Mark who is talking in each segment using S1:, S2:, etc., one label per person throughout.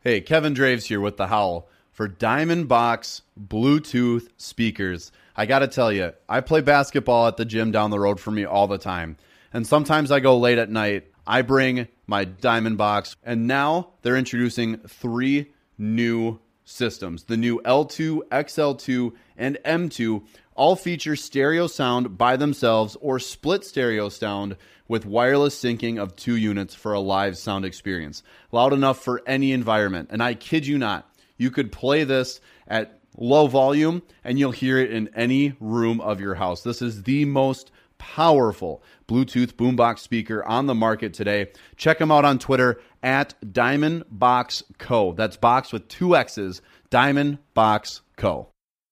S1: Hey, Kevin Draves here with The Howl. For Diamond Box Bluetooth speakers, I got to tell you, I play basketball at the gym down the road from me all the time. And sometimes I go late at night. I bring my Diamond Box, and now they're introducing three new systems the new L2, XL2, and M2 all feature stereo sound by themselves or split stereo sound with wireless syncing of two units for a live sound experience. Loud enough for any environment. And I kid you not, you could play this at low volume and you'll hear it in any room of your house. This is the most powerful Bluetooth boombox speaker on the market today. Check them out on Twitter at Diamond Box Co. That's box with two X's, Diamond Box Co.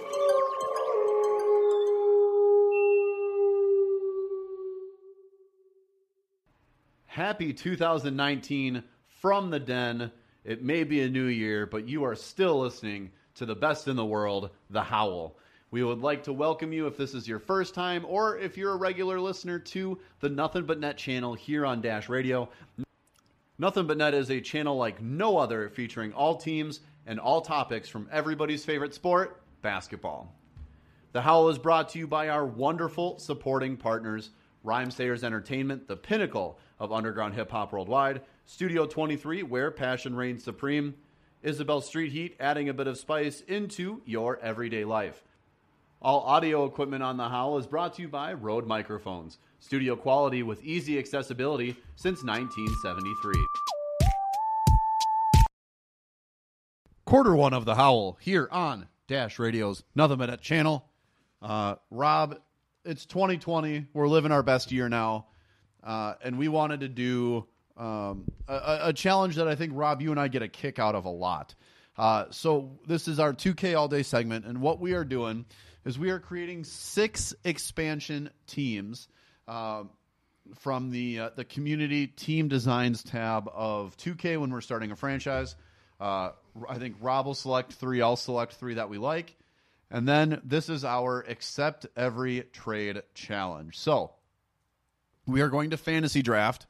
S1: Happy 2019 from the den. It may be a new year, but you are still listening to the best in the world, The Howl. We would like to welcome you if this is your first time or if you're a regular listener to the Nothing But Net channel here on Dash Radio. Nothing But Net is a channel like no other featuring all teams and all topics from everybody's favorite sport, basketball. The Howl is brought to you by our wonderful supporting partners, Rhymesayers Entertainment, the pinnacle of underground hip hop worldwide, Studio 23, where passion reigns supreme, Isabel Street Heat, adding a bit of spice into your everyday life. All audio equipment on the Howl is brought to you by Rode Microphones, studio quality with easy accessibility since 1973. Quarter one of the Howl here on Dash Radio's Nothing But Net channel. Uh, Rob, it's 2020. We're living our best year now, uh, and we wanted to do um, a- a, a challenge that I think Rob, you and I get a kick out of a lot. Uh, so this is our 2K all day segment, and what we are doing is we are creating six expansion teams um, from the uh, the community team designs tab of 2K when we're starting a franchise. Uh, I think Rob will select three. I'll select three that we like, and then this is our accept every trade challenge. So we are going to fantasy draft,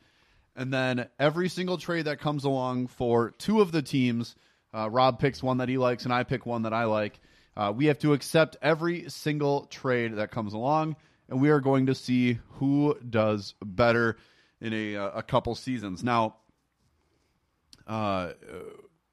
S1: and then every single trade that comes along for two of the teams, uh, Rob picks one that he likes, and I pick one that I like. Uh, we have to accept every single trade that comes along, and we are going to see who does better in a, uh, a couple seasons. Now, uh,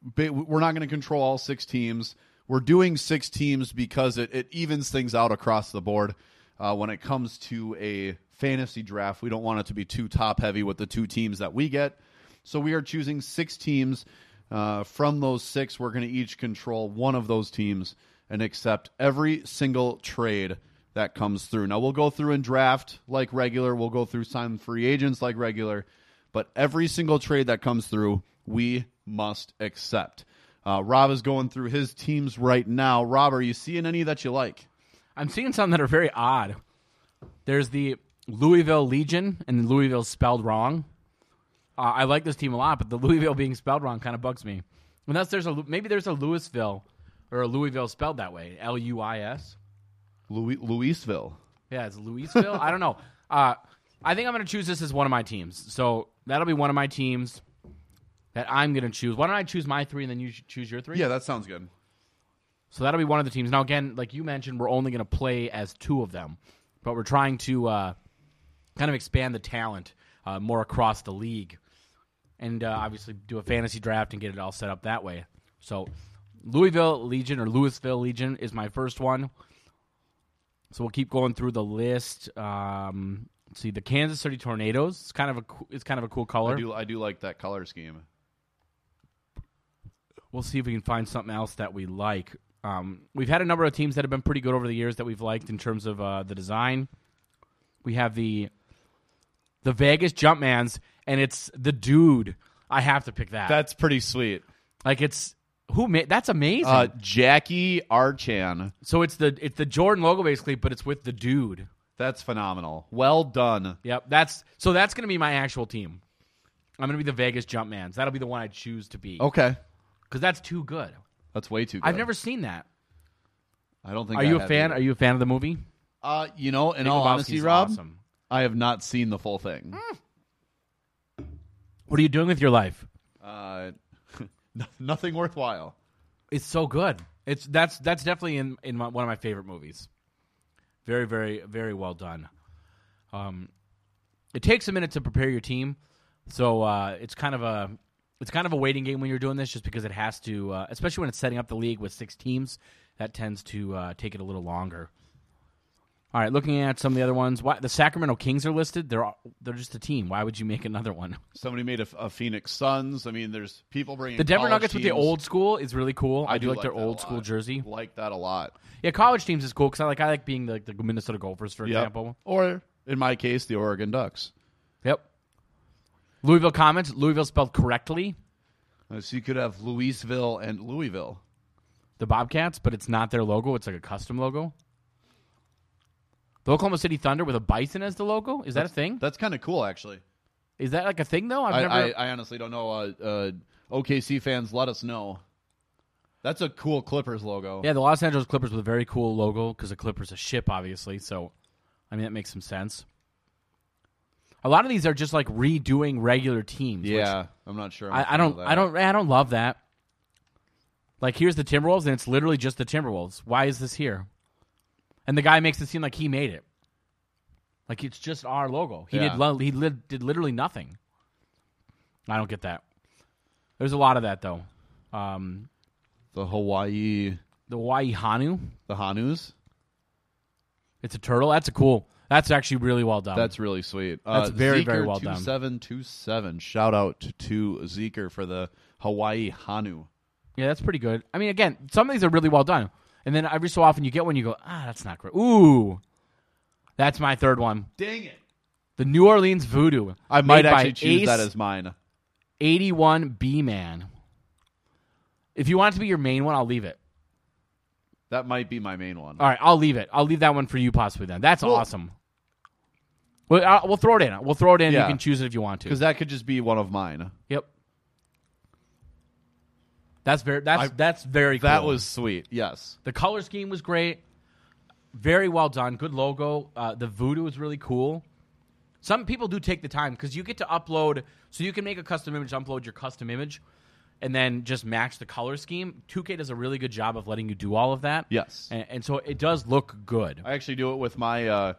S1: ba- we're not going to control all six teams. We're doing six teams because it, it evens things out across the board uh, when it comes to a fantasy draft. We don't want it to be too top heavy with the two teams that we get. So we are choosing six teams. Uh, from those six, we're going to each control one of those teams and accept every single trade that comes through. Now we'll go through and draft like regular. We'll go through sign free agents like regular but every single trade that comes through, we must accept. Uh, Rob is going through his teams right now. Rob, are you seeing any that you like?
S2: I'm seeing some that are very odd. There's the Louisville Legion, and Louisville's spelled wrong. Uh, I like this team a lot, but the Louisville being spelled wrong kind of bugs me. Unless there's a Lu- maybe there's a Louisville or a Louisville spelled that way, L U I S.
S1: Louis- Louisville.
S2: Yeah, it's Louisville. I don't know. Uh, I think I'm going to choose this as one of my teams. So that'll be one of my teams that I'm going to choose. Why don't I choose my three and then you sh- choose your three?
S1: Yeah, that sounds good.
S2: So that'll be one of the teams. Now, again, like you mentioned, we're only going to play as two of them, but we're trying to uh, kind of expand the talent uh, more across the league and uh, obviously do a fantasy draft and get it all set up that way. So Louisville Legion or Louisville Legion is my first one. So we'll keep going through the list. Um, let's see the Kansas City Tornadoes. It's kind of a coo- it's kind of a cool color.
S1: I do I do like that color scheme.
S2: we'll see if we can find something else that we like. Um, we've had a number of teams that have been pretty good over the years that we've liked in terms of uh, the design. We have the the Vegas Jumpmans, and it's the dude. I have to pick that.
S1: That's pretty sweet.
S2: like it's who made that's amazing.
S1: Uh, Jackie Archan.
S2: so it's the it's the Jordan logo basically, but it's with the dude.
S1: That's phenomenal. Well done.
S2: Yep, that's so that's gonna be my actual team. I'm gonna be the Vegas Jumpmans. That'll be the one I choose to be
S1: Okay,
S2: because that's too good.
S1: that's way too. good.
S2: I've never seen that.
S1: I don't think.
S2: Are
S1: I
S2: you a
S1: have
S2: fan?
S1: either.
S2: Are you a fan of the movie?
S1: Uh, you know, in
S2: Big
S1: all
S2: Lebowski's
S1: honesty, Rob,
S2: awesome.
S1: I have not seen the full thing.
S2: What are you doing with your life? Mm.
S1: Uh, nothing worthwhile.
S2: It's so good. It's that's that's definitely in in my, one of my favorite movies. Very very very well done. Um, it takes a minute to prepare your team, so uh, it's kind of a it's kind of a waiting game when you're doing this, just because it has to, uh, especially when it's setting up the league with six teams. That tends to uh, take it a little longer. All right, looking at some of the other ones, why, the Sacramento Kings are listed. They're all- they're just a team. Why would you make another one?
S1: Somebody made a, a Phoenix Suns. I mean, there's people bringing
S2: The Denver
S1: college
S2: Nuggets with the
S1: teams.
S2: old school is really cool. I, do, like, their
S1: that a
S2: old school
S1: lot.
S2: jersey.
S1: Like that a lot.
S2: Yeah, college teams is cool because I like I like being like the Minnesota Gophers, for
S1: Yep.
S2: example.
S1: Or in my case, the Oregon Ducks.
S2: Yep. Louisville comments. Louisville spelled correctly.
S1: Uh, So you could have Louisville and Louisville.
S2: The Bobcats, but it's not their logo. It's like a custom logo. The Oklahoma City Thunder with a bison as the logo. Is that a thing?
S1: That's kind of cool, actually.
S2: Is that like a thing though? I've
S1: I,
S2: never.
S1: I, I honestly don't know. Uh, uh, OKC fans, let us know. That's a cool Clippers logo.
S2: yeah, the Los Angeles Clippers with a very cool logo because the Clippers a ship, obviously. So, I mean that makes some sense. A lot of these are just like redoing regular teams. which
S1: Yeah, I'm not sure. I'm a
S2: I, I
S1: fan
S2: don't
S1: of that.
S2: I don't eh, I don't love that. Like here's the Timberwolves and it's literally just the Timberwolves. Why is this here? And the guy makes it seem like he made it. Like it's just our logo. He
S1: Yeah.
S2: did lo- he li- did literally nothing. I don't get that. There's a lot of that though. Um,
S1: The Hawaii,
S2: the Hawaii Hanu,
S1: the Hanus.
S2: it's a turtle. That's a cool. That's actually really well done.
S1: That's really sweet.
S2: Um,
S1: Uh,
S2: That's very, very well done.
S1: Two seven two seven. Shout out to Zeker for the Hawaii Hanu.
S2: yeah, that's pretty good. I mean, again, some of these are really well done. And then every so often you get one, you go, ah, that's not great. Ooh, that's my third one.
S1: Dang it!
S2: The New Orleans Voodoo.
S1: I might
S2: made by
S1: actually choose
S2: Ace
S1: that as mine.
S2: 81 B Man. If you want it to be your main one, I'll leave it.
S1: That might be my main one.
S2: All right, I'll leave it. I'll leave that one for you possibly then. That's
S1: Well-
S2: awesome. Well, i we'll throw it in. We'll throw it in.
S1: Yeah.
S2: You can choose it if you want
S1: Because
S2: to.
S1: that could just be one of mine.
S2: Yep. That's very that's
S1: I-
S2: that's very
S1: That
S2: cool.
S1: was sweet. Yes.
S2: The color scheme was great. Very well done. Good logo. Uh, the voodoo is really cool. Some people do take the time because you get to upload, so you can make a custom image, upload your custom image, and then just match the color scheme. 2K does a really good job of letting you do all of that.
S1: Yes.
S2: And, and so it does look good.
S1: I actually do it with my uh,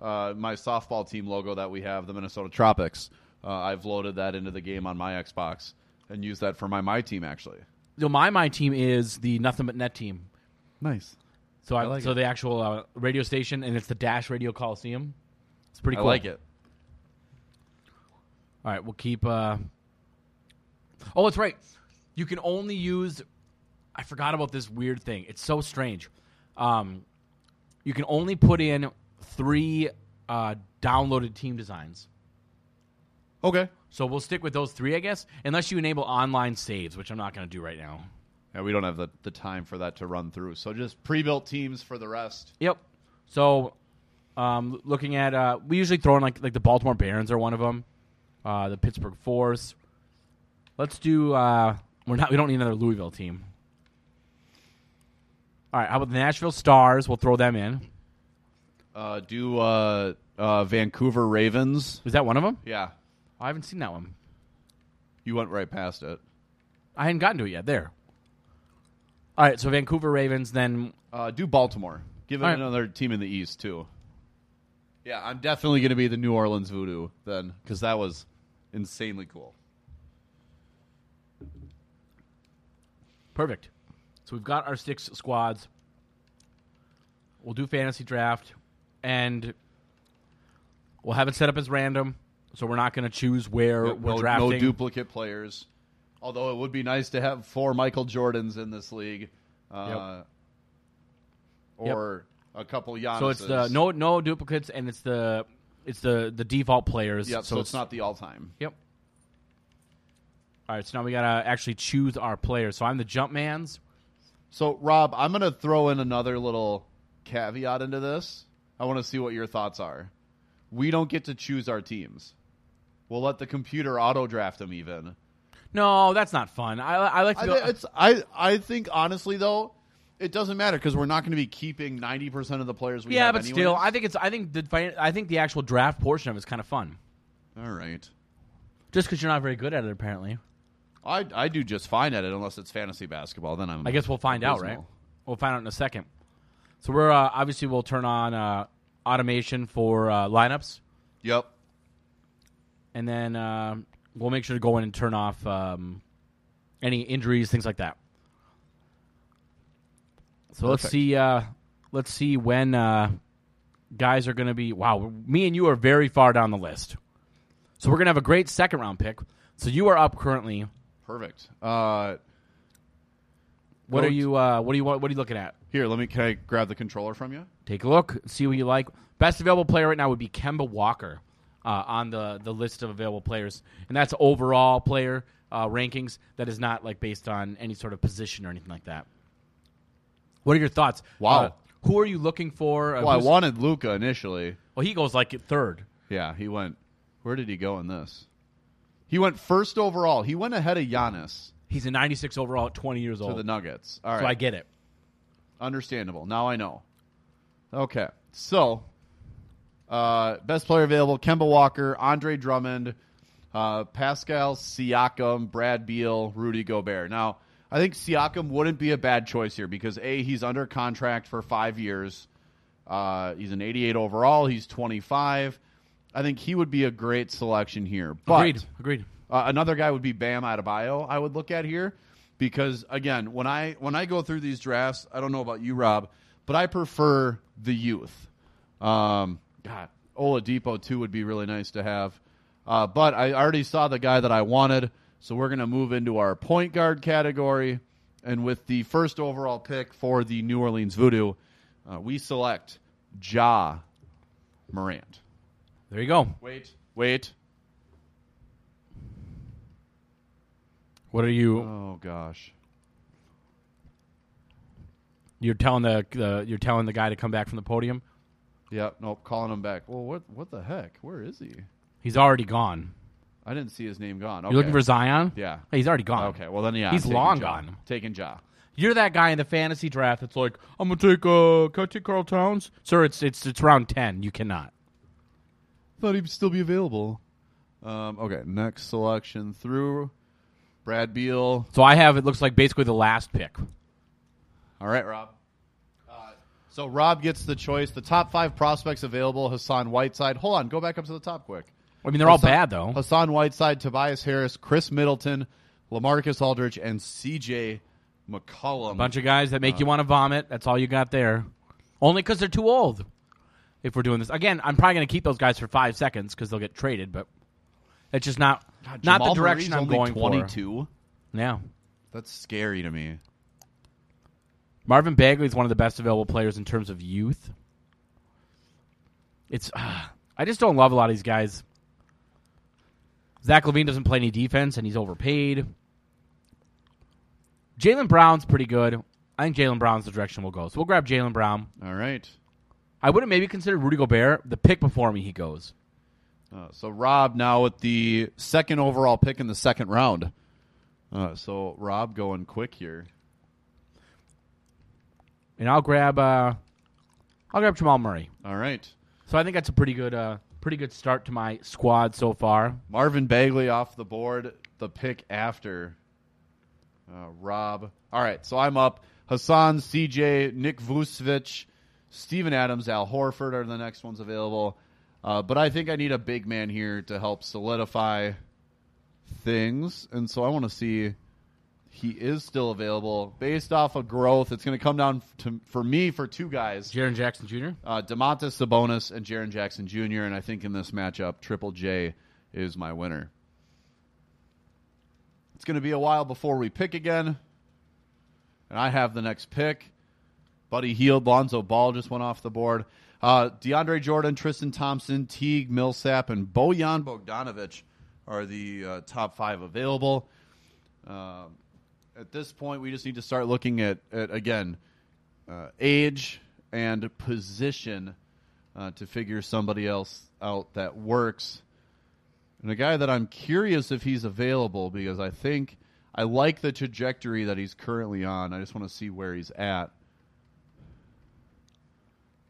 S1: uh, my softball team logo that we have, the Minnesota Tropics. Uh, I've loaded that into the game on my Xbox and used that for my my team actually.
S2: So my my team is the Nothing But Net team.
S1: Nice.
S2: So I,
S1: like
S2: so
S1: it.
S2: the actual uh, radio station, and it's the Dash Radio Coliseum. It's pretty
S1: I
S2: cool.
S1: like it.
S2: All right, we'll keep. Uh... Oh, that's right. You can only use. I forgot about this weird thing. It's so strange. Um, you can only put in three uh, downloaded team designs.
S1: Okay.
S2: So we'll stick with those three, I guess, unless you enable online saves, which I'm not going to do right now.
S1: Yeah, we don't have the, the time for that to run through. So just pre-built teams for the rest.
S2: Yep. So, um, l- looking at uh, we usually throw in like like the Baltimore Barons are one of them, uh, the Pittsburgh Force. Let's do. Uh, we're not. We don't need another Louisville team. All right. How about the Nashville Stars? We'll throw them in.
S1: Uh, do uh, uh, Vancouver Ravens?
S2: Was that one of them?
S1: Yeah,
S2: I haven't seen that one.
S1: you went right past it.
S2: I hadn't gotten to it yet. There. All right, so Vancouver Ravens. Then
S1: Uh, do Baltimore. Give it
S2: All right.
S1: another team in the East too. Yeah, I'm definitely going to be the New Orleans Voodoo then, because that was insanely cool.
S2: perfect. So we've got our six squads. We'll do fantasy draft, and we'll have it set up as random. So we're not going to choose where
S1: No,
S2: we're
S1: no-
S2: drafting.
S1: no duplicate players. Although it would be nice to have four Michael Jordans in this league, uh, or a couple Giannis.
S2: so it's the no no duplicates, and it's the it's the the default players.
S1: Yep, so, it's not the all-time.
S2: Yep. All right, so now we gotta actually choose our players. So I'm the jump man's.
S1: So Rob, I'm going to throw in another little caveat into this. I want to see what your thoughts are. We don't get to choose our teams. We'll let the computer auto draft them. Even
S2: No, that's not fun. I, I like to
S1: I,
S2: go.
S1: thi- it's, I, I think honestly though, it doesn't matter because we're not going to be keeping ninety percent of the players. we
S2: yeah,
S1: have
S2: but still,
S1: anyways.
S2: I think it's I think the fin- I think the actual draft portion of it's kind of fun.
S1: all right.
S2: Just because you're not very good at it, apparently.
S1: I, I do just fine at it unless it's fantasy basketball. Then I'm.
S2: I guess we'll find out, right?
S1: abysmal.
S2: We'll find out in a second. So we're uh, obviously we'll turn on uh, automation for uh, lineups,
S1: Yep.
S2: and then uh, we'll make sure to go in and turn off um, any injuries, things like that. So let's
S1: Perfect.
S2: see. Uh, let's see when uh, guys are going to be. Wow, me and you are very far down the list. So we're going to have a great second round pick. So you are up currently.
S1: Perfect. Uh,
S2: What
S1: Go
S2: are
S1: t-
S2: you? Uh, what do you? want- What are you looking at?
S1: here, let me. Can I grab the controller from you?
S2: Take a look. See what you like. Best available player right now would be Kemba Walker uh, on the the list of available players, and that's overall player uh, rankings. That is not like based on any sort of position or anything like that. What are your thoughts?
S1: Wow.
S2: Uh, who are you looking for? Uh,
S1: Well, I
S2: who's-
S1: wanted Luca initially.
S2: well, he goes like third.
S1: Yeah, he went. Where did he go in this? He went first overall. He went ahead of Giannis
S2: He's a 96 overall at 20 years
S1: to
S2: old.
S1: the Nuggets. All right,
S2: Oh. So I get it.
S1: understandable. Now I know. Okay, so uh, best player available: Kemba Walker, Andre Drummond, uh, Pascal Siakam, Brad Beal, Rudy Gobert. Now I think Siakam wouldn't be a bad choice here because a he's under contract for five years. Uh, he's an 88 overall. He's 25. I think he would be a great selection here. But
S2: Agreed. Agreed.
S1: uh, another guy would be Bam Adebayo. I would look at here because again, when I when I go through these drafts, I don't know about you, Rob, but I prefer the youth. Um, God, Oladipo too would be really nice to have, uh, but I already saw the guy that I wanted, so we're gonna move into our point guard category, and with the first overall pick for the New Orleans Voodoo, uh, we select Ja Morant.
S2: There you go.
S1: Wait, wait.
S2: What are you?
S1: Oh gosh.
S2: you're telling the, the you're telling the guy to come back from the podium.
S1: Yep. Nope. Calling him back. Well, what what the heck? Where is he?
S2: He's already gone.
S1: I didn't see his name gone. Okay.
S2: You're looking for Zion.
S1: Yeah.
S2: Hey, he's already gone.
S1: Okay. Well, then yeah. I'm
S2: He's
S1: taking
S2: long
S1: Ja.
S2: gone.
S1: Taking Ja.
S2: You're that guy in the fantasy draft that's like, I'm gonna take uh, can I take Carl Towns, sir? It's it's it's round ten. You cannot.
S1: Thought he'd still be available. Um, okay. Next selection through Brad Beal.
S2: So I have it looks like basically the last pick.
S1: All right, Rob. Uh, so Rob gets the choice. The top five prospects available: Hassan Whiteside. Hold on. Go back up to the top quick.
S2: I mean, they're all
S1: Hassan-
S2: bad though.
S1: Hassan Whiteside, Tobias Harris, Chris Middleton, Lamarcus Aldridge, and C.J. McCollum.
S2: A bunch of guys that make you want to vomit. That's all you got there. Only because they're too old. If we're doing this again, I'm probably gonna keep those guys for five seconds because they'll get traded. But it's just not
S1: God,
S2: not
S1: Ah, Jamal
S2: the direction
S1: Murray's
S2: I'm
S1: only
S2: going
S1: 22.
S2: for. Yeah.
S1: That's scary to me.
S2: Marvin Bagley is one of the best available players in terms of youth. It's I just don't love a lot of these guys. Zach Levine doesn't play any defense, and he's overpaid. Jalen Brown's pretty good. I think Jalen Brown's the direction we'll go. So we'll grab Jalen Brown.
S1: All right.
S2: I would have maybe considered Rudy Gobert the pick before me. He goes.
S1: Uh, so Rob now with the second overall pick in the second round. Uh, so Rob going quick here.
S2: and I'll grab uh, I'll grab Jamal Murray.
S1: All right.
S2: So I think that's a pretty good, uh, pretty good start to my squad so far.
S1: Marvin Bagley off the board. The pick after uh, Rob. All right, so I'm up. Hassan, CJ, Nick Vucevic, Steven Adams, Al Horford are the next ones available. Uh, but I think I need a big man here to help solidify things, and so I want to see he is still available based off of growth. It's going to come down to for me for two guys
S2: Jaron Jackson Jr.
S1: uh, Demontis Sabonis and Jaron Jackson Jr. And I think in this matchup, Triple J is my winner. It's going to be a while before we pick again, and I have the next pick. Buddy Heald, Lonzo Ball just went off the board. Uh, DeAndre Jordan, Tristan Thompson, Teague, Millsap, and Bojan Bogdanovic are the uh, top five available. Um at this point, we just need to start looking at, at again, uh, age and position uh, to figure somebody else out that works. And a guy that I'm curious if he's available because I think I like the trajectory that he's currently on. I just want to see where he's at.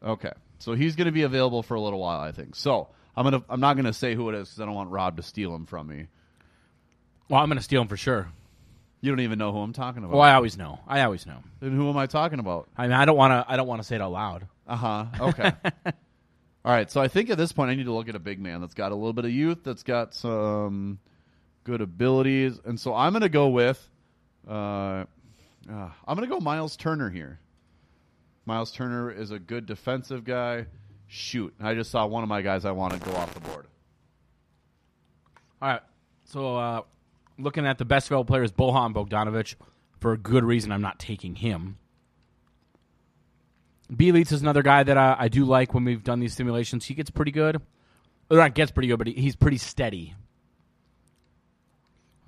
S1: Okay, so he's going to be available for a little while, I think. So I'm gonna I'm not going to say who it is because I don't want Rob to steal him from me.
S2: Well, I'm going to steal him for sure.
S1: You don't even know who I'm talking about.
S2: Well, Oh, I always know. I always know.
S1: And who am I talking about?
S2: I mean, I don't want to. I don't want to say it out loud.
S1: Uh huh. Okay. All right. So I think at this point I need to look at a big man that's got a little bit of youth, that's got some good abilities, and so I'm going to go with, uh, uh, I'm going to go Miles Turner here. Miles Turner is a good defensive guy. Shoot, I just saw one of my guys I want to go off the board.
S2: All right. So, uh, looking at the best available player is Bohan Bogdanovic. For a good reason, I'm not taking him. Beelitz is another guy that uh, I, I do like when we've done these simulations. He gets pretty good. Or not gets pretty good, but he, he's pretty steady.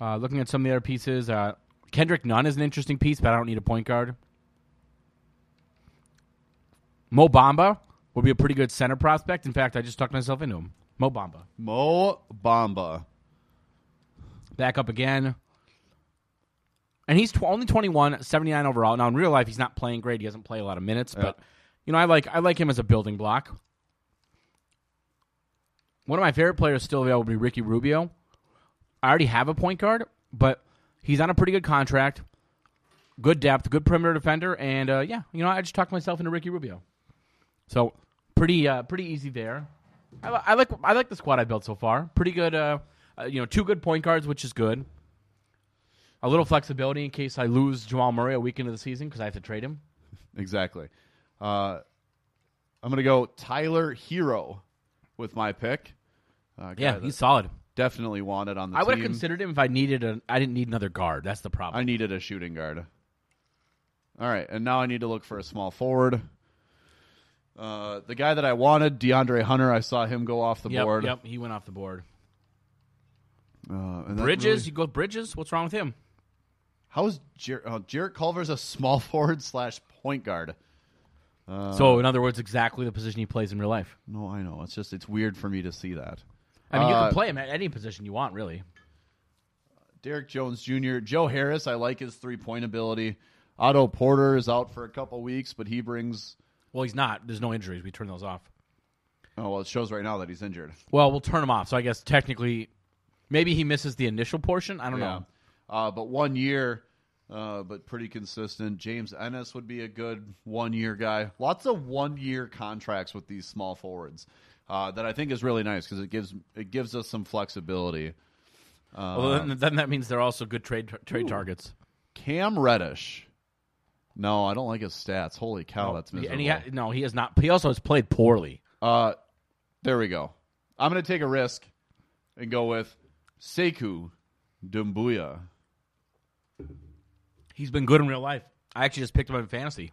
S2: Uh, looking at some of the other pieces, uh, Kendrick Nunn is an interesting piece, but I don't need a point guard. Mo Bamba would be a pretty good center prospect. In fact, I just talked myself into him. Mo Bamba.
S1: Mo Bamba.
S2: back up again. And he's tw- only 21, 79 overall. Now in real life he's not playing great. He doesn't play a lot of minutes, but you know, I like I like him as a building block. One of my favorite players still available would be Ricky Rubio. I already have a point guard, but he's on a pretty good contract. Good depth, good perimeter defender, and uh, yeah, you know, I just talked myself into Ricky Rubio. So pretty, uh, pretty easy there. I, li- I like, I like the squad I built so far. Pretty good, uh, uh, you know, two good point guards, which is good. A little flexibility in case I lose Jamal Murray a week into the season because I have to trade him.
S1: Exactly. Uh, I'm going to go Tyler Hero with my pick. Uh, guy
S2: Yeah,
S1: that
S2: he's solid.
S1: definitely wanted on the
S2: I
S1: team.
S2: would have considered him if I needed a. I didn't need another guard. That's the problem.
S1: I needed a shooting guard. All right, and now I need to look for a small forward. Uh, the guy that I wanted, DeAndre Hunter, I saw him go off the
S2: yep,
S1: board.
S2: yep, he went off the board.
S1: Uh, and that
S2: Bridges,
S1: really-
S2: you go with Bridges. What's wrong with him?
S1: how is Jer- oh, Jarrett Culver's a small forward slash point guard? Uh,
S2: so, in other words, exactly the position he plays in real life.
S1: No, I know. It's just it's weird for me to see that.
S2: I mean, you
S1: Uh,
S2: can play him at any position you want, really.
S1: Derek Jones Jr., Joe Harris, I like his three point ability. Otto Porter is out for a couple weeks, but he brings.
S2: Well, he's not. There's no injuries. We turn those off.
S1: Oh well, it shows right now that he's injured.
S2: Well, we'll turn him off. So I guess technically, maybe he misses the initial portion. I don't
S1: Yeah.
S2: know.
S1: Uh, but one year, uh, but pretty consistent. James Ennis would be a good one year guy. Lots of one year contracts with these small forwards uh, that I think is really nice because it gives it gives us some flexibility.
S2: well, then, then that means they're also good trade trade targets.
S1: Cam Reddish. No, I don't like his stats. Holy cow, that's miserable.
S2: and he ha- no, he has not. He also has played poorly.
S1: uh, there we go. I'm going to take a risk and go with Sekou Dumbuya.
S2: He's been good in real life. I actually just picked him up in fantasy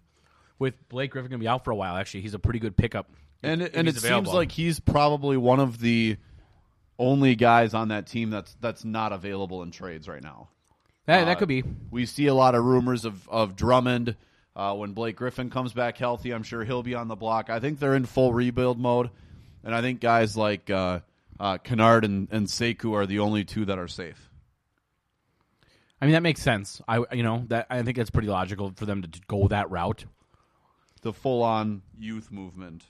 S2: with Blake Griffin going to be out for a while. Actually, he's a pretty good pickup.
S1: and
S2: if
S1: and it
S2: he's available.
S1: seems like he's probably one of the only guys on that team that's that's not available in trades right now.
S2: Hey, that could be.
S1: We see a lot of rumors of of Drummond uh, when Blake Griffin comes back healthy. I'm sure he'll be on the block. I think they're in full rebuild mode, and I think guys like uh, uh, Kennard and, and Sekou are the only two that are safe.
S2: I mean, that makes sense. I you know that I think that's pretty logical for them to go that route.
S1: the full on youth movement.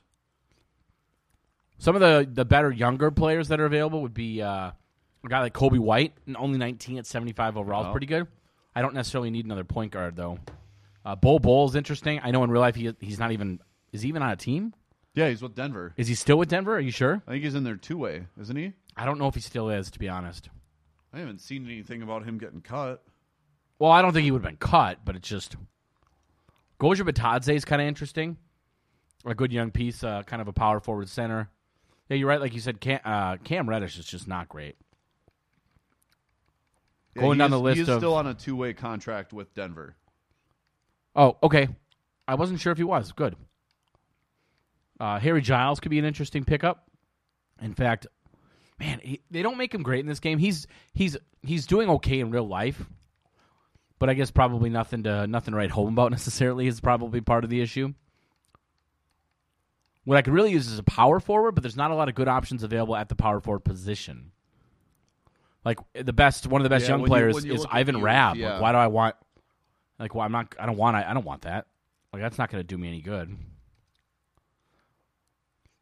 S2: Some of the the better younger players that are available would be uh, a guy like Kobe White, and only 19 at 75 overall is pretty good. I don't necessarily need another point guard though. Uh, Bull Bull's interesting. I know in real life he he's not even is he even on a team?
S1: Yeah, he's with Denver.
S2: Is he still with Denver? Are you sure?
S1: I think he's in there two way, isn't he?
S2: I don't know if he still is, to be honest.
S1: I haven't seen anything about him getting cut.
S2: Well, I don't think he would have been cut, but it's just Goja Batadze is kind of interesting. A good young piece, uh, kind of a power forward center. Yeah, you're right. Like you said, Cam, uh, Cam Reddish is just not great.
S1: Yeah,
S2: Going
S1: he
S2: down
S1: is-
S2: the list
S1: he is
S2: of-
S1: still on a two way contract with Denver.
S2: Oh, okay. I wasn't sure if he was. Good. Uh, Harry Giles could be an interesting pickup. In fact, man, he, they don't make him great in this game. He's he's he's doing okay in real life, but I guess probably nothing to nothing to write home about necessarily is probably part of the issue. What I could really use is a power forward, but there's not a lot of good options available at the power forward position. Like the best, one of the best
S1: Yeah,
S2: young
S1: when you-
S2: players
S1: when you
S2: is
S1: look at
S2: Ivan
S1: youth,
S2: Rabb.
S1: yeah.
S2: Like, why do I want? Like, why I'm not? I don't want. I, I don't want that. Like, that's not going to do me any good.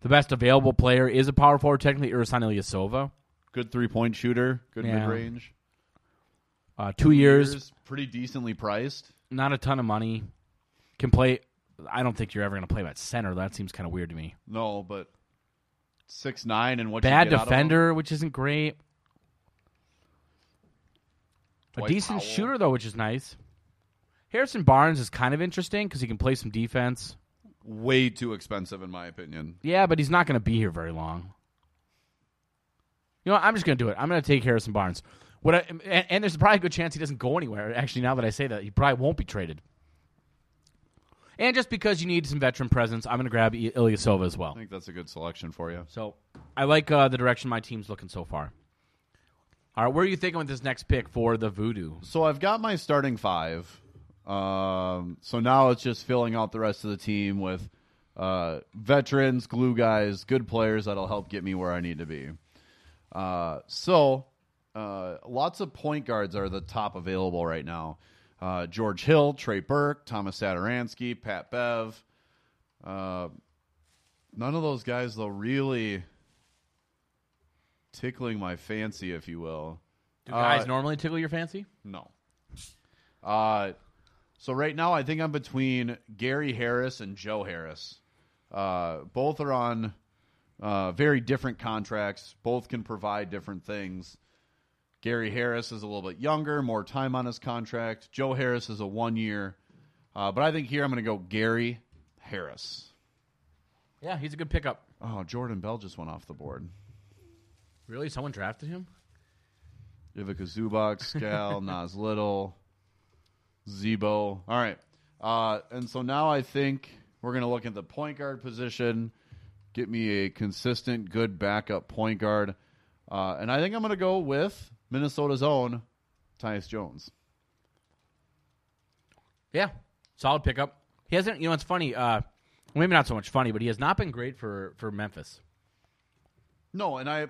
S2: The best available player is a power forward, technically Urisan Ilyasova.
S1: Good three point shooter, good
S2: Yeah.
S1: mid range.
S2: Uh, two years,
S1: pretty decently priced.
S2: not a ton of money. Can play. I don't think you're ever going to play him at center. That seems kind of weird to me.
S1: No, but six nine and what you
S2: Bad
S1: get out of him.
S2: defender, which isn't great. A
S1: Dwight
S2: decent
S1: Powell.
S2: shooter though, which is nice. Harrison Barnes is kind of interesting because he can play some defense.
S1: way too expensive in my opinion.
S2: Yeah, but he's not going to be here very long. You know, what? I'm just going to do it. I'm going to take Harrison Barnes. What I, and, and there's probably a good chance he doesn't go anywhere. Actually, now that I say that, he probably won't be traded. And just because you need some veteran presence, I'm going to grab I- Ilyasova as well.
S1: I think that's a good selection for you.
S2: So I like uh, the direction my team's looking so far. All right, where are you thinking with this next pick for the Voodoo?
S1: So I've got my starting five. Um, so now it's just filling out the rest of the team with uh, veterans, glue guys, good players that'll help get me where I need to be. Uh, so uh, lots of point guards are the top available right now. Uh, George Hill, Trey Burke, Thomas Sadaransky, Pat Bev. Uh, none of those guys though really tickling my fancy, if you will.
S2: Do guys normally tickle your fancy?
S1: No. Uh, so right now, I think I'm between Gary Harris and Joe Harris. Uh, both are on uh, very different contracts. Both can provide different things. Gary Harris is a little bit younger, more time on his contract. Joe Harris is a one year. Uh, but I think here I'm going to go Gary Harris.
S2: Yeah, he's a good pickup.
S1: Oh, Jordan Bell just went off the board.
S2: Really, someone drafted him?
S1: Ivica Zubac, Scal, Nas Little, Zebo. All right. Uh, and so now I think we're going to look at the point guard position. Get me a consistent, good backup point guard. Uh, and I think I'm going to go with Minnesota's own Tyus Jones.
S2: Yeah, solid pickup. He hasn't. You know, it's funny. Uh, maybe not so much funny, but he has not been great for for Memphis.
S1: No, and I, I-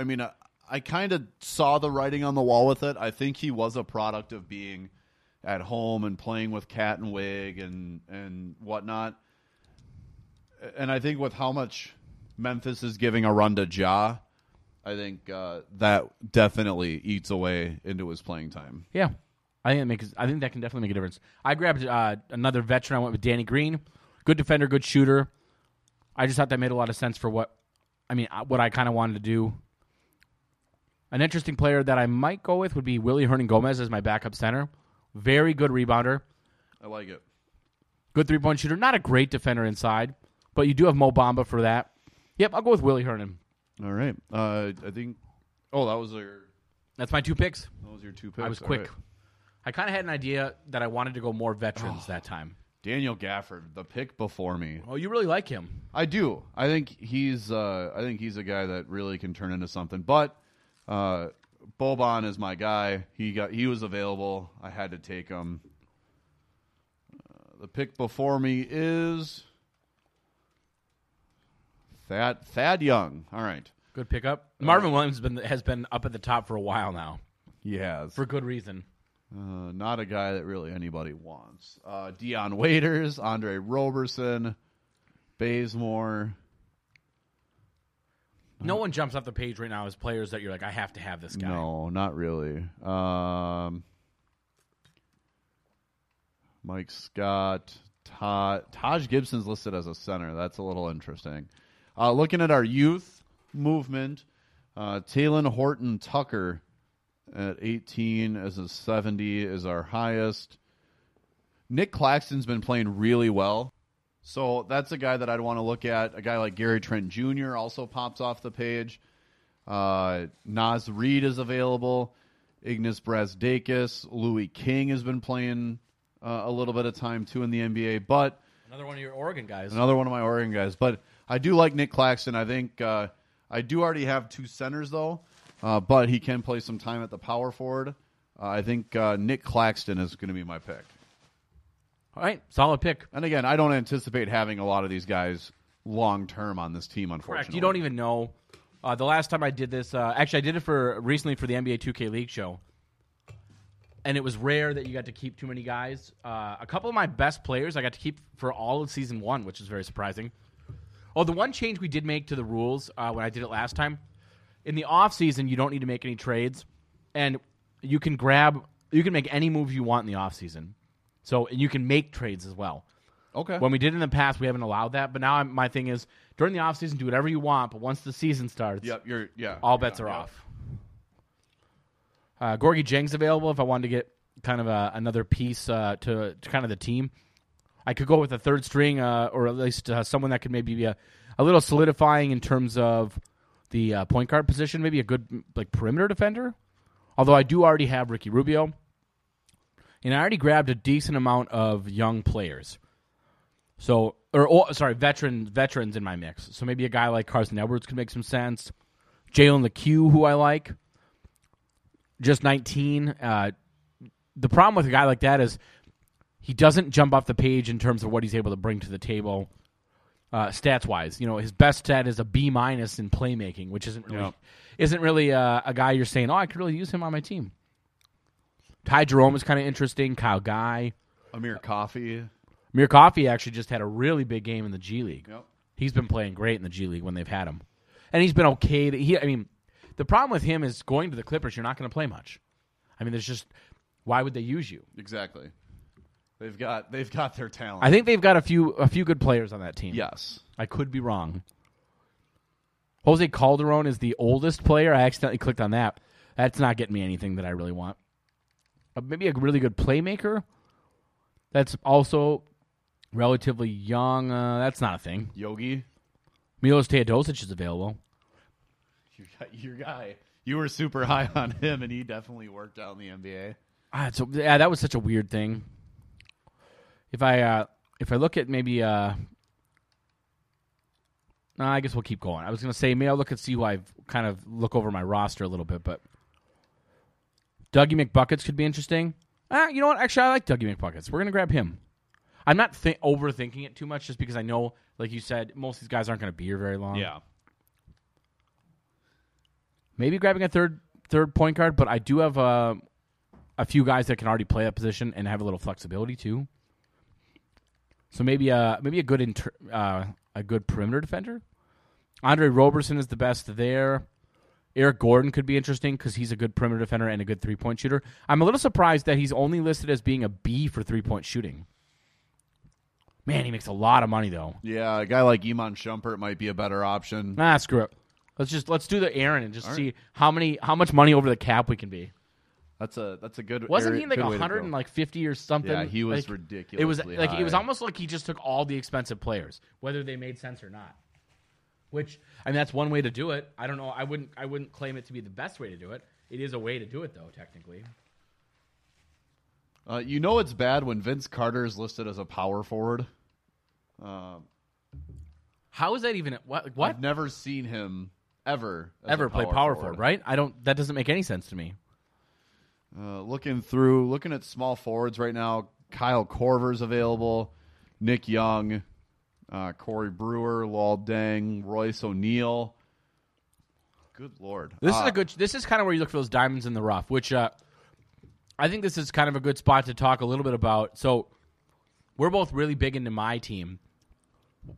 S1: I mean, I, I kind of saw the writing on the wall with it. I think he was a product of being at home and playing with Cat and Wig and and whatnot. And I think with how much Memphis is giving a run to Ja, I think uh, that definitely eats away into his playing time.
S2: Yeah, I think that makes. I think that can definitely make a difference. I grabbed uh, another veteran. I went with Danny Green, good defender, good shooter. I just thought that made a lot of sense for what, I mean, uh, what I kind of wanted to do. An interesting player that I might go with would be Willie Hernan Gomez as my backup center. Very good rebounder,
S1: I like it.
S2: good three point shooter. Not a great defender inside, but you do have Mo Bamba for that. Yep, I'll go with Willie Hernan.
S1: All right, uh, I think. Oh, that was your
S2: That's my two picks.
S1: that was your two picks.
S2: I was
S1: All
S2: quick.
S1: right.
S2: I kind of had an idea that I wanted to go more veterans that time.
S1: Daniel Gafford, the pick before me.
S2: Oh, you really like him.
S1: I do. I think he's uh, I think he's a guy that really can turn into something. But uh, Boban is my guy. He got he was available. I had to take him. Uh, the pick before me is Thad Thad Young. All right.
S2: Good pickup. Marvin Williams has been has been up at the top for a while now
S1: Yeah.
S2: for good reason.
S1: Uh, not a guy that really anybody wants. Uh, Dion Waiters, Andre Roberson, Bazemore.
S2: No one jumps off the page right now as players that you're like, I have to have this guy.
S1: No, not really. Um, Mike Scott, Ta- Taj Gibson's listed as a center. That's a little interesting. Uh, looking at our youth movement, uh, Talon Horton Tucker at 18 as a 70 is our highest. Nick Claxton's been playing really well. So that's a guy that I'd want to look at. A guy like Gary Trent Jr. also pops off the page. Uh, Nas Reed is available. Ignis Brazdakis, Louis King has been playing uh, a little bit of time too in the NBA, but
S2: Another one of your Oregon guys.
S1: another one of my Oregon guys. But I do like Nick Claxton. I think uh, I do already have two centers though, uh, but he can play some time at the power forward. Uh, I think uh, Nick Claxton is going to be my pick.
S2: All right, solid pick.
S1: And again, I don't anticipate having a lot of these guys long term on this team. Unfortunately,
S2: Correct. You don't e- even know. Uh, the last time I did this, uh, actually, I did it for recently for the NBA 2K League show, and it was rare that you got to keep too many guys. Uh, a couple of my best players I got to keep for all of season one, which is very surprising. Oh, the one change we did make to the rules uh, when I did it last time, in the off season, you don't need to make any trades, and you can grab, you can make any move you want in the off season. So and you can make trades as well.
S1: Okay.
S2: When we did it in the past, we haven't allowed that. But now I'm, my thing is during the offseason, do whatever you want. But once the season starts,
S1: Yep. You're. Yeah.
S2: all bets
S1: yeah,
S2: are
S1: yeah.
S2: off. Uh, Gorgie Jang's available if I wanted to get kind of a, another piece uh, to, to kind of the team. I could go with a third string uh, or at least uh, someone that could maybe be a, a little solidifying in terms of the uh, point guard position, maybe a good m- like perimeter defender. Although I do already have Ricky Rubio. And I already grabbed a decent amount of young players. So, or, or sorry, veteran veterans in my mix. So maybe a guy like Carson Edwards could make some sense. Jalen LeCue, who I like, just 19. Uh, the problem with a guy like that is he doesn't jump off the page in terms of what he's able to bring to the table, uh, stats wise. You know, his best stat is a B minus in playmaking, which isn't really,
S1: Yeah.
S2: isn't really uh, a guy you're saying, oh, I could really use him on my team. Ty Jerome is kind of interesting. Kyle Guy.
S1: Amir Coffee.
S2: Mir Coffee actually just had a really big game in the G League.
S1: Yep.
S2: He's been playing great in the G League when they've had him, and he's been okay. To, he, I mean, the problem with him is going to the Clippers. You're not going to play much. I mean, there's just why would they use you?
S1: Exactly. They've got they've got their talent.
S2: I think they've got a few a few good players on that team.
S1: yes.
S2: I could be wrong. Jose Calderon is the oldest player. I accidentally clicked on that. That's not getting me anything that I really want. Uh, maybe a really good playmaker. That's also relatively young. Uh, that's not a thing.
S1: Yogi,
S2: Milos Teodosic is available.
S1: you got your guy. You were super high on him, and he definitely worked out in the NBA.
S2: Ah, so yeah, that was such a weird thing. If I uh, if I look at maybe uh, no, I guess we'll keep going. I was gonna say maybe I'll look and see who I've kind of look over my roster a little bit, but Dougie McBuckets could be interesting. Ah, you know what? Actually, I like Dougie McBuckets. We're gonna grab him. I'm not th- overthinking it too much, just because I know, like you said, most of these guys aren't gonna be here very long. maybe grabbing a third third point guard, but I do have uh, a few guys that can already play that position and have a little flexibility too. So maybe uh maybe a good inter- uh, a good perimeter defender. Andre Roberson is the best there. Eric Gordon could be interesting because he's a good perimeter defender and a good three point shooter. I'm a little surprised that he's only listed as being a B for three point shooting. Man, he makes a lot of money though.
S1: Yeah, a guy like Iman Shumpert might be a better option.
S2: Nah, screw it. Let's just let's do the Aaron and just see how many how much money over the cap we can be.
S1: That's a that's a good.
S2: Wasn't
S1: area-
S2: he like
S1: good way to
S2: hundred
S1: go.
S2: and like fifty or something?
S1: Yeah, he was
S2: like,
S1: ridiculously
S2: It was like it was
S1: high.
S2: almost like he just took all the expensive players, whether they made sense or not. Which I mean, that's one way to do it. I don't know. I wouldn't. I wouldn't claim it to be the best way to do it. It is a way to do it, though. Technically,
S1: Uh, you know it's bad when Vince Carter is listed as a power forward. Um,
S2: how is that even? What? What?
S1: I've never seen him ever as
S2: Ever
S1: a
S2: play power forward? Right? I don't. That doesn't make any sense to me.
S1: Uh, looking through, looking at small forwards right now. Kyle Corver's available. Nick Young, uh, Corey Brewer, Lal Deng, Royce O'Neal. Good lord,
S2: This
S1: Uh, Ah.
S2: is a good. This is kind of where you look for those diamonds in the rough, which uh, I think this is kind of a good spot to talk a little bit about. So, we're both really big into my team.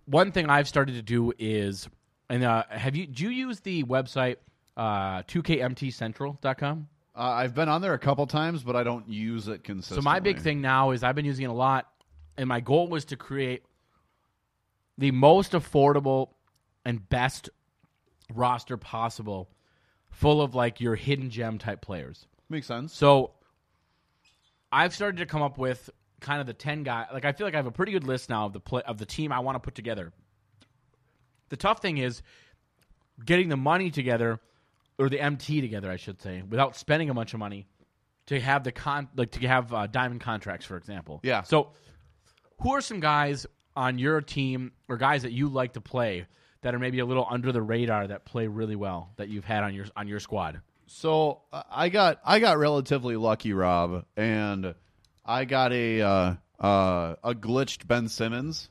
S2: One thing I've started to do is, and uh, have you? Do you use the website uh, 2kmtcentral.com?
S1: Uh, I've been on there a couple times, but I don't use it
S2: So
S1: consistently.
S2: my big thing now is I've been using it a lot, and my goal was to create the most affordable and best roster possible, full of like your hidden gem type players.
S1: makes sense.
S2: So I've started to come up with kind of the ten guy. Like I feel like I have a pretty good list now of the play, of the team I want to put together. The tough thing is getting the money together, or the MT together, I should say, without spending a bunch of money to have the con like to have uh, diamond contracts, for example.
S1: Yeah.
S2: So who are some guys on your team or guys that you like to play? That are maybe a little under the radar that play really well that you've had on your on your squad.
S1: So uh, I got I got relatively lucky, Rob, and I got a uh, uh, a glitched Ben Simmons.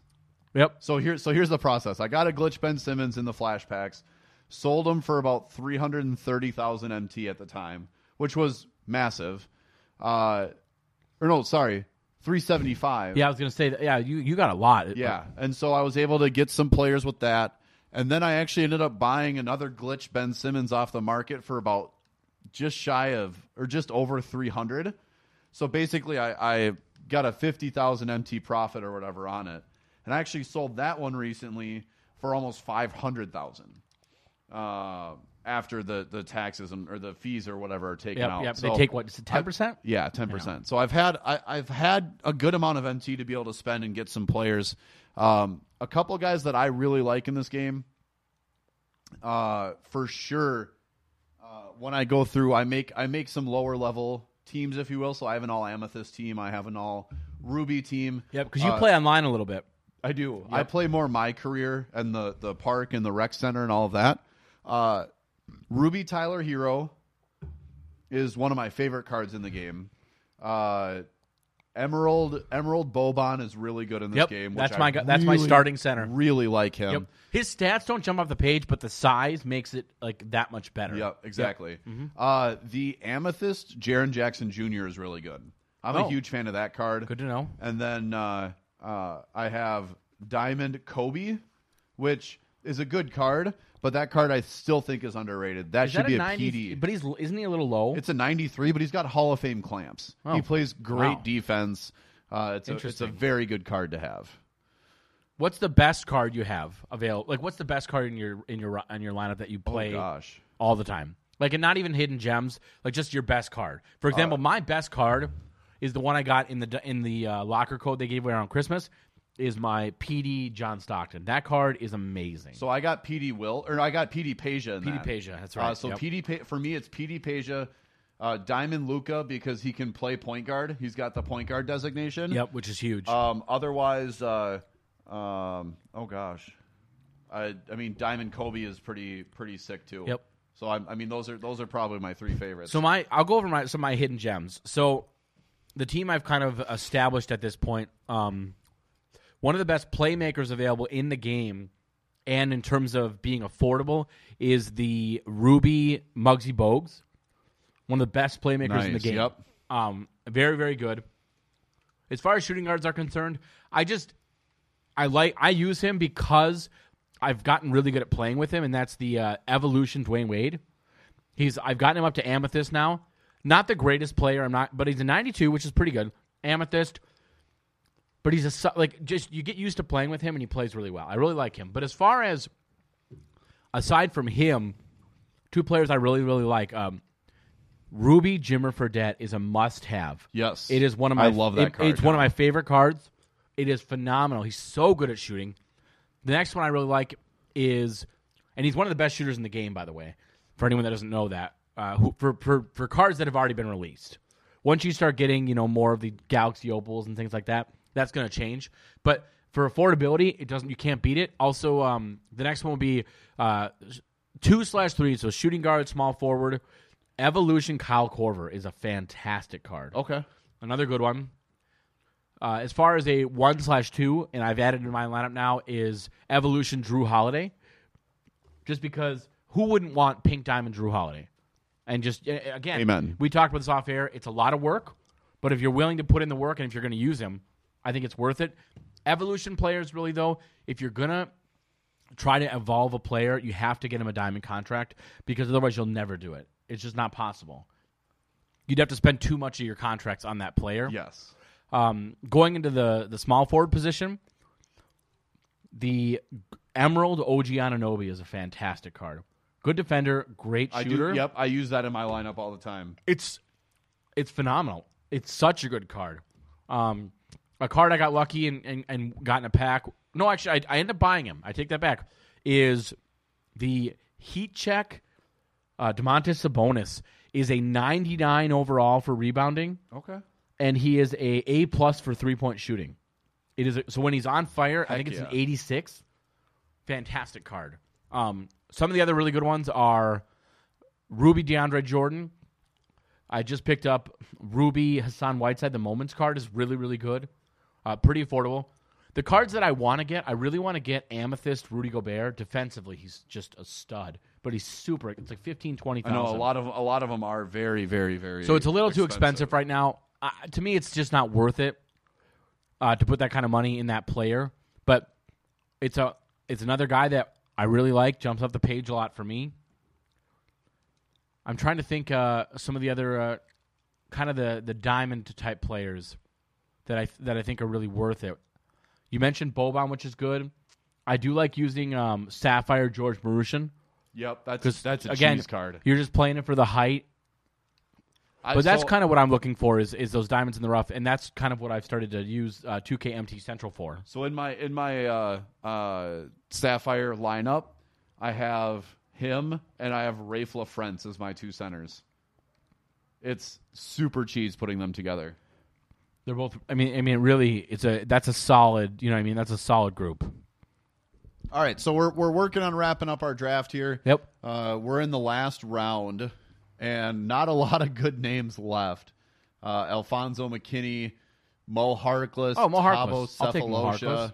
S2: Yep.
S1: So here, so here's the process. I got a glitch Ben Simmons in the flash packs, sold him for about three hundred and thirty thousand MT at the time, which was massive. Uh, or no, sorry, three seventy five.
S2: Yeah, I was gonna say that. Yeah, you, you got a lot.
S1: Yeah, and so I was able to get some players with that, and then I actually ended up buying another glitch Ben Simmons off the market for about just shy of or just over three hundred. So basically, I, I got a fifty thousand MT profit or whatever on it, and I actually sold that one recently for almost five hundred thousand uh, after the the taxes and or the fees or whatever are taken
S2: Yep,
S1: out.
S2: yep.
S1: So-
S2: they take what? Ten percent?
S1: yeah, ten percent. So I've had I, I've had a good amount of MT to be able to spend and get some players. Um, a couple of guys that I really like in this game, uh, for sure. Uh, when I go through, I make I make some lower level teams, if you will. So I have an all amethyst team. I have an all ruby team.
S2: Yep, because you
S1: Uh,
S2: play online a little bit.
S1: I do. I play more my career and the the park and the rec center and all of that. Uh, Ruby Tyler Hero is one of my favorite cards in the game. Uh, Emerald Emerald Boban is really good in this
S2: Yep,
S1: game.
S2: that's
S1: which
S2: my
S1: I
S2: gu- that's my
S1: really,
S2: starting center.
S1: Really like him.
S2: Yep. His stats don't jump off the page, but the size makes it like that much better.
S1: Yep, exactly.
S2: Mm-hmm.
S1: Uh, the Amethyst Jaron Jackson Jr. is really good. I'm a
S2: Oh.
S1: huge fan of that card.
S2: Good to know.
S1: And then uh, uh, I have Diamond Kobe, which is a good card, but that card I still think is underrated. That
S2: Is
S1: should
S2: that
S1: be
S2: a
S1: a
S2: 90,
S1: PD.
S2: But he's isn't he a little low?
S1: it's a 93, but he's got Hall of Fame clamps. He plays great
S2: Wow.
S1: defense. Uh, it's, a, it's a
S2: Interesting.
S1: very good card to have.
S2: what's the best card you have available? Like, what's the best card in your in your in your lineup that you
S1: Oh,
S2: play
S1: gosh.
S2: all the time? Like, and not even hidden gems. Like, just your best card. For
S1: Uh,
S2: example, my best card is the one I got in the in the uh, locker code they gave away around Christmas. Is my PD John Stockton? That card is amazing.
S1: So I got PD Will, or I got PD Peja. in
S2: PD
S1: that.
S2: Peja, that's
S1: Uh,
S2: right,
S1: so
S2: yep.
S1: PD Pa- for me, it's PD Peja, uh, Diamond Luca because he can play point guard. He's got the point guard designation.
S2: yep, which is huge.
S1: Um, otherwise, uh, um, oh gosh, I, I mean Diamond Kobe is pretty pretty sick too.
S2: Yep.
S1: So I'm, I mean those are those are probably my three favorites.
S2: So my, I'll go over my some of my hidden gems. So the team I've kind of established at this point, um, one of the best playmakers available in the game, and in terms of being affordable, is the Ruby Muggsy Bogues, one of the best playmakers in the
S1: Nice,
S2: game.
S1: yep.
S2: Um, very very good. As far as shooting guards are concerned, I just I like I use him because I've gotten really good at playing with him, and that's the uh, evolution Dwayne Wade. He's I've gotten him up to amethyst now. Not the greatest player, I'm not, but he's a 92, which is pretty good. Amethyst, but he's a su- like just you get used to playing with him, and he plays really well. I really like him. But as far as aside from him, two players I really really like. Um, Ruby Jimmer Fredette is a must-have.
S1: Yes.
S2: it is one of my.
S1: I love that
S2: it-
S1: card,
S2: It's one of
S1: yeah.
S2: my favorite cards. It is phenomenal. He's so good at shooting. The next one I really like is, and he's one of the best shooters in the game, by the way. For anyone that doesn't know that, uh, who, for for for cards that have already been released, once you start getting you know more of the Galaxy Opals and things like that, that's going to change. But for affordability, it doesn't. You can't beat it. Also, um, the next one will be uh, two slash three, so shooting guard, small forward. Evolution Kyle Corver is a fantastic card.
S1: okay.
S2: Another good one. Uh, as far as a one slash two, and I've added in my lineup now is Evolution Drew Holiday, just because who wouldn't want Pink Diamond Drew Holiday? And just a- a- again,
S1: Amen.
S2: we talked about this off air. It's a lot of work. But if you're willing to put in the work and if you're going to use him, I think it's worth it. Evolution players, really though, if you're gonna try to evolve a player, you have to get him a diamond contract because otherwise you'll never do it. It's just not possible. You'd have to spend too much of your contracts on that player.
S1: Yes.
S2: Um, going into the the small forward position, the Emerald OG Ananobi is a fantastic card. Good defender, great
S1: I
S2: shooter.
S1: do. Yep. I use that in my lineup all the time.
S2: It's it's phenomenal. It's such a good card. Um, a card I got lucky and, and, and got in a pack. No, actually, I, I ended up buying him. I take that back. Is the heat check? Uh, Demontis Sabonis is a 99 overall for rebounding
S1: Okay.
S2: and he is a A plus for three point shooting. It is a, so when he's on fire, I
S1: Heck
S2: think it's an
S1: yeah.
S2: eighty six. Fantastic card. Um, some of the other really good ones are Ruby DeAndre Jordan. I just picked up Ruby Hassan Whiteside. The Moments card is really really good, uh, pretty affordable. The cards that I want to get, I really want to get Amethyst Rudy Gobert. Defensively, he's just a stud, but he's super. It's like 15, 20
S1: I know a lot of a lot of them are very, very, very.
S2: so it's a little too expensive right now. Uh, to me, it's just not worth it uh, to put that kind of money in that player. But it's a it's another guy that I really like. Jumps off the page a lot for me. I'm trying to think uh, some of the other uh, kind of the the diamond type players that I that I think are really worth it. You mentioned Boban, which is good. I do like using um, Sapphire George Marushin
S1: Yep. That's
S2: because
S1: that's a
S2: again
S1: cheese card.
S2: you're just playing it for the height but that's kind of what I'm looking for is is those diamonds in the rough, and that's kind of what I've started to use uh, 2KMT Central for.
S1: So in my in my uh, uh, sapphire lineup, I have him and I have Rafe LaFrance as my two centers. It's super cheese putting them together.
S2: They're both. I mean, I mean, really, it's a that's a solid. You know, what I mean, that's a solid group.
S1: All right, so we're we're working on wrapping up our draft here.
S2: Yep.
S1: Uh, we're in the last round, and not a lot of good names left. Uh, Alfonso McKinney, Mo Harkless,
S2: Oh, Mo
S1: Thabo
S2: Harkless. I'll take Mo
S1: Cephalosha.
S2: Harkless.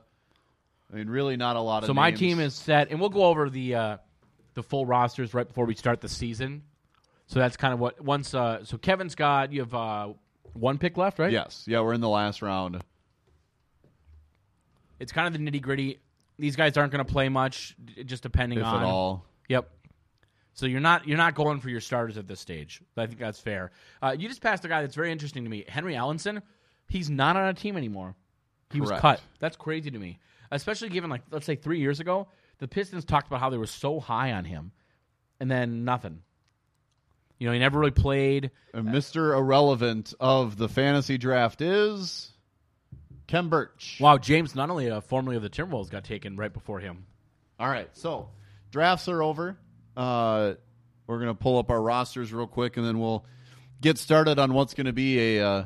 S1: I mean, really not a lot of.
S2: So my
S1: names.
S2: team is set, and we'll go over the uh, the full rosters right before we start the season. So that's kind of what once. Uh, so Kevin's got you have uh, one pick left, right?
S1: yes, yeah, we're in the last round.
S2: It's kind of the nitty gritty. These guys aren't going to play much, d- just depending
S1: if
S2: on
S1: at all.
S2: Yep. So you're not you're not going for your starters at this stage. I think that's fair. Uh, you just passed a guy that's very interesting to me, Henry Allenson. He's not on a team anymore. He was
S1: Correct.
S2: cut. That's crazy to me, especially given like let's say three years ago, the Pistons talked about how they were so high on him, and then nothing. You know, he never really played.
S1: And Mr. Irrelevant of the fantasy draft is Ken Birch.
S2: Wow, James not only uh, formerly of the Timberwolves got taken right before him.
S1: All right, so drafts are over. Uh, we're gonna pull up our rosters real quick, and then we'll get started on what's gonna be a uh,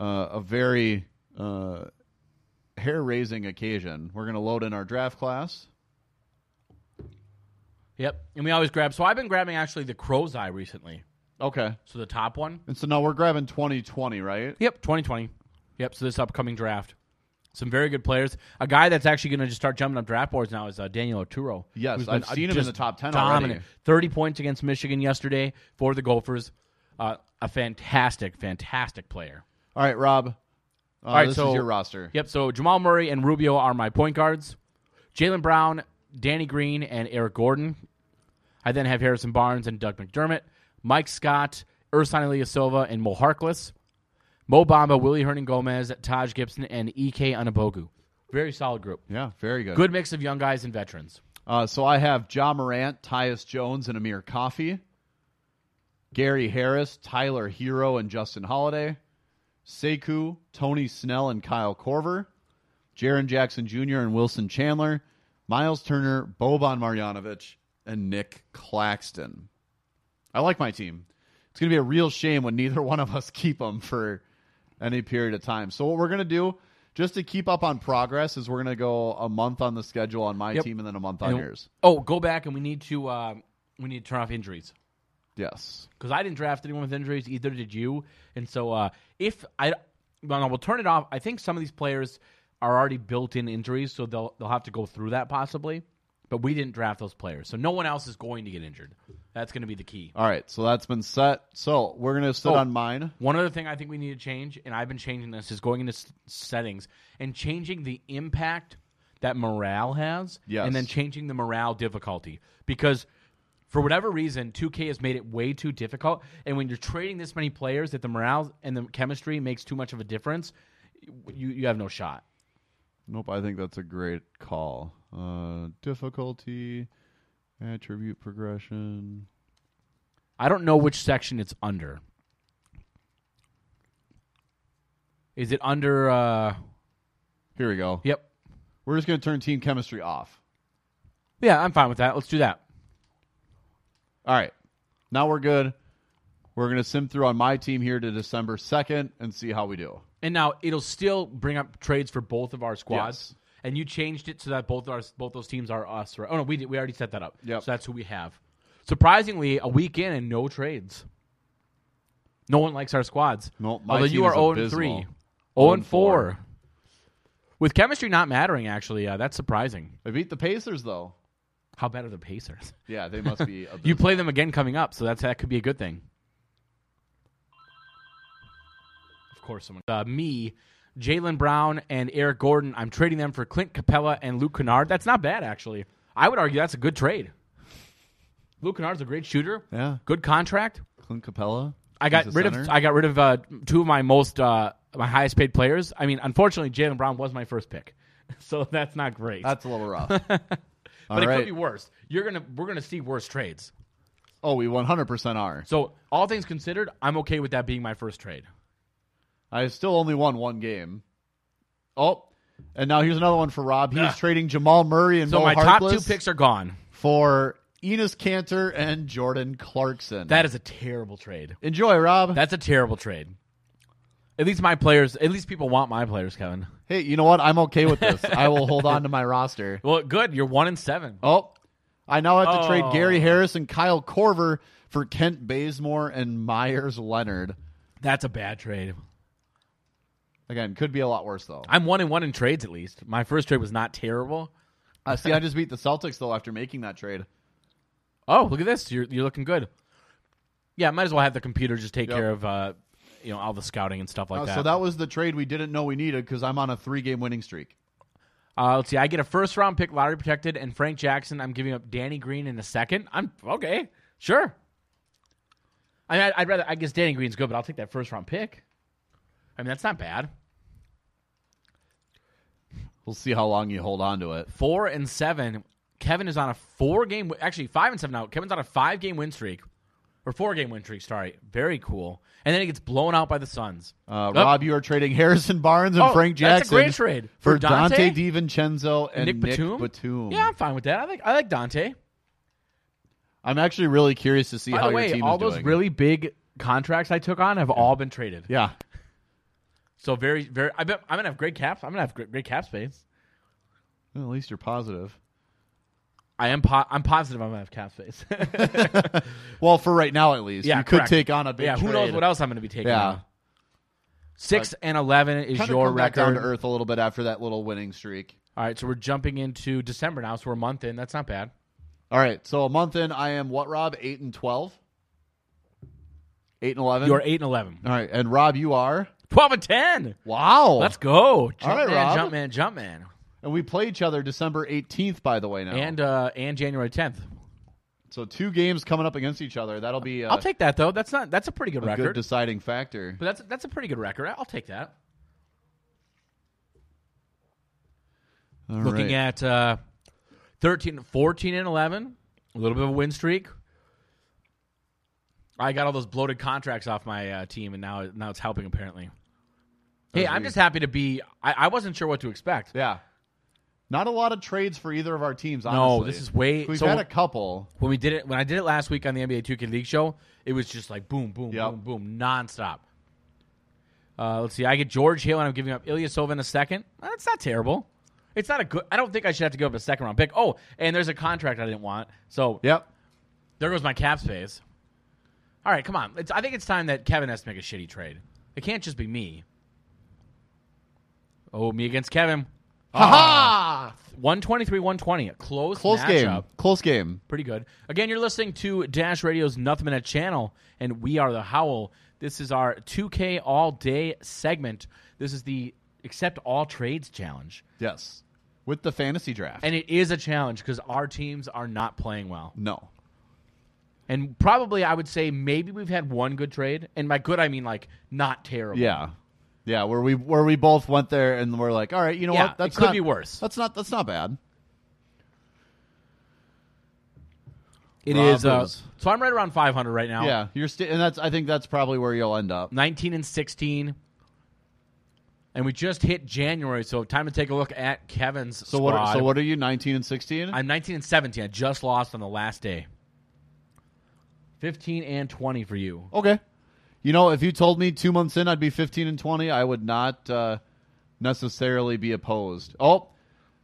S1: uh, a very uh, hair raising occasion. We're gonna load in our draft class.
S2: Yep, and we always grab. So I've been grabbing actually the Crow's Eye recently.
S1: Okay,
S2: So the top one.
S1: and so now we're grabbing twenty twenty, right?
S2: Yep, 2020. Yep, so this upcoming draft. Some very good players. A guy that's actually going to just start jumping up draft boards now is uh, Daniel Arturo.
S1: Yes,
S2: who's been
S1: I've seen him in
S2: just
S1: the top 10 already.
S2: Dominant. 30 points against Michigan yesterday for the Gophers. Uh, a fantastic, fantastic player.
S1: All right, Rob. Uh, All
S2: right,
S1: this
S2: so-
S1: is your roster.
S2: Yep, so Jamal Murray and Rubio are my point guards. Jalen Brown, Danny Green, and Eric Gordon. I then have Harrison Barnes and Doug McDermott, Mike Scott, Ursan Eliasova, and Mo Harkless. Mo Bamba, Willie Hernan Gomez, Taj Gibson, and EK Anabogu. Very solid group.
S1: Yeah, very good.
S2: Good mix of young guys and veterans.
S1: Uh, so I have John Morant, Tyus Jones, and Amir Coffey. Gary Harris, Tyler Hero, and Justin Holiday. Sekou, Tony Snell, and Kyle Corver. Jaron Jackson Jr. and Wilson Chandler. Miles Turner, Boban Marjanovic, and Nick Claxton. I like my team. It's going to be a real shame when neither one of us keep them for any period of time. So what we're going to do, just to keep up on progress, is we're going to go a month on the schedule on my
S2: Yep.
S1: team and then a month on
S2: And-
S1: yours.
S2: Oh, go back and we need to uh, we need to turn off injuries.
S1: Yes.
S2: because I didn't draft anyone with injuries either. Did you? And so uh, if I, well, no, we'll turn it off. I think some of these players are already built in injuries, so they'll they'll have to go through that possibly. But we didn't draft those players, so no one else is going to get injured. That's going to be the key.
S1: All right, so that's been set. So we're gonna sit
S2: Oh.
S1: on mine.
S2: One other thing I think we need to change, and I've been changing this, is going into s- settings and changing the impact that morale has,
S1: Yes.
S2: and then changing the morale difficulty because. For whatever reason, 2K has made it way too difficult. And when you're trading this many players, if the morale and the chemistry makes too much of a difference, you, you have no shot.
S1: Nope, I think that's a great call. Uh, difficulty, attribute progression.
S2: I don't know which section it's under. Is it under? Uh,
S1: Here we go.
S2: yep.
S1: We're just gonna turn team chemistry off.
S2: Yeah, I'm fine with that. Let's do that.
S1: All right, now we're good. We're gonna sim through on my team here to December second and see how we do.
S2: And now it'll still bring up trades for both of our squads.
S1: Yes.
S2: And you changed it so that both our both those teams are us. Right? Oh no, we did, we already set that up.
S1: Yep.
S2: So that's who we have. Surprisingly, a week in and no trades. No one likes our squads.
S1: No, my
S2: although
S1: team
S2: you are oh
S1: is
S2: and
S1: abysmal. Oh
S2: 3. 0 and
S1: 4.
S2: 4. With chemistry not mattering actually, uh, that's surprising.
S1: I beat the Pacers though.
S2: How bad are the Pacers?
S1: Yeah, they must be. abysmal.
S2: You play them again coming up, so that's that could be a good thing. Of course, someone. Uh, me, Jalen Brown, and Eric Gordon. I'm trading them for Clint Capella and Luke Kennard. That's not bad, actually. I would argue that's a good trade. Luke Kennard's a great shooter.
S1: Yeah.
S2: Good contract.
S1: Clint Capella.
S2: I got
S1: He's a
S2: rid of
S1: center.
S2: I got rid of uh, two of my most uh, my highest paid players. I mean, unfortunately, Jalen Brown was my first pick, so that's not great.
S1: That's a little rough. but
S2: but it could be worse. You're gonna we're gonna see worse trades.
S1: Oh, we 100% are.
S2: So, all things considered, I'm okay with that being my first trade.
S1: I still only won one game. Oh, and now here's another one for Rob. He was trading Jamal Murray and
S2: Ah. So,
S1: Mo
S2: my top two
S1: Harkless
S2: picks are gone.
S1: for Enos Cantor and Jordan Clarkson.
S2: That is a terrible trade.
S1: Enjoy, Rob.
S2: That's a terrible trade. At least my players, at least people want my players, Kevin.
S1: hey, you know what? I'm okay with this. I will hold on to my roster.
S2: Well, good. You're one and seven.
S1: Oh, I now have to trade
S2: Oh.
S1: Gary Harris and Kyle Corver for Kent Bazemore and Myers Leonard.
S2: That's a bad trade.
S1: Again, could be a lot worse though.
S2: I'm one and one in trades, at least. My first trade was not terrible.
S1: Uh, see, I just beat the Celtics though after making that trade.
S2: Oh, look at this. You're, you're looking good. Yeah, might as well have the computer just take
S1: Yep.
S2: care of, uh, you know, all the scouting and stuff like
S1: Uh,
S2: that.
S1: So that was the trade we didn't know we needed because I'm on a three game winning streak.
S2: Uh, let's see. I get a first round pick, lottery protected, and Frank Jackson. I'm giving up Danny Green in a second. I'm okay. Sure. I mean, I'd- I'd rather. I guess Danny Green's good, but I'll take that first round pick. I mean, that's not bad.
S1: We'll see how long you hold on to it.
S2: Four and seven. Kevin is on a four game. Actually, five and seven now. Kevin's on a five game win streak, or four game win streak. Sorry, very cool. And then he gets blown out by the Suns.
S1: Uh,
S2: Yep.
S1: Rob, you are trading Harrison Barnes and
S2: Oh,
S1: Frank
S2: that's a
S1: Jackson.
S2: great trade.
S1: for
S2: For Dante?
S1: Dante DiVincenzo and
S2: Nick Batum?
S1: Batum.
S2: Yeah, I'm fine with that. I like. I like Dante.
S1: I'm actually really curious to see
S2: By
S1: how
S2: the
S1: your
S2: way,
S1: team
S2: all
S1: is
S2: those
S1: doing.
S2: really big contracts I took on have all been traded.
S1: yeah.
S2: So very, very. I bet I'm gonna have great cap. I'm gonna have great, great cap space.
S1: Well, at least you're positive.
S2: I am. Po- I'm positive I'm gonna have cap space.
S1: Well, for right now at least,
S2: yeah,
S1: you could
S2: correct.
S1: take on a big.
S2: Yeah, who knows what else I'm gonna be taking?
S1: Yeah.
S2: on. Six and eleven is
S1: Kind of
S2: your
S1: come back
S2: record.
S1: down to earth a little bit after that little winning streak.
S2: All right, so we're jumping into December now. So we're a month in. That's not bad.
S1: All right, so a month in, I am what Rob eight and twelve. Eight and eleven.
S2: You're eight and 11.
S1: All right, and Rob, you are
S2: 12 and ten.
S1: wow.
S2: Let's go. Jump
S1: All right,
S2: man,
S1: Rob.
S2: jump man, jump man,
S1: And we play each other December 18th, by the way, now.
S2: and uh, and January 10th.
S1: so two games coming up against each other. That'll be uh,
S2: I'll take that though. That's not. That's a pretty good
S1: a good
S2: record.
S1: deciding factor.
S2: but that's that's a pretty good record. I'll take that. looking at uh, 13, 14 and 11, a little bit of a win streak. I got all those bloated contracts off my uh, team, and now now it's helping apparently. Hey, I'm just happy to be. I, I wasn't sure what to expect.
S1: Yeah. Not a lot of trades for either of our teams, honestly.
S2: No, this is way-
S1: We've
S2: so-
S1: had a couple.
S2: When we did it, when I did it last week on the NBA 2K League show, it was just like boom, boom,
S1: Yep.
S2: boom, boom, nonstop. Uh, let's see. I get George Hill, and I'm giving up Ilyasova in a second. Uh, That's not terrible. It's not a good. I don't think I should have to give up a second round pick. Oh, and there's a contract I didn't want. So
S1: Yep.
S2: There goes my cap space. All right, come on. It's, I think it's time that Kevin has to make a shitty trade. It can't just be me. Oh, me against Kevin. Ha ha! 123 120. A close,
S1: Close
S2: matchup.
S1: game. Close game.
S2: Pretty good. Again, you're listening to Dash Radio's Nothing Minute channel, and we are the Howl. This is our 2K all day segment. This is the Accept All Trades Challenge.
S1: Yes. With the fantasy draft.
S2: And it is a challenge because our teams are not playing well.
S1: no.
S2: And probably I would say maybe we've had one good trade. And by good, I mean like not terrible.
S1: Yeah. Yeah, where we where we both went there and we're like, all right, you know
S2: Yeah,
S1: what? That's
S2: it could
S1: not-
S2: be worse.
S1: That's not that's not bad.
S2: It is. Uh,
S1: Bravo's.
S2: so I'm right around 500 right now.
S1: Yeah, you're sti- and that's I think that's probably where you'll end up.
S2: 19 and 16. And we just hit January, so time to take a look at Kevin's
S1: So what are, so what are you 19 and 16?
S2: I'm 19 and 17. I just lost on the last day. 15 and 20 for you.
S1: Okay. You know, if you told me two months in I'd be 15 and 20, I would not uh, necessarily be opposed. Oh,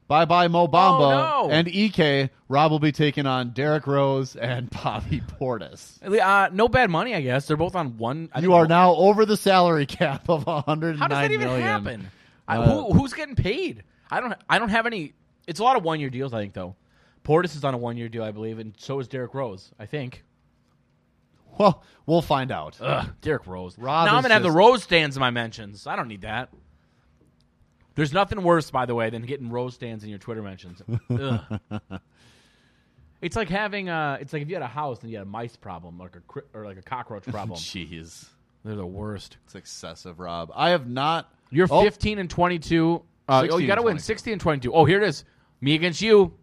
S1: bye bye Mo Bamba
S2: Oh, no.
S1: and EK. Rob will be taking on Derek Rose and Bobby Portis.
S2: Uh, no bad money, I guess. They're both on one. I
S1: You
S2: think-
S1: are now over the salary cap of 109
S2: How does that even
S1: million.
S2: happen? I,
S1: Uh,
S2: who, who's getting paid? I don't. I don't have any. It's a lot of one year deals. I think though. Portis is on a one year deal, I believe, and so is Derrick Rose. I think.
S1: Well, we'll find out.
S2: Ugh, Derrick Rose.
S1: Rob
S2: now I'm
S1: is
S2: gonna have the
S1: just-
S2: Rose stands in my mentions. I don't need that. There's nothing worse, by the way, than getting Rose stands in your Twitter mentions. Ugh. it's like having uh It's like if you had a house and you had a mice problem, like a cri- or like a cockroach problem.
S1: Jeez,
S2: They're the worst.
S1: it's excessive, Rob. I have not.
S2: You're
S1: Oh,
S2: 15 and 22. Uh, oh,
S1: 16
S2: you
S1: and
S2: got to win
S1: 22.
S2: 16 and 22. Oh, here it is. Me against you.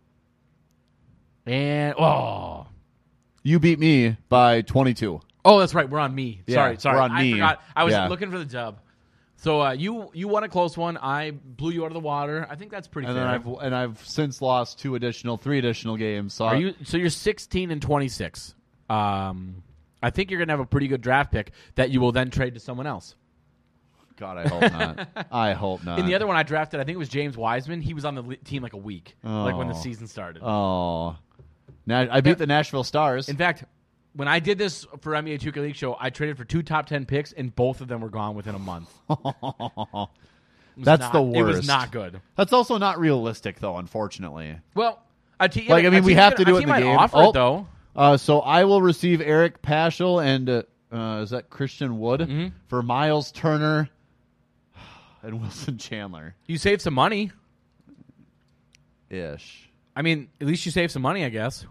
S2: And oh,
S1: You beat me by 22.
S2: oh, that's right. We're on me.
S1: Yeah,
S2: sorry, sorry.
S1: we're on
S2: I
S1: me.
S2: forgot. I was
S1: Yeah.
S2: looking for the dub. So uh, you you won a close one. I blew you out of the water. I think that's pretty
S1: And then
S2: fair.
S1: I've and I've since lost two additional, three additional games. So
S2: Are you so you're 16 and 26. Um, I think you're gonna have a pretty good draft pick that you will then trade to someone else.
S1: God, I hope not. I hope not.
S2: In the other one I drafted, I think it was James Wiseman. He was on the le- team like a week, like when the
S1: Oh.
S2: season started.
S1: Oh, Na- I beat the Nashville Stars.
S2: In fact, when I did this for NBA 2K League Show, I traded for two top 10 picks, and both of them were gone within a month. It was
S1: That's
S2: not-
S1: the
S2: It
S1: worst.
S2: was not good.
S1: That's also not realistic, though. Unfortunately,
S2: Well, a te-
S1: like I mean,
S2: a
S1: we
S2: team
S1: have
S2: could-
S1: to do
S2: a
S1: it in
S2: team
S1: the
S2: might
S1: game.
S2: Offer
S1: Oh,
S2: it, though.
S1: uh, so I will receive Eric Paschal and uh, uh, is that Christian Wood
S2: Mm-hmm.
S1: for Miles Turner and Wilson Chandler
S2: You save some money.
S1: ish.
S2: I mean, at least you save some money, I guess.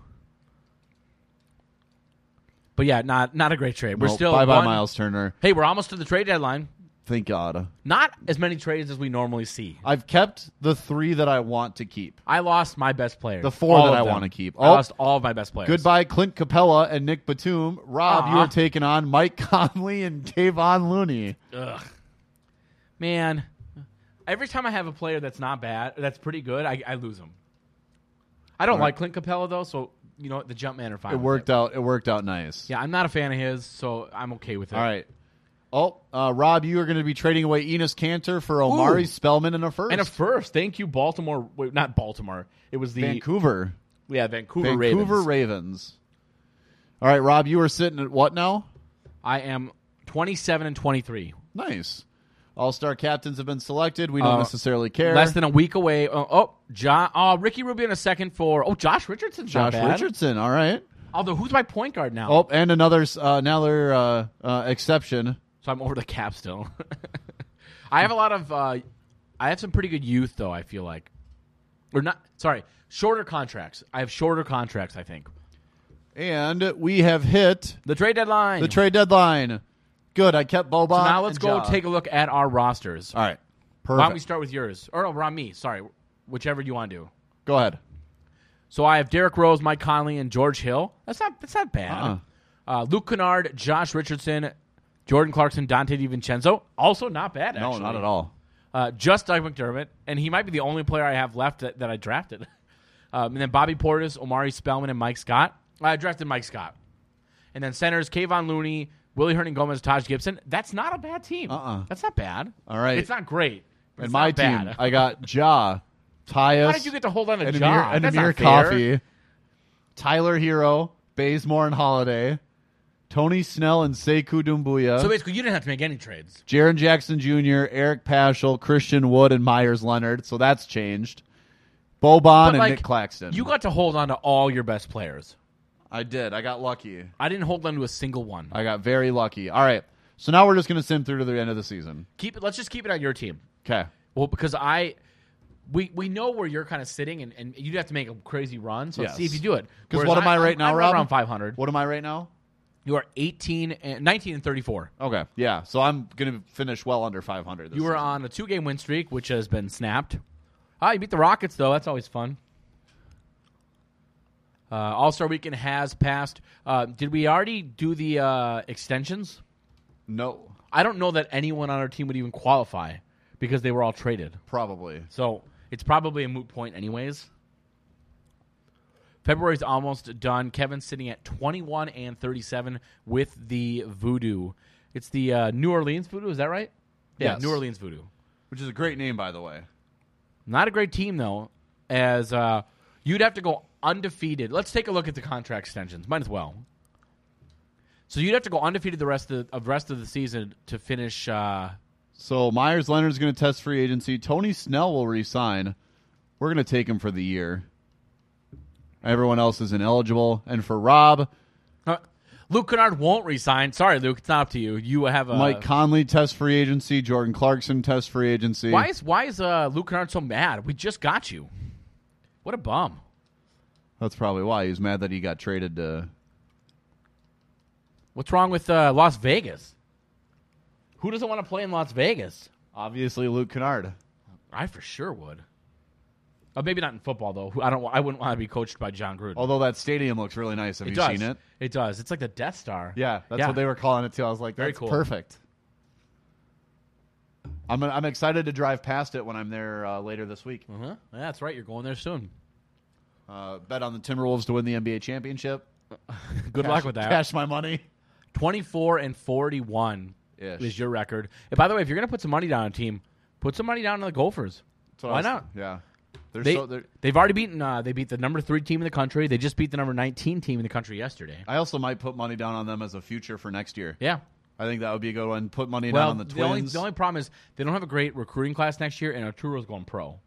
S2: But yeah, not not a great trade. We're still
S1: bye bye
S2: one-
S1: Miles Turner.
S2: Hey, we're almost to the trade deadline.
S1: Thank God.
S2: Not as many trades as we normally see.
S1: I've kept the three that I want to keep.
S2: I lost my best player.
S1: The four
S2: All
S1: that
S2: of
S1: I
S2: them.
S1: wanna keep.
S2: I
S1: Oh.
S2: lost all of my best players.
S1: Goodbye, Clint Capella and Nick Batum. Rob, you
S2: Aw.
S1: are taking on Mike Conley and Davon Looney.
S2: man, every time I have a player that's not bad, that's pretty good, I, I lose him. I don't like Clint Capella though, so you know what? The jump man are fine.
S1: It
S2: with
S1: worked out. It worked out nice.
S2: Yeah, I'm not a fan of his, so I'm okay with it.
S1: All right. Oh, uh, Rob, you are going to be trading away Enos Cantor for Omari
S2: Ooh.
S1: Spellman and a first.
S2: And a first, thank you, Baltimore. Wait, not Baltimore. It was the
S1: Vancouver.
S2: Yeah, Vancouver,
S1: Vancouver
S2: Ravens.
S1: Ravens. All right, Rob, you are sitting at what now?
S2: I am 27 and 23.
S1: Nice. All star captains have been selected. We don't
S2: Uh,
S1: necessarily care.
S2: Less than a week away. Oh, oh John, oh, Ricky Rubio in a second for. Oh, Josh Richardson.
S1: Josh Richardson. All right.
S2: Although, who's my point guard now?
S1: Oh, and another s- uh, another uh, uh, exception.
S2: So I'm over the cap still. I have a lot of, uh, I have some pretty good youth though. I feel like, or not. Sorry, shorter contracts. I have shorter contracts. I think
S1: And we have hit
S2: the trade deadline.
S1: the trade deadline. Good. I kept Boban.
S2: So now let's
S1: and
S2: go
S1: Ja.
S2: take a look at our rosters.
S1: All right.
S2: Why don't we
S1: Perfect.
S2: start with yours, or no, on me? Sorry, whichever you want to do.
S1: Go ahead.
S2: So I have Derek Rose, Mike Conley, and George Hill. That's not that's not bad.
S1: Uh-uh.
S2: Uh, Luke Kennard, Josh Richardson, Jordan Clarkson, Dante DiVincenzo. Also not bad.
S1: No,
S2: Actually.
S1: not at all.
S2: uh, just Doug McDermott, and he might be the only player I have left that, that I drafted. Um, and then Bobby Portis, Omari Spellman, and Mike Scott. I drafted Mike Scott. And then centers, Kayvon Looney, Willie Hernan Gomez, Taj Gibson. That's not a bad team.
S1: Uh-uh.
S2: That's not bad.
S1: All right.
S2: It's not great.
S1: And
S2: but it's
S1: my
S2: not bad.
S1: team, I got Ja, Tyus,
S2: How did you get to hold on to
S1: and
S2: Ja?
S1: Amir, and
S2: That's
S1: Amir
S2: not fair.
S1: Coffee, Tyler Hero, Bazemore and Holiday, Tony Snell and Sekou Dumbuya,
S2: So basically, you didn't have to make any trades.
S1: Jaron Jackson Jr., Eric Paschal, Christian Wood, and Myers Leonard. So that's changed. Boban
S2: But,
S1: and
S2: like,
S1: Nick Claxton.
S2: You got to hold on to all your best players.
S1: I did. I got lucky.
S2: I didn't hold on to a single one.
S1: I got very lucky. All right. So now we're just going to sim through to the end of the season.
S2: Keep it. Let's just keep it on your team.
S1: Okay.
S2: Well, because I, we we know where you're kind of sitting, and, and you'd have to make a crazy run. So let's
S1: Yes.
S2: see if you do it.
S1: Because
S2: Whereas
S1: what am I, right
S2: I'm-
S1: now,
S2: I'm
S1: Rob?
S2: Around 500.
S1: What am I right now?
S2: You are 18 and 19 and 34.
S1: Okay. Yeah. So I'm going to finish well under 500. This
S2: You were
S1: season.
S2: on a two game win streak, which has been snapped. Ah, you beat the Rockets, though. That's always fun. Uh, All Star Weekend has passed. Uh, did we already do the uh, extensions?
S1: No,
S2: I don't know that anyone on our team would even qualify because they were all traded.
S1: probably.
S2: So it's probably a moot point, anyways. February's almost done. Kevin's sitting at 21 and 37 with the voodoo. It's the uh, New Orleans voodoo, is that right? Yeah,
S1: Yes.
S2: New Orleans voodoo.
S1: Which is a great name, by the way.
S2: Not a great team though, as uh, you'd have to go undefeated. Let's take a look at the contract extensions. Might as well. So you'd have to go undefeated the rest of the of rest of the season to finish. Uh,
S1: So Myers Leonard's going to test free agency. Tony Snell will resign. We're going to take him for the year. Everyone else is ineligible. And for Rob,
S2: uh, Luke Kennard won't resign. Sorry, Luke, it's not up to you. You have a
S1: Mike Conley test free agency. Jordan Clarkson test free agency.
S2: Why is why is uh, Luke Kennard so mad? We just got you. What a bum.
S1: That's probably why he was mad that he got traded to.
S2: What's wrong with uh, Las Vegas? Who doesn't want to play in Las Vegas?
S1: Obviously, Luke Kennard.
S2: I for sure would. Uh, maybe not in football though. I don't. I wouldn't want to be coached by John Gruden.
S1: Although that stadium looks really nice. Have
S2: it
S1: you
S2: does.
S1: seen it?
S2: does. It's like the Death Star.
S1: Yeah, that's what they were calling it too. I was like,
S2: Very
S1: that's
S2: cool.
S1: perfect. I'm I'm excited to drive past it when I'm there uh, later this week.
S2: Uh-huh. Yeah, that's right. You're going there soon.
S1: Uh, bet on the Timberwolves to win the NBA championship.
S2: Good luck with that.
S1: Cash my money.
S2: 24 and 41
S1: Ish.
S2: is your record. And by the way, if you're going to put some money down on a team, put some money down on the Gophers.
S1: That's what I
S2: Why
S1: was-
S2: not?
S1: Yeah, they're
S2: They,
S1: so. They're,
S2: they've already beaten. Uh, they beat the number three team in the country. They just beat the number nineteen team in the country yesterday.
S1: I also might put money down on them as a future for next year.
S2: Yeah.
S1: I think that would be a good one. Put money down
S2: Well,
S1: on the
S2: the,
S1: Twins.
S2: only the only problem is they don't have a great recruiting class next year, and Arturo's going pro.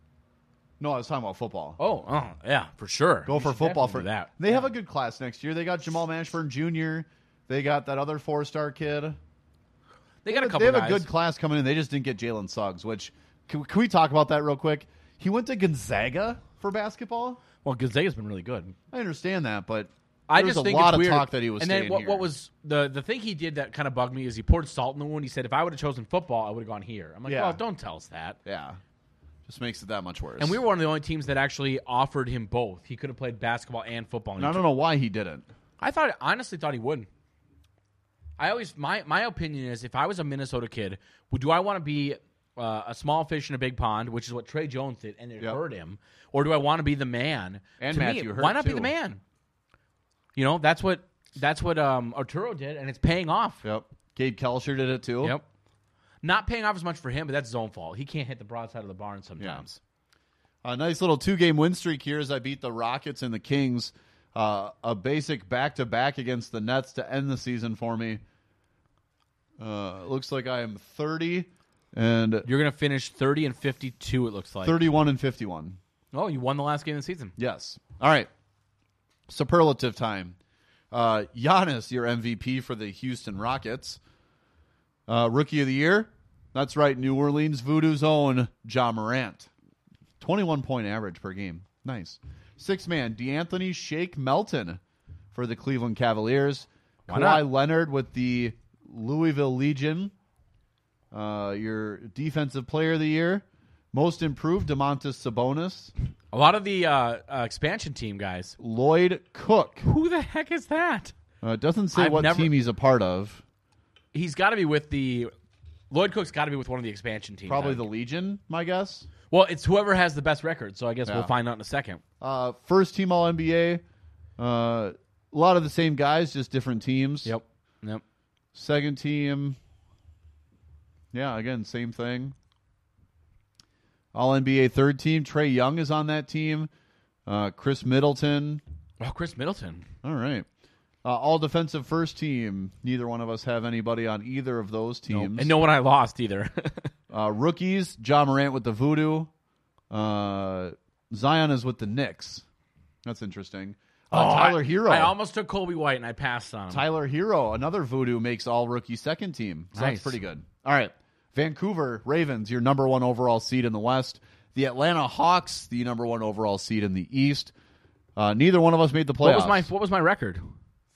S1: No, I was talking about football.
S2: Oh, oh yeah, for sure.
S1: Go
S2: You
S1: for
S2: should
S1: football
S2: definitely
S1: for
S2: do that.
S1: They have a good class next year. They got Jamal Mashburn Jr. They got that other four star kid.
S2: They got a couple.
S1: they have
S2: guys.
S1: a good class coming in. They just didn't get Jalen Suggs, which can, can we talk about that real quick? He went to Gonzaga for basketball.
S2: well, Gonzaga's been really good.
S1: I understand that, but
S2: I
S1: there
S2: just
S1: was a
S2: think
S1: lot
S2: it's
S1: of
S2: weird.
S1: talk that he was.
S2: And then
S1: staying
S2: what,
S1: here.
S2: what was the the thing he did that kind of bugged me is he poured salt in the wound. He said, "If I would have chosen football, I would have gone here." I'm like,
S1: Yeah.
S2: "Well, don't tell us that."
S1: Yeah, just makes it that much worse.
S2: And we were one of the only teams that actually offered him both. He could have played basketball and football. and
S1: And I
S2: he
S1: don't know why he didn't.
S2: I thought honestly thought he would. I always my my opinion is if I was a Minnesota kid, would do I want to be uh, a small fish in a big pond, which is what Trey Jones did, and it
S1: Yep.
S2: hurt him, or do I want to be the man?
S1: And
S2: to me,
S1: Matthew Hurt,
S2: why not be
S1: too.
S2: the man? You know that's what that's what um, Arturo did, and it's paying off.
S1: Yep, Gabe Kelscher did it too.
S2: Yep. Not paying off as much for him, but that's his own fault. He can't hit the broadside of the barn sometimes.
S1: A nice little two game win streak here as I beat the Rockets and the Kings. Uh, a basic back to back against the Nets to end the season for me. Uh, looks like I am 30 and
S2: You're going to finish 30 and 52, it looks like.
S1: 31 and 51.
S2: Oh, you won the last game of the season.
S1: Yes. All right. Superlative time. Uh, Giannis, your MVP for the Houston Rockets. Uh, Rookie of the Year. That's right. New Orleans Voodoo's own John Morant. 21 point average per game. Nice. Six man, DeAnthony Shake Melton for the Cleveland Cavaliers. Kawhi
S2: not?
S1: Leonard with the Louisville Legion. Uh, your defensive player of the year. Most improved, DeMontis Sabonis.
S2: A lot of the uh, uh, expansion team guys.
S1: Lloyd Cook.
S2: Who the heck is that?
S1: Uh, it doesn't say
S2: I've
S1: what
S2: never-
S1: team he's a part of.
S2: He's got to be with the Lloyd Cook's got to be with one of the expansion teams.
S1: Probably
S2: I
S1: the
S2: think.
S1: Legion, my guess.
S2: well, it's whoever has the best record. So I guess
S1: Yeah.
S2: we'll find out in a second.
S1: Uh, first team All NBA. Uh, a lot of the same guys, just different teams.
S2: Yep.
S1: Second team. Yeah, again, same thing. All NBA third team. Trey Young is on that team. Uh, Chris Middleton.
S2: Oh, Chris Middleton.
S1: All right. Uh, all defensive first team. Neither one of us have anybody on either of those teams.
S2: And no one I lost either.
S1: Uh, rookies, John Morant with the voodoo. Uh, Zion is with the Knicks. That's interesting. Uh, Tyler Hero.
S2: Oh, I almost took Colby White and I passed on him.
S1: Tyler Hero, another voodoo makes all rookie second team. So
S2: Nice.
S1: that's pretty good. All right. Vancouver Ravens, your number one overall seed in the West. The Atlanta Hawks, the number one overall seed in the East. Uh, neither one of us made the playoffs.
S2: what was my what was my record?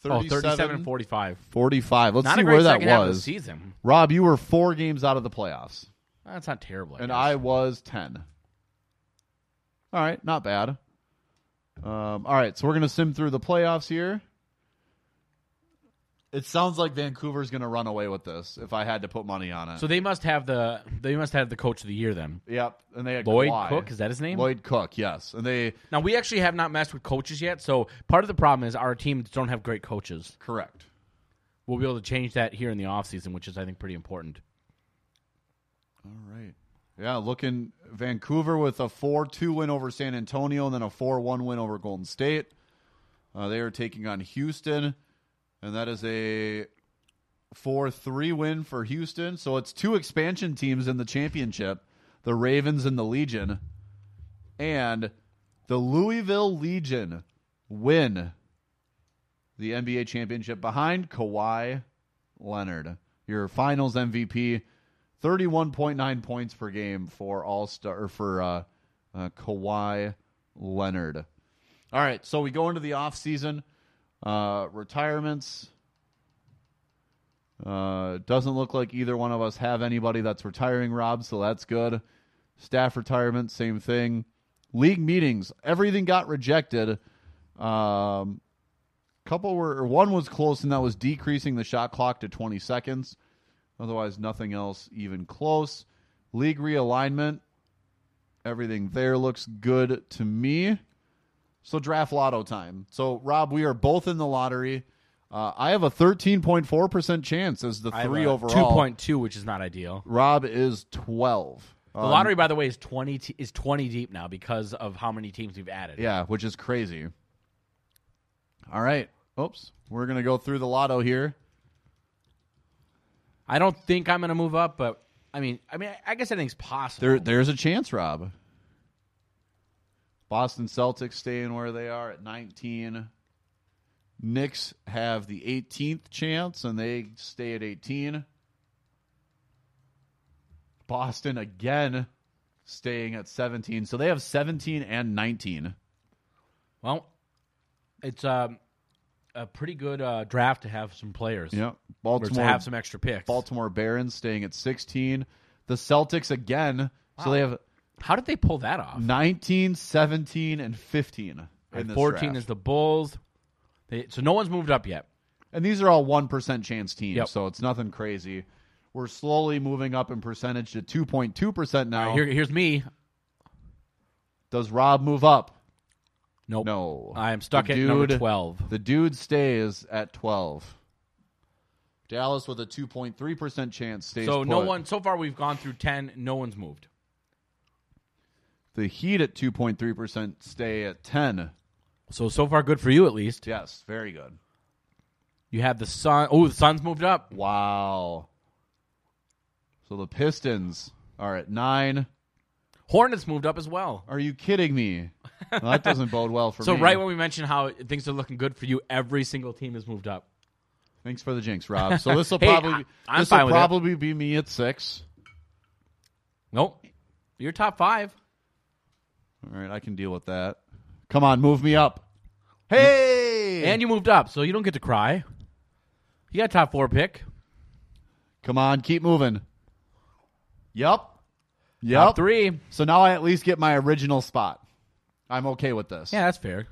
S2: Oh, 37
S1: 37,
S2: and 45.
S1: 45. Let's
S2: Not
S1: see
S2: a great
S1: where that
S2: second half of the
S1: was.
S2: season.
S1: Rob, you were four games out of the playoffs,
S2: That's not terrible. I
S1: and
S2: guess.
S1: I was 10. All right, not bad. Um, all right, so we're going to sim through the playoffs here. It sounds like Vancouver's going to run away with this if I had to put money on it.
S2: So they must have the they must have the coach of the year then.
S1: yep, and they had
S2: Lloyd
S1: Kawhi.
S2: Cook, is that his name?
S1: Lloyd Cook, yes. And they
S2: Now we actually have not messed with coaches yet, so part of the problem is our teams don't have great coaches.
S1: correct.
S2: We'll be able to change that here in the offseason, which is I think pretty important.
S1: All right. Yeah, looking Vancouver with a 4 2 win over San Antonio and then a 4 1 win over Golden State. Uh, they are taking on Houston, and that is a 4 3 win for Houston. So it's two expansion teams in the championship the Ravens and the Legion. And the Louisville Legion win the NBA championship behind Kawhi Leonard, your finals MVP. 31.9 points per game for all star for uh, uh, Kawhi Leonard. All right, so we go into the off season uh, retirements. Uh, doesn't look like either one of us have anybody that's retiring, Rob. So that's good. Staff retirement, same thing. League meetings, everything got rejected. Um, couple were or one was close, and that was decreasing the shot clock to 20 seconds. Otherwise, nothing else even close. League realignment. Everything there looks good to me. So draft lotto time. So Rob, we are both in the lottery. Uh, I have a 13.4% chance as the
S2: I have
S1: three
S2: a
S1: overall.
S2: 2.2, which is not ideal.
S1: Rob is 12.
S2: The lottery, by the way, is 20 te- is 20 deep now because of how many teams we've added.
S1: Yeah, which is crazy. All right. Oops. We're going to go through the lotto here.
S2: I don't think I'm going to move up, but I mean, I mean, I guess anything's possible.
S1: There, there's a chance, Rob. Boston Celtics staying where they are at 19. Knicks have the 18th chance, and they stay at 18. Boston again staying at 17. So they have 17 and 19.
S2: Well, it's um, a pretty good uh, draft to have some players.
S1: Yep.
S2: Or
S1: Baltimore
S2: to have some extra picks.
S1: Baltimore Barons staying at 16. The Celtics again. So they have
S2: How did they pull that off?
S1: 19, 17, and 15. In
S2: And
S1: this
S2: 14
S1: draft.
S2: is the Bulls. They, so no one's moved up yet.
S1: And these are all 1% chance teams,
S2: Yep.
S1: so it's nothing crazy. We're slowly moving up in percentage to 2.2% now.
S2: Here, here's me.
S1: Does Rob move up?
S2: Nope.
S1: No.
S2: I am stuck
S1: The
S2: at number
S1: dude-
S2: 12.
S1: The dude stays at 12. Dallas with a 2.3% chance stays
S2: So no
S1: put.
S2: one. So far, we've gone through 10. No one's moved.
S1: The Heat at 2.3% stay at 10.
S2: So so far, good for you at least.
S1: Yes, very good.
S2: You have the Sun. Oh, the Sun's moved up.
S1: Wow. So the Pistons are at 9.
S2: Hornets moved up as well.
S1: Are you kidding me? Well, that doesn't bode well for
S2: So
S1: me.
S2: right when we mentioned how things are looking good for you, every single team has moved up.
S1: Thanks for the jinx, Rob. So this will
S2: Hey,
S1: probably
S2: I- I'm
S1: this will
S2: fine with it.
S1: probably be me at six.
S2: Nope. You're top five.
S1: All right, I can deal with that. Come on, move me up. Hey,
S2: And you moved up, so you don't get to cry. You got a top four pick.
S1: come on, keep moving. Yep, yep.
S2: Top three.
S1: So now I at least get my original spot. I'm okay with this.
S2: Yeah, that's fair.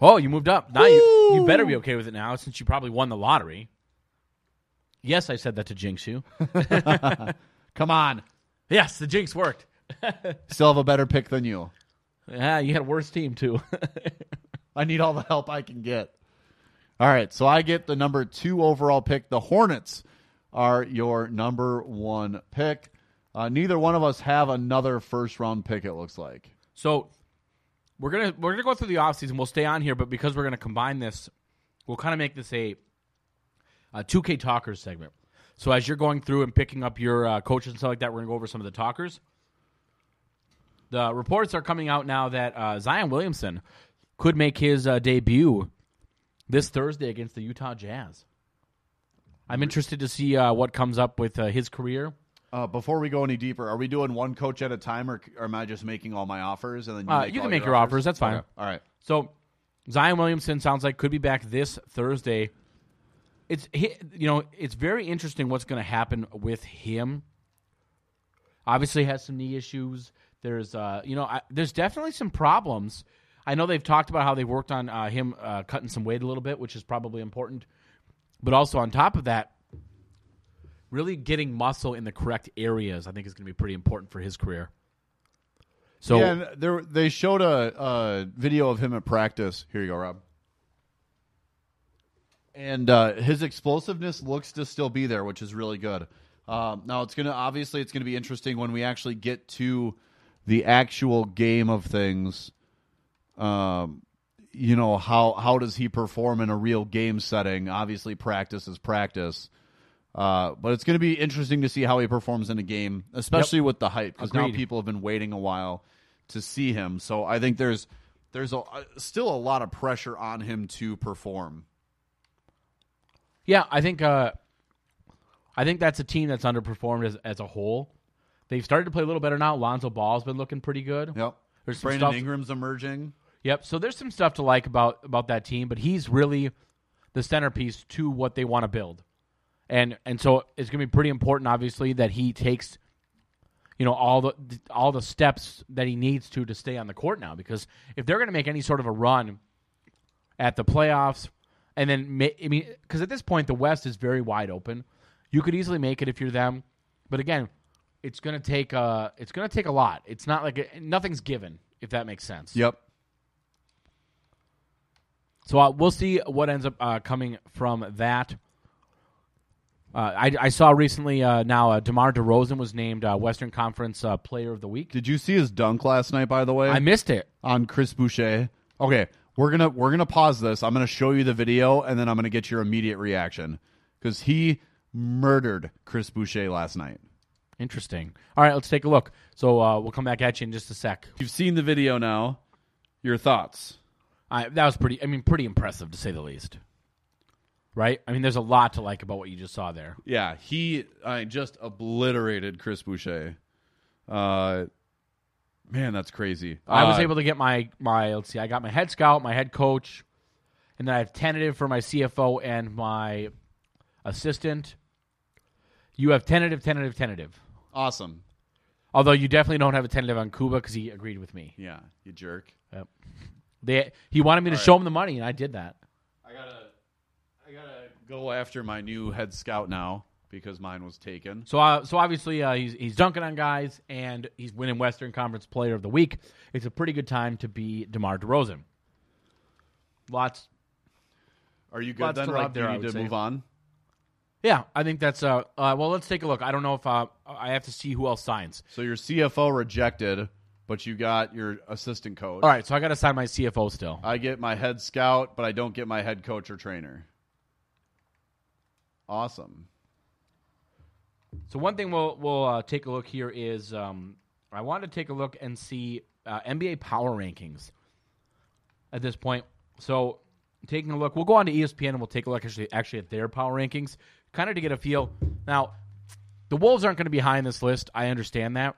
S2: Oh, you moved up. Now you, you better be okay with it now since you probably won the lottery. Yes, I said that to jinx you.
S1: Come on,
S2: yes, the jinx worked.
S1: still have a better pick than you.
S2: Yeah, you had a worse team too.
S1: I need all the help I can get. All right, so I get the number two overall pick. The Hornets are your number one pick. Uh, neither one of us have another first round pick. It looks like.
S2: so we're gonna we're gonna go through the offseason. We'll stay on here, but because we're gonna combine this, we'll kind of make this a a two K talkers segment. So as you're going through and picking up your uh, coaches and stuff like that, we're gonna go over some of the talkers. The reports are coming out now that uh, Zion Williamson could make his uh, debut this Thursday against the Utah Jazz. I'm interested to see uh, what comes up with uh, his career.
S1: Uh, before we go any deeper, are we doing one coach at a time, or, or am I just making all my offers and then you,
S2: Uh,
S1: make
S2: you
S1: all
S2: can make your offers. That's fine.
S1: Okay. All right.
S2: So Zion Williamson sounds like could be back this Thursday. It's he- you know it's very interesting what's going to happen with him. Obviously has some knee issues. There's uh you know I, there's definitely some problems. I know they've talked about how they worked on uh, him uh, cutting some weight a little bit, which is probably important. But also on top of that, really getting muscle in the correct areas, I think, is going to be pretty important for his career. So
S1: Yeah, and there, they showed a, a video of him at practice. Here you go, Rob. And uh, his explosiveness looks to still be there, which is really good. Um, now it's gonna obviously it's gonna be interesting when we actually get to the actual game of things. Um, you know how how does he perform in a real game setting? Obviously, practice is practice. Uh, but it's going to be interesting to see how he performs in a game, especially with the hype, because now
S2: Agreed.
S1: people have been waiting a while to see him. So I think there's there's a, uh, still a lot of pressure on him to perform.
S2: Yeah, I think uh, I think that's a team that's underperformed as, as a whole. They've started to play a little better now. Lonzo Ball's been looking pretty good.
S1: Yep.
S2: There's some
S1: Brandon
S2: stuff-
S1: Ingram's emerging.
S2: Yep. So there's some stuff to like about about that team, but he's really the centerpiece to what they want to build. And and so it's going to be pretty important obviously that he takes you know all the all the steps that he needs to to stay on the court now because if they're going to make any sort of a run at the playoffs and then ma- I mean cuz at this point the west is very wide open. You could easily make it if you're them. But again, it's going to take uh it's going to take a lot. It's not like a, nothing's given if that makes sense.
S1: Yep.
S2: So uh, we'll see what ends up uh, coming from that. Uh, I, I saw recently uh, now uh, DeMar DeRozan was named uh, Western Conference uh, Player of the Week.
S1: Did you see his dunk last night? By the way,
S2: I missed it.
S1: on Chris Boucher. Okay, we're gonna we're gonna pause this. I'm gonna show you the video, and then I'm gonna get your immediate reaction because he murdered Chris Boucher last night.
S2: Interesting. All right, let's take a look. So uh, we'll come back at you in just a sec.
S1: You've seen the video now. Your thoughts?
S2: I, that was pretty. I mean, pretty impressive to say the least. Right. I mean, there's a lot to like about what you just saw there.
S1: Yeah, he I just obliterated Chris Boucher. Uh, man, that's crazy.
S2: I was
S1: Uh,
S2: able to get my my. Let's see. I got my head scout, my head coach, and then I have tentative for my CFO and my assistant. You have tentative, tentative, tentative.
S1: awesome.
S2: Although you definitely don't have a tentative on Cuba because he agreed with me.
S1: Yeah, you jerk.
S2: They he wanted me to show him the money, and I did that.
S1: I gotta, I gotta go after my new head scout now because mine was taken.
S2: So uh, so obviously uh, he's he's dunking on guys, and he's winning Western Conference Player of the Week. It's a pretty good time to be Demar Derozan. Lots
S1: Are you good
S2: Lots
S1: then,
S2: to like
S1: Rob? Do
S2: there, I
S1: you need
S2: would
S1: to
S2: say.
S1: move on?
S2: Yeah, I think that's uh, uh well. Let's take a look. I don't know if uh, I have to see who else signs.
S1: So your CFO rejected, but you got your assistant coach.
S2: All right, so I got to sign my CFO still.
S1: I get my head scout, but I don't get my head coach or trainer. Awesome.
S2: So one thing we'll we'll uh, take a look here is um, I wanted to take a look and see uh, NBA power rankings at this point. So taking a look, we'll go on to E ESPN and we'll take a look actually actually at their power rankings, kind of to get a feel. Now, the Wolves aren't going to be high in this list. I understand that,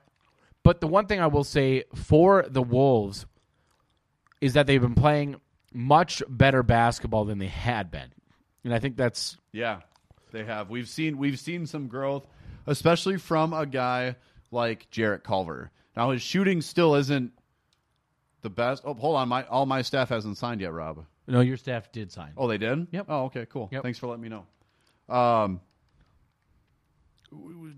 S2: but the one thing I will say for the Wolves is that they've been playing much better basketball than they had been, and I think that's
S1: Yeah, they have. We've seen we've seen some growth, especially from a guy like Jarrett Culver. Now his shooting still isn't the best. Oh, hold on, my all my staff hasn't signed yet, Rob.
S2: no, your staff did sign.
S1: Oh, they did.
S2: Yep.
S1: Oh, okay, cool.
S2: Yep.
S1: Thanks for letting me know. Um, w- w-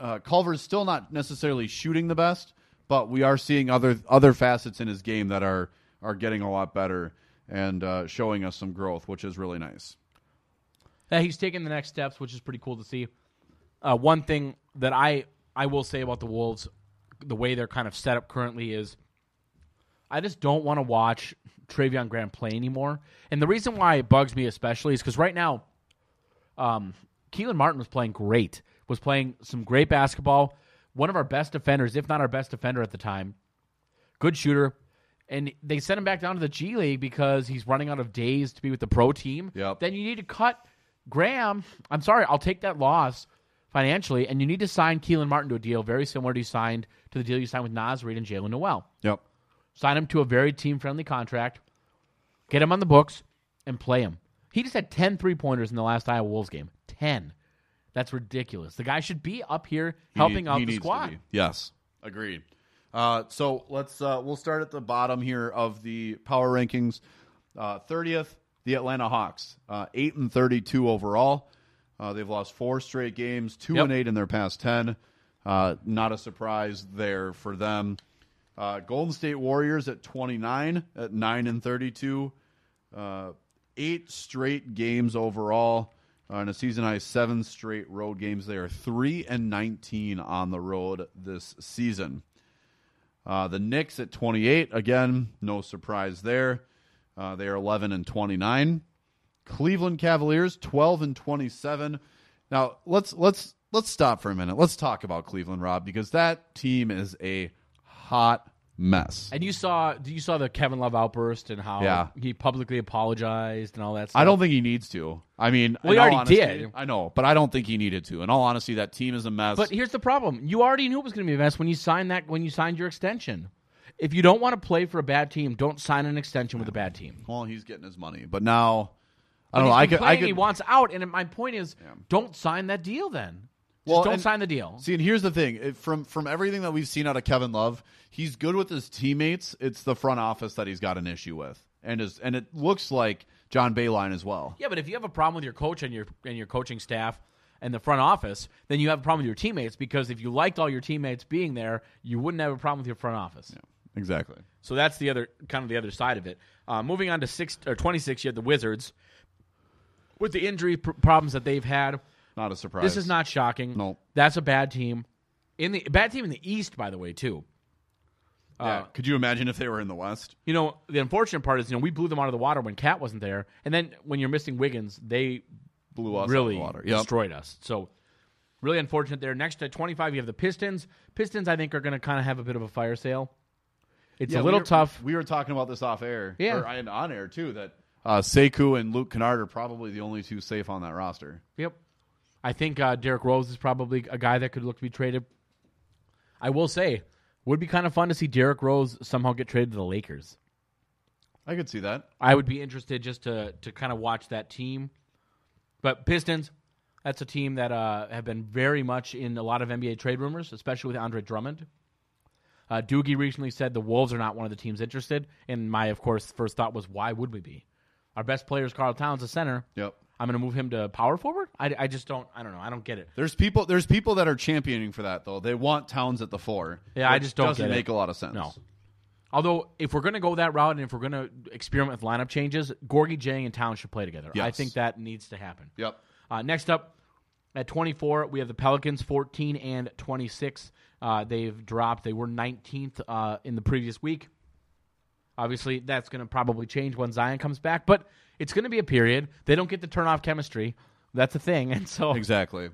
S1: uh, Culver's still not necessarily shooting the best, but we are seeing other other facets in his game that are are getting a lot better and uh, showing us some growth, which is really nice.
S2: Uh, he's taking the next steps, which is pretty cool to see. Uh, one thing that I I will say about the Wolves, the way they're kind of set up currently is, I just don't want to watch Travion Graham play anymore. And the reason why it bugs me especially is because right now, um, Keelan Martin was playing great, was playing some great basketball, one of our best defenders, if not our best defender at the time. good shooter. And they sent him back down to the G League because he's running out of days to be with the pro team.
S1: Yep.
S2: Then you need to cut Graham. I'm sorry, I'll take that loss financially, and you need to sign Keelan Martin to a deal very similar to you signed to the deal you signed with Nas Reed and Jalen Noel
S1: Yep.
S2: sign him to a very team friendly contract, get him on the books, and play him. He just had 10 three pointers in the last Iowa Wolves game. 10. That's ridiculous. The guy should be up here
S1: He-
S2: helping out
S1: he
S2: the
S1: needs to
S2: squad.
S1: be. Yes, agreed. Uh, so let's uh, we'll start at the bottom here of the power rankings. Uh, Thirtieth, the Atlanta Hawks, uh, eight and thirty-two overall. Uh, they've lost four straight games, two
S2: Yep.
S1: and eight in their past ten. Uh, not a surprise there for them. Uh, Golden State Warriors at twenty-nine at nine and thirty-two uh, eight straight games overall uh, in a season high seven straight road games they are 3 and 19 on the road this season uh, the Knicks at 28 again no surprise there uh, they are 11 and 29 Cleveland Cavaliers 12 and 27 now let's let's let's stop for a minute let's talk about Cleveland Rob because that team is a hot mess
S2: And you saw you saw the Kevin Love outburst and how
S1: Yeah.
S2: he publicly apologized and all that stuff.
S1: I don't think he needs to. I mean,
S2: Well, he
S1: in all
S2: already
S1: honesty-
S2: did.
S1: I know, but I don't think he needed to. In all honesty, that team is a mess.
S2: But here's the problem. You already knew it was going to be a mess when you signed that when you signed your extension. If you don't want to play for a bad team, don't sign an extension with a bad team.
S1: well, he's getting his money. But now, I
S2: But
S1: don't know.
S2: he's
S1: I could, I
S2: complaining
S1: could.
S2: he wants out, and my point is, don't sign that deal. Then, Just
S1: Well,
S2: don't
S1: and-
S2: sign the deal.
S1: see, and here's the thing: It- from from everything that we've seen out of Kevin Love, he's good with his teammates. It's the front office that he's got an issue with, and is and it looks like John Bayline as well.
S2: Yeah, but if you have a problem with your coach and your and your coaching staff and the front office, then you have a problem with your teammates because if you liked all your teammates being there, you wouldn't have a problem with your front office.
S1: Exactly.
S2: So that's the other kind of the other side of it. Uh, moving on to six or twenty six, you have the Wizards with the injury pr- problems that they've had.
S1: Not a surprise.
S2: This is not shocking.
S1: Nope.
S2: that's a bad team in the bad team in the East, by the way, too.
S1: Yeah. Uh, Could you imagine if they were in the West?
S2: you know, the unfortunate part is, you know, we blew them out of the water when Cat wasn't there, and then when you're missing Wiggins, they
S1: Blew us out of
S2: really
S1: the water. Yep.
S2: destroyed us. So really unfortunate there. Next to 25, you have the Pistons. Pistons, I think, are going to kind of have a bit of a fire sale. It's
S1: Yeah,
S2: a
S1: we
S2: little
S1: were-
S2: tough.
S1: We were talking about this off air,
S2: Yeah.
S1: or and on air too. That uh, Sekou and Luke Kennard are probably the only two safe on that roster.
S2: Yep. I think uh, Derek Rose is probably a guy that could look to be traded. I will say, would be kind of fun to see Derek Rose somehow get traded to the Lakers.
S1: I could see that.
S2: I would be interested just to to kind of watch that team. But Pistons, that's a team that uh, have been very much in a lot of NBA trade rumors, especially with Andre Drummond. Uh, Doogie recently said the Wolves are not one of the teams interested, and my, of course, first thought was, why would we be? Our best player is Carl Towns, a center.
S1: Yep.
S2: I'm going to move him to power forward. I, I just don't. I don't know. I don't get it.
S1: There's people. There's people that are championing for that though. They want Towns at the four.
S2: Yeah, I
S1: which
S2: just don't
S1: Doesn't
S2: get it.
S1: make a lot of sense.
S2: No. Although, if we're going to go that route and if we're going to experiment with lineup changes, Gorgie Jang and Towns should play together. I
S1: Yes.
S2: think that needs to happen.
S1: Yep.
S2: Uh, next up, at 24, we have the Pelicans, 14 and 26. Uh, they've dropped. They were 19th uh, in the previous week. Obviously, that's going to probably change when Zion comes back, but it's going to be a period. They don't get to turn off chemistry. That's a thing, and so
S1: Exactly.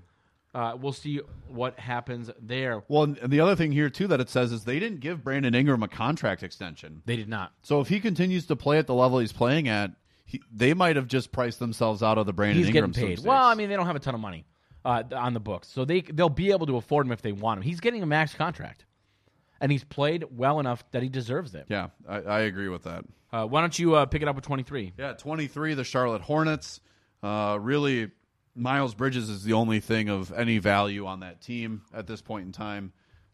S2: uh, we'll see what happens there.
S1: Well, and the other thing here too that it says is they didn't give Brandon Ingram a contract extension.
S2: They did not.
S1: So if he continues to play at the level he's playing at, he, they might have just priced themselves out of the Brandon
S2: He's
S1: Ingram
S2: getting paid.
S1: sweepstakes.
S2: Well, I mean, they don't have a ton of money uh, th- on the books, so they they'll be able to afford him if they want him. He's getting a max contract, and he's played well enough that he deserves it.
S1: yeah, I, I agree with that.
S2: Uh, why don't you uh, pick it up with 23?
S1: Yeah, 23, the Charlotte Hornets. Uh, really, Miles Bridges is the only thing of any value on that team at this point in time.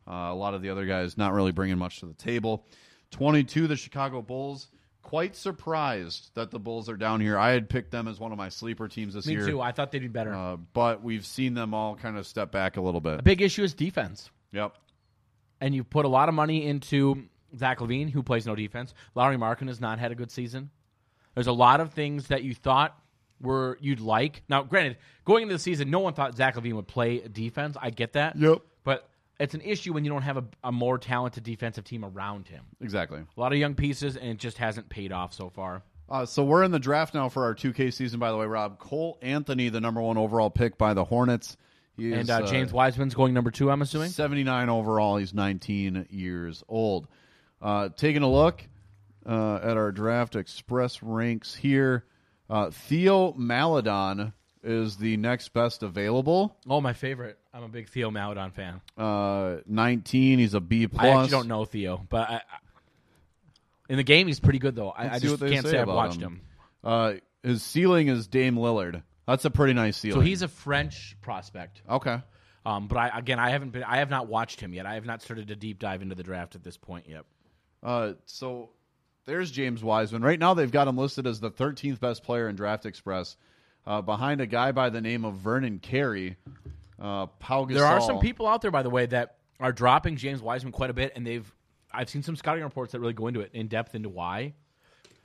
S1: Uh, a lot of the other guys not really bringing much to the table. 22, the Chicago Bulls. Quite surprised that the Bulls are down here. I had picked them as one of my sleeper teams this
S2: Me
S1: year,
S2: too. I thought they'd be better.
S1: uh, but we've seen them all kind of step back a little bit.
S2: a big issue is defense,
S1: Yep.
S2: and you put a lot of money into Zach Levine, who plays no defense. Lowry Markin has not had a good season. There's a lot of things that you thought were you'd like. Now, granted, going into the season, no one thought Zach Levine would play defense. I get that.
S1: Yep.
S2: But it's an issue when you don't have a, a more talented defensive team around him.
S1: Exactly.
S2: A lot of young pieces, and it just hasn't paid off so far.
S1: Uh, so we're in the draft now for our 2K season, by the way, Rob. Cole Anthony, the number one overall pick by the Hornets. He is, uh,
S2: And uh, James Wiseman's going number two, I'm assuming.
S1: 79 overall. He's 19 years old. Uh, taking a look uh, at our draft express ranks here, uh, Theo Maladon is the next best available.
S2: Oh, my favorite. I'm a big Theo Maladon fan.
S1: Uh, 19, he's a B plus.
S2: I actually don't know Theo, but I, I, in the game he's pretty good though. I, I
S1: see what
S2: just
S1: they
S2: can't
S1: say
S2: say, I've
S1: about
S2: watched
S1: him.
S2: him.
S1: Uh, his ceiling is Dame Lillard. That's a pretty nice
S2: So
S1: ceiling.
S2: he's a French prospect.
S1: okay.
S2: Um, but I again, I haven't been. I have not watched him yet. I have not started to deep dive into the draft at this point yet.
S1: Uh, so there's James Wiseman. Right now, they've got him listed as the 13th best player in Draft Express, uh, behind a guy by the name of Vernon Carey. Uh, Pau
S2: There are
S1: Gasol.
S2: some people out there, by the way, that are dropping James Wiseman quite a bit, and they've. I've seen some scouting reports that really go into it in depth into why.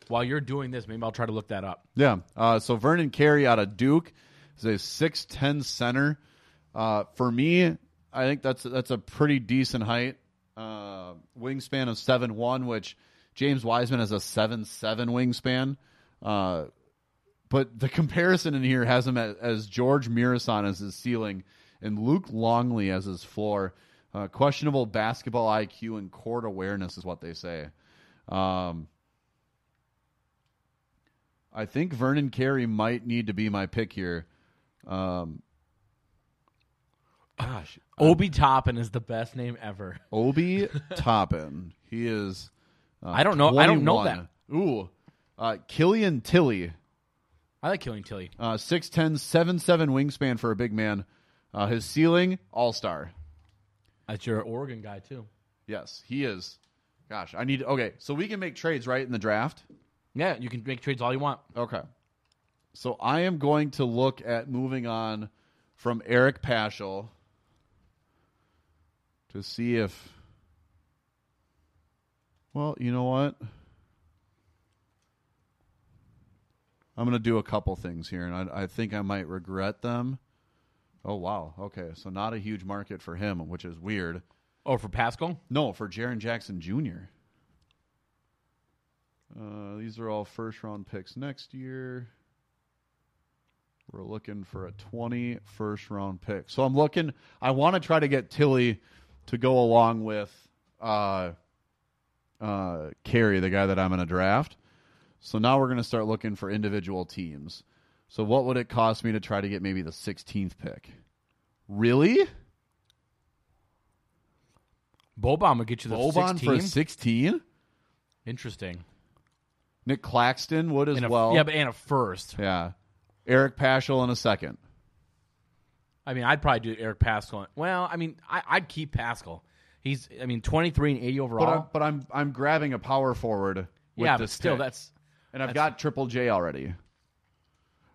S2: While you're doing this, maybe I'll try to look that up.
S1: Yeah. Uh, so Vernon Carey out of Duke is a six ten center. Uh, for me, I think that's that's a pretty decent height. Uh, wingspan of seven one, which James Wiseman has a seven seven wingspan. Uh, but the comparison in here has him as, as George Mirasan as his ceiling and Luke Longley as his floor. Uh, questionable basketball IQ and court awareness is what they say. Um, I think Vernon Carey might need to be my pick here. Um,
S2: Gosh, Obi Toppin is the best name ever.
S1: Obi Toppin. He is. uh,
S2: I don't know- I don't know
S1: 21. Ooh. Uh, Killian Tilly,
S2: I like Killing Tilly.
S1: uh, 6'10, 7'7 wingspan for a big man. Uh, his ceiling, all star.
S2: That's your Oregon guy too.
S1: Yes, he is. Gosh, I need. Okay, so we can make trades, right, in the draft?
S2: Yeah, you can make trades all you want.
S1: Okay. So I am going to look at moving on from Eric Paschal to see if. Well, you know what? I'm going to do a couple things here, and I, I think I might regret them. Oh, wow. Okay. So, not a huge market for him, which is weird.
S2: Or Oh, for Pascal,
S1: No, for Jaron Jackson Jr. Uh, these are all first round picks next year. We're looking for a 20 first round pick. So I'm looking, I want to try to get Tilly to go along with uh, uh, Carey, the guy that I'm going to draft. So now we're going to start looking for individual teams. So what would it cost me to try to get maybe the 16th pick? Really?
S2: Boban would get you the
S1: Boban for
S2: 16.
S1: 16?
S2: Interesting.
S1: Nick Claxton would as
S2: And a,
S1: well.
S2: yeah, but and a first.
S1: Yeah. Eric Paschal in a second.
S2: I mean, I'd probably do Eric Pascal. Well, I mean, I, I'd keep Pascal. He's, I mean, twenty three and eighty
S1: But
S2: overall.
S1: I'm, but I'm I'm grabbing a power forward. With
S2: yeah,
S1: this
S2: but still,
S1: pick.
S2: that's
S1: and I've
S2: that's- Mm-hmm.
S1: got Triple J already.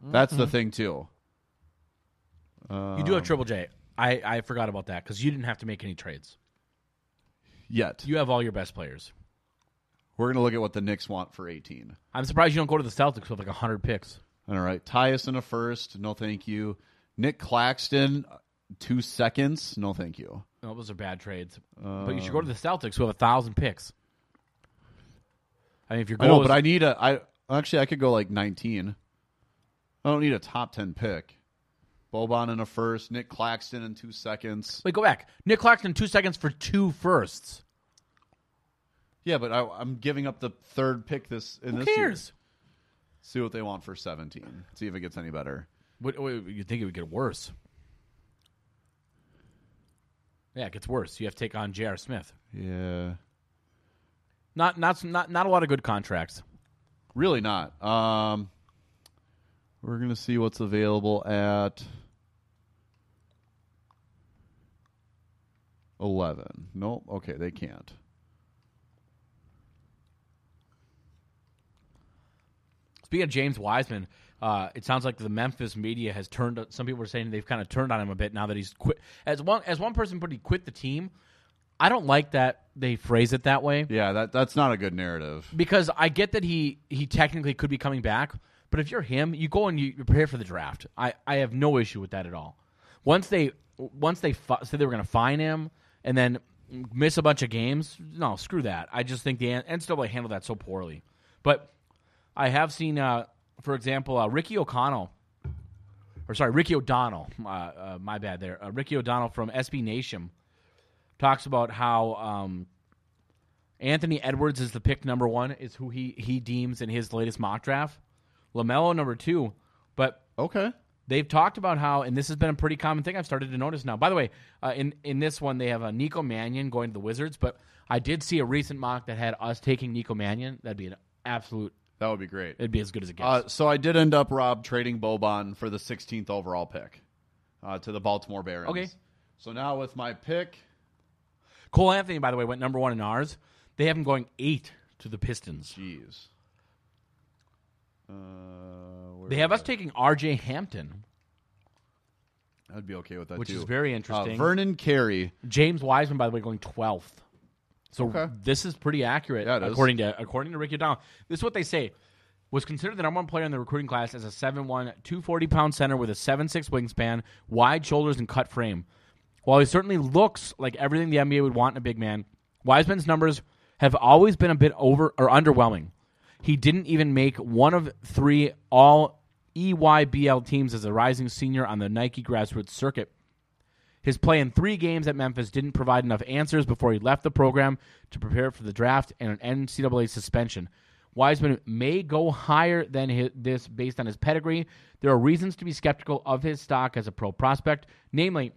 S1: That's the thing too.
S2: you do have Triple J. I I forgot about that because you didn't have to make any trades.
S1: Yet
S2: You have all your best players.
S1: we're gonna look at what the Knicks want for 18.
S2: I'm surprised you don't go to the Celtics with like hundred picks.
S1: All right, Tyus in a first. No, thank you. Nick Claxton, uh, two seconds. No, thank you.
S2: No, those are bad trades. but you should go to the Celtics who have a thousand picks. I mean, if your
S1: I
S2: goal
S1: know,
S2: is,
S1: but I need a. I actually I could go like 19. I don't need a top 10 pick. Boban in a first. Nick Claxton in two seconds.
S2: wait, go back. Nick Claxton two seconds for two firsts.
S1: Yeah, but I, I'm giving up the third pick this in
S2: Who
S1: this year.
S2: cares?
S1: See what they want for 17. See if it gets any better.
S2: What, what, you think it would get worse? Yeah, it gets worse. You have to take on J.R. Smith.
S1: Yeah,
S2: Not not not not a lot of good contracts.
S1: really not. Um, we're gonna see what's available at 11. Nope. Okay, they can't.
S2: Speaking of James Wiseman, uh, it sounds like the Memphis media has turned. Some people are saying they've kind of turned on him a bit now that he's quit. As one as one person put, he quit the team. I don't like that they phrase it that way
S1: Yeah, that that's not a good narrative.
S2: because I get that he he technically could be coming back, but if you're him, you go and you you prepare for the draft. I I have no issue with that at all. Once they once they fi- said they were going to fine him and then miss a bunch of games, no, screw that. I just think the N- NCAA handled that so poorly. But I have seen, uh, for example, uh, Ricky O'Connell. Or sorry, Ricky O'Donnell. Uh, uh, my bad there. Uh, Ricky O'Donnell from SB Nation talks about how um, Anthony Edwards is the pick number one, is who he, he deems in his latest mock draft. LaMelo number two. But
S1: Okay.
S2: they've talked about how, and this has been a pretty common thing I've started to notice now. By the way, uh, in in this one they have a Nico Mannion going to the Wizards, but I did see a recent mock that had us taking Nico Mannion. That'd be an absolute.
S1: That would be great.
S2: It'd be as good as it gets.
S1: Uh, so I did end up Rob trading Boban for the 16th overall pick uh, to the Baltimore Barons.
S2: Okay.
S1: So now with my pick,
S2: Cole Anthony, by the way, went number one in ours. They have him going eight to the Pistons.
S1: jeez. Uh, where-
S2: They have us taking R.J. Hampton,
S1: I'd be okay with that
S2: which
S1: too.
S2: is very
S1: Uh,
S2: interesting.
S1: Vernon Carey.
S2: James Wiseman, by the way, going twelfth. So
S1: Okay.
S2: this is pretty accurate
S1: Yeah, it is.
S2: according to according to Ricky O'Donnell. This is what they say. Was considered the number one player in the recruiting class as a 7'1", 240 pound center with a 7'6 wingspan, wide shoulders, and cut frame. While he certainly looks like everything the NBA would want in a big man, Wiseman's numbers have always been a bit over or underwhelming. He didn't even make one of three all E EYBL teams as a rising senior on the Nike grassroots circuit. His play in three games at Memphis didn't provide enough answers before he left the program to prepare for the draft and an NCAA suspension. Wiseman may go higher than his, this based on his pedigree. There are reasons to be skeptical of his stock as a pro prospect, namely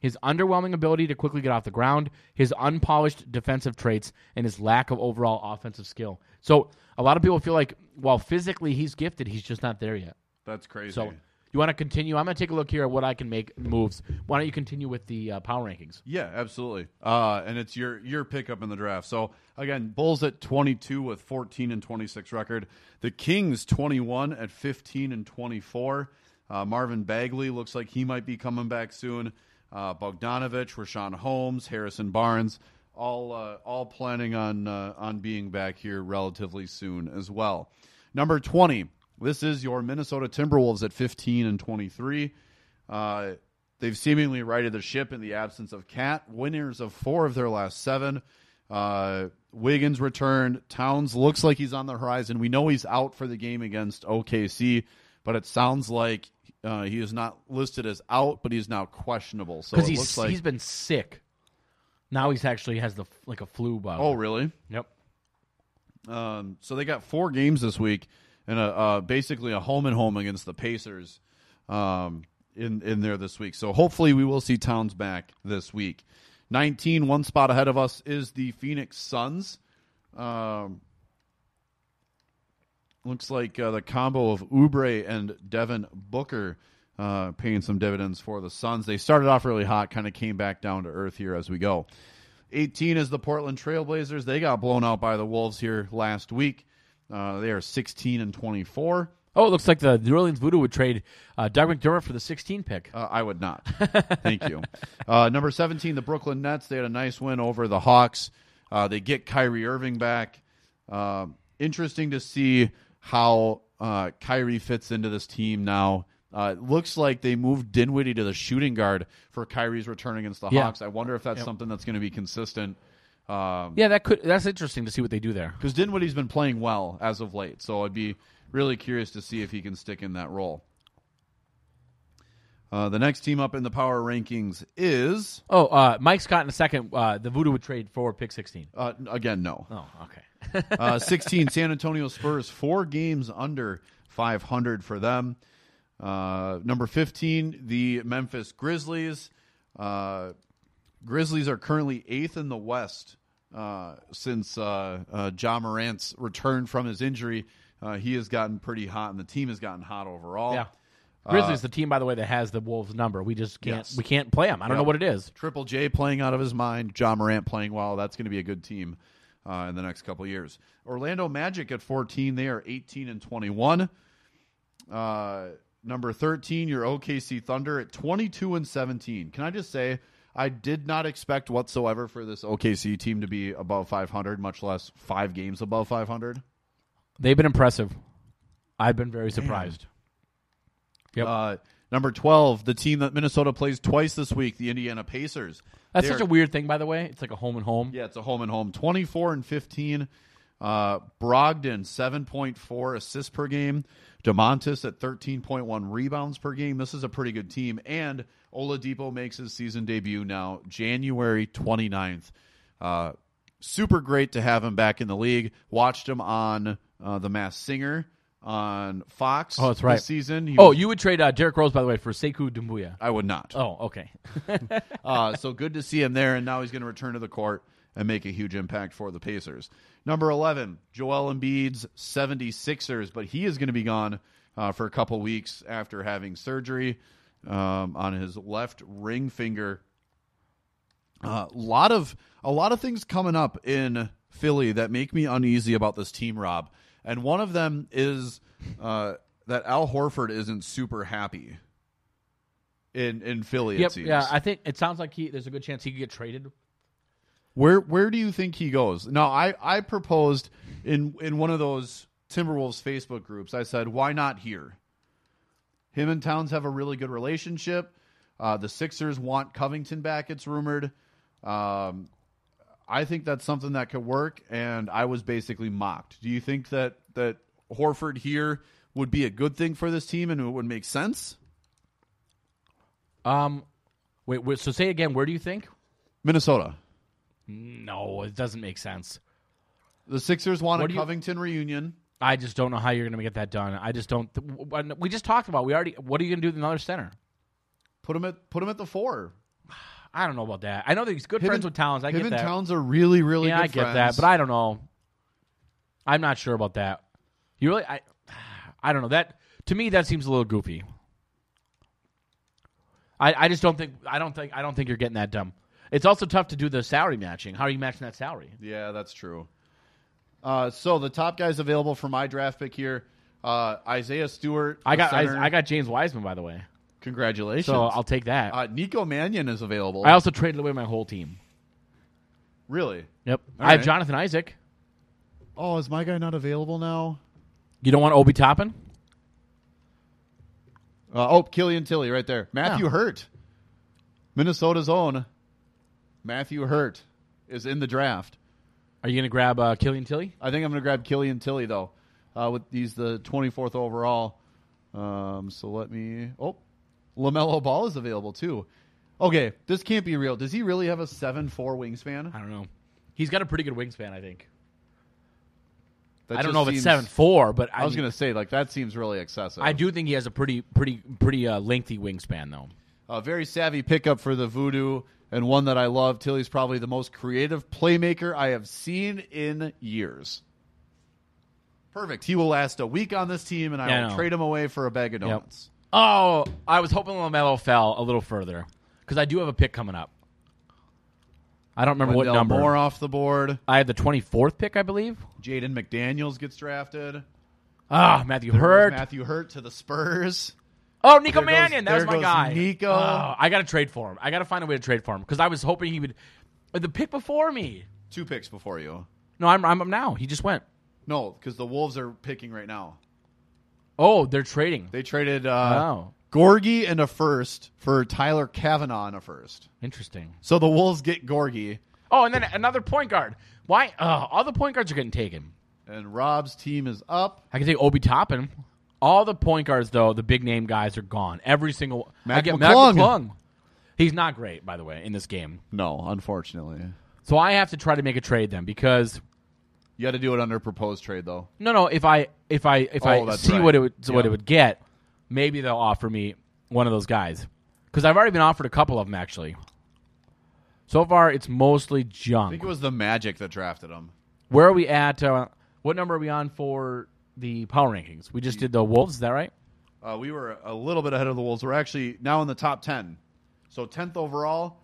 S2: his underwhelming ability to quickly get off the ground, his unpolished defensive traits, and his lack of overall offensive skill. So, a lot of people feel like while physically he's gifted, he's just not there yet.
S1: That's crazy.
S2: So you want to continue? I'm going to take a look here at what I can make moves. Why don't you continue with the uh, power rankings?
S1: Yeah, absolutely. Uh, and it's your your pickup in the draft. So again, Bulls at 22 with 14 and 26 record. The Kings 21 at 15 and 24. Uh, Marvin Bagley looks like he might be coming back soon. Uh, Bogdanovich, Rashawn Holmes, Harrison Barnes, all uh, all planning on uh, on being back here relatively soon as well. Number 20. This is your Minnesota Timberwolves at 15 and 23. Uh, they've seemingly righted the ship in the absence of Cat, winners of four of their last seven. Uh, Wiggins returned. Towns looks like he's on the horizon. We know he's out for the game against OKC, but it sounds like uh, he is not listed as out, but he's now questionable. So it
S2: Because he's
S1: looks like
S2: he's been sick. Now he's actually has the f- like a flu bug.
S1: oh really?
S2: yep.
S1: Um, so they got four games this week, and a, uh, basically a home and home against the Pacers um, in in there this week. So hopefully we will see Towns back this week. 19, one spot ahead of us is the Phoenix Suns. Um, looks like uh, the combo of Ubre and Devin Booker uh, paying some dividends for the Suns. They started off really hot, kind of came back down to earth here as we go. 18 is the Portland Trailblazers. They got blown out by the Wolves here last week. Uh, they are 16 and 24.
S2: Oh, it looks like the New Orleans Voodoo would trade uh, Doug McDermott for the 16 pick.
S1: Uh, I would not. Thank you. Uh, number 17, the Brooklyn Nets. They had a nice win over the Hawks. Uh, they get Kyrie Irving back. Um interesting to see how uh, Kyrie fits into this team now. Uh, it looks like they moved Dinwiddie to the shooting guard for Kyrie's return against the
S2: Yeah.
S1: Hawks. I wonder if that's something that's going to be consistent. Um,
S2: yeah, that could that's interesting to see what they do there.
S1: because Dinwiddie's been playing well as of late. So I'd be really curious to see if he can stick in that role. Uh, the next team up in the power rankings is
S2: Oh, uh, Mike Scott in a second. Uh, the Voodoo would trade for pick 16.
S1: uh, again no
S2: Oh, okay.
S1: uh, sixteen San Antonio Spurs four games under five hundred for them. Uh, number fifteen the Memphis Grizzlies. Uh, Grizzlies are currently eighth in the West uh, since uh, uh, John Morant's return from his injury. Uh, he has gotten pretty hot, and the team has gotten hot overall.
S2: yeah. Grizzlies, the team, by the way, that has the Wolves number. We just can't
S1: Uh, Yes.
S2: we can't play them. I don't know
S1: Yep.
S2: what it is.
S1: Triple J playing out of his mind. John Morant playing well. That's going to be a good team uh, in the next couple of years. Orlando Magic at 14. They are 18 and 21. Uh, number 13, your OKC Thunder at 22 and 17. Can I just say, I did not expect whatsoever for this OKC team to be above 500, much less five games above 500.
S2: They've been impressive. I've been very surprised. Yep.
S1: Uh, number 12, the team that Minnesota plays twice this week, the Indiana Pacers.
S2: That's
S1: They
S2: such
S1: are-
S2: a weird thing, by the way. It's like a home and home.
S1: Yeah, it's a home and home. 24 and 15. Uh, Brogdon, 7.4 assists per game. DeMontis at 13.1 rebounds per game. This is a pretty good team. And Oladipo makes his season debut now, January 29th. Uh, super great to have him back in the league. Watched him on uh, The Mass Singer on Fox.
S2: Oh, that's right.
S1: This season. He
S2: Oh,
S1: was-
S2: you would trade uh, Derek Rose, by the way, for Sekou Dumbuya.
S1: I would not.
S2: Oh, okay.
S1: Uh, so good to see him there, and now he's going to return to the court and make a huge impact for the Pacers. Number 11, Joel Embiid's 76ers, but he is going to be gone uh, for a couple weeks after having surgery um, on his left ring finger. A lot of a lot of things coming up in Philly that make me uneasy about this team, Rob. And one of them is uh, that Al Horford isn't super happy in in Philly. it
S2: yep.
S1: seems.
S2: Yeah, I think it sounds like he. There's a good chance he could get traded.
S1: Where where do you think he goes? Now, I I proposed in in one of those Timberwolves Facebook groups. I said, why not here? Him and Towns have a really good relationship. Uh, the Sixers want Covington back. It's rumored. Um, I think that's something that could work, and I was basically mocked. Do you think that that Horford here would be a good thing for this team, and it would make sense?
S2: Um, wait, wait. So say again. Where do you think?
S1: Minnesota,
S2: No, it doesn't make sense.
S1: the Sixers want
S2: What
S1: a
S2: do you-
S1: Covington reunion.
S2: I just don't know how you're going to get that done. I just don't. th- w- w- We just talked about. We already. What are you going to do with another center?
S1: Put him at put him at the four.
S2: I don't know about that. I know that he's good
S1: Him
S2: friends
S1: and-
S2: with Towns. I
S1: him
S2: get
S1: and
S2: that.
S1: Towns are really, really
S2: yeah,
S1: good
S2: I get that,
S1: friends.
S2: but I don't know. I'm not sure about that. You really, I, I don't know that. To me, that seems a little goofy. I, I just don't think I don't think I don't think you're getting that dumb. It's also tough to do the salary matching. How are you matching that salary?
S1: yeah, that's true. Uh, so the top guys available for my draft pick here: uh, Isaiah Stewart.
S2: I
S1: the
S2: got
S1: center.
S2: I, I got James Wiseman by the way,
S1: Congratulations.
S2: so I'll take that.
S1: uh, Nico Mannion is available.
S2: I also traded away my whole team.
S1: really?
S2: Yep,
S1: All
S2: I have
S1: right.
S2: Jonathan Isaac.
S1: Oh, is my guy not available now?
S2: You don't want Obi Toppin?
S1: Uh, oh, Killian Tilly right there. Matthew
S2: Yeah.
S1: Hurt, Minnesota's own. Matthew Hurt is in the draft.
S2: Are you going to grab uh, Killian Tilly?
S1: I think I'm going to grab Killian Tilly though. Uh, with he's the 24th overall. Um, so let me. Oh, Lamelo Ball is available too. Okay, this can't be real. Does he really have a seven four wingspan?
S2: I don't know. He's got a pretty good wingspan, I think.
S1: That
S2: I don't
S1: just
S2: know if it's
S1: seems-
S2: seven four, but
S1: I was
S2: mean-
S1: going to say like that seems really excessive.
S2: I do think he has a pretty, pretty, pretty uh, lengthy wingspan, though.
S1: A very savvy pickup for the Voodoo and one that I love. Tilly's probably the most creative playmaker I have seen in years. Perfect. He will last a week on this team, and I
S2: Yeah, I
S1: will
S2: know.
S1: trade him away for a bag of donuts.
S2: Oh, I was hoping Lamelo fell a little further because I do have a pick coming up. I don't remember
S1: Wendell
S2: what number.
S1: Moore off the board.
S2: I had the twenty fourth pick, I believe.
S1: Jaden McDaniels gets drafted.
S2: Ah, Matthew
S1: There's
S2: Hurt.
S1: Matthew Hurt to the Spurs.
S2: oh, Nico
S1: There goes-
S2: Mannion. that was
S1: there
S2: my
S1: goes
S2: guy.
S1: Nico.
S2: Oh, I got to trade for him. I got to find a way to trade for him because I was hoping he would. uh, The pick before me.
S1: Two picks before you.
S2: No, I'm I'm up now. He just went.
S1: No, because the Wolves are picking right now.
S2: Oh, they're trading.
S1: They traded uh,
S2: Oh,
S1: Gorgie and a first for Tyler Kavanaugh and a first.
S2: interesting.
S1: So the Wolves get Gorgie,
S2: Oh, and then another point guard. Why? Uh, all the point guards are getting taken.
S1: and Rob's team is up.
S2: I can take Obi Toppin. All the point guards, though, the big name guys are gone. Every single.
S1: Mac
S2: I get
S1: McClung.
S2: Mac McClung. He's not great, by the way, in this game.
S1: No, unfortunately.
S2: So I have to try to make a trade then because
S1: You got to do it under proposed trade, though.
S2: no, no. If I if I if
S1: Oh,
S2: I
S1: that's
S2: see
S1: right.
S2: what it would what
S1: Yeah.
S2: it would get, maybe they'll offer me one of those guys because I've already been offered a couple of them actually. So far, it's mostly
S1: I think
S2: junk.
S1: it was the Magic that drafted him.
S2: Where are we at? Uh, what number are we on for the power rankings? We just did the Wolves. Is that right?
S1: Uh, we were a little bit ahead of the Wolves. We're actually now in the top 10. So 10th overall,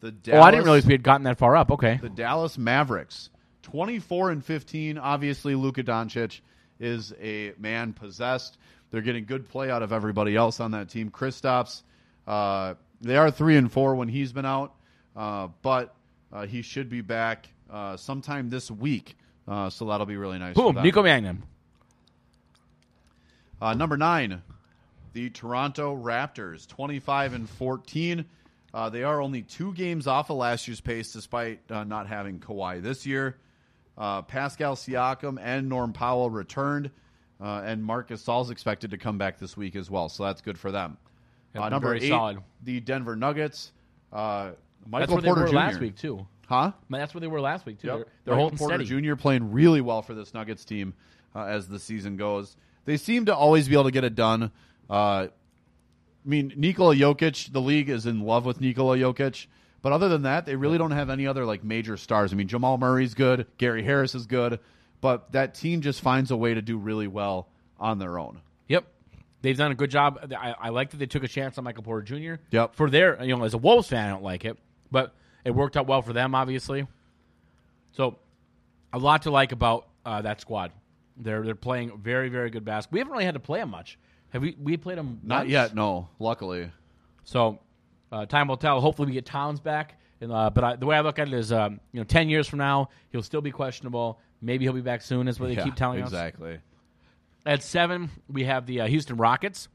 S1: the Dallas.
S2: Oh, I didn't realize we had gotten that far up. Okay.
S1: the Dallas Mavericks, 24 and 15. Obviously, Luka Doncic is a man possessed. They're getting good play out of everybody else on that team. Kristaps, uh, they are three and four when he's been out, uh, but uh, he should be back uh, sometime this week. Uh, so that'll be really nice. for
S2: Boom,
S1: them.
S2: Nico Mannion.
S1: Uh, number nine, the Toronto Raptors, 25 and 14. Uh, they are only two games off of last year's pace, despite uh, not having Kawhi this year. Uh, Pascal Siakam and Norm Powell returned, uh, and Marcus Saul's expected to come back this week as well, so that's good for them.
S2: Yep,
S1: uh, number
S2: very
S1: eight,
S2: solid.
S1: the Denver Nuggets. Uh,
S2: That's
S1: Michael
S2: where they
S1: Porter
S2: were
S1: Jr.
S2: last week too.
S1: Huh?
S2: That's where they were last week too.
S1: Yep.
S2: They're, they're
S1: Michael
S2: holding
S1: Porter
S2: steady.
S1: Jr. playing really well for this Nuggets team uh, as the season goes. They seem to always be able to get it done. Uh, I mean, Nikola Jokic, the league is in love with Nikola Jokic. But other than that, they really don't have any other like major stars. I mean, Jamal Murray's good, Gary Harris is good, but that team just finds a way to do really well on their own.
S2: Yep. They've done a good job. I, I like that they took a chance on Michael Porter Jr.
S1: Yep.
S2: For their, you know, as a Wolves fan, I don't like it, but it worked out well for them, obviously. So, a lot to like about uh, that squad. They're they're playing very very good basketball. We haven't really had to play them much. Have we? We played them
S1: Not yet, no. Luckily,
S2: So, uh, time will tell. Hopefully, we get Towns back. And, uh, but I, the way I look at it is, um, you know, ten years from now, he'll still be questionable. Maybe he'll be back soon. Is what they
S1: Yeah,
S2: keep telling us.
S1: exactly.
S2: At seven, we have the uh, Houston Rockets,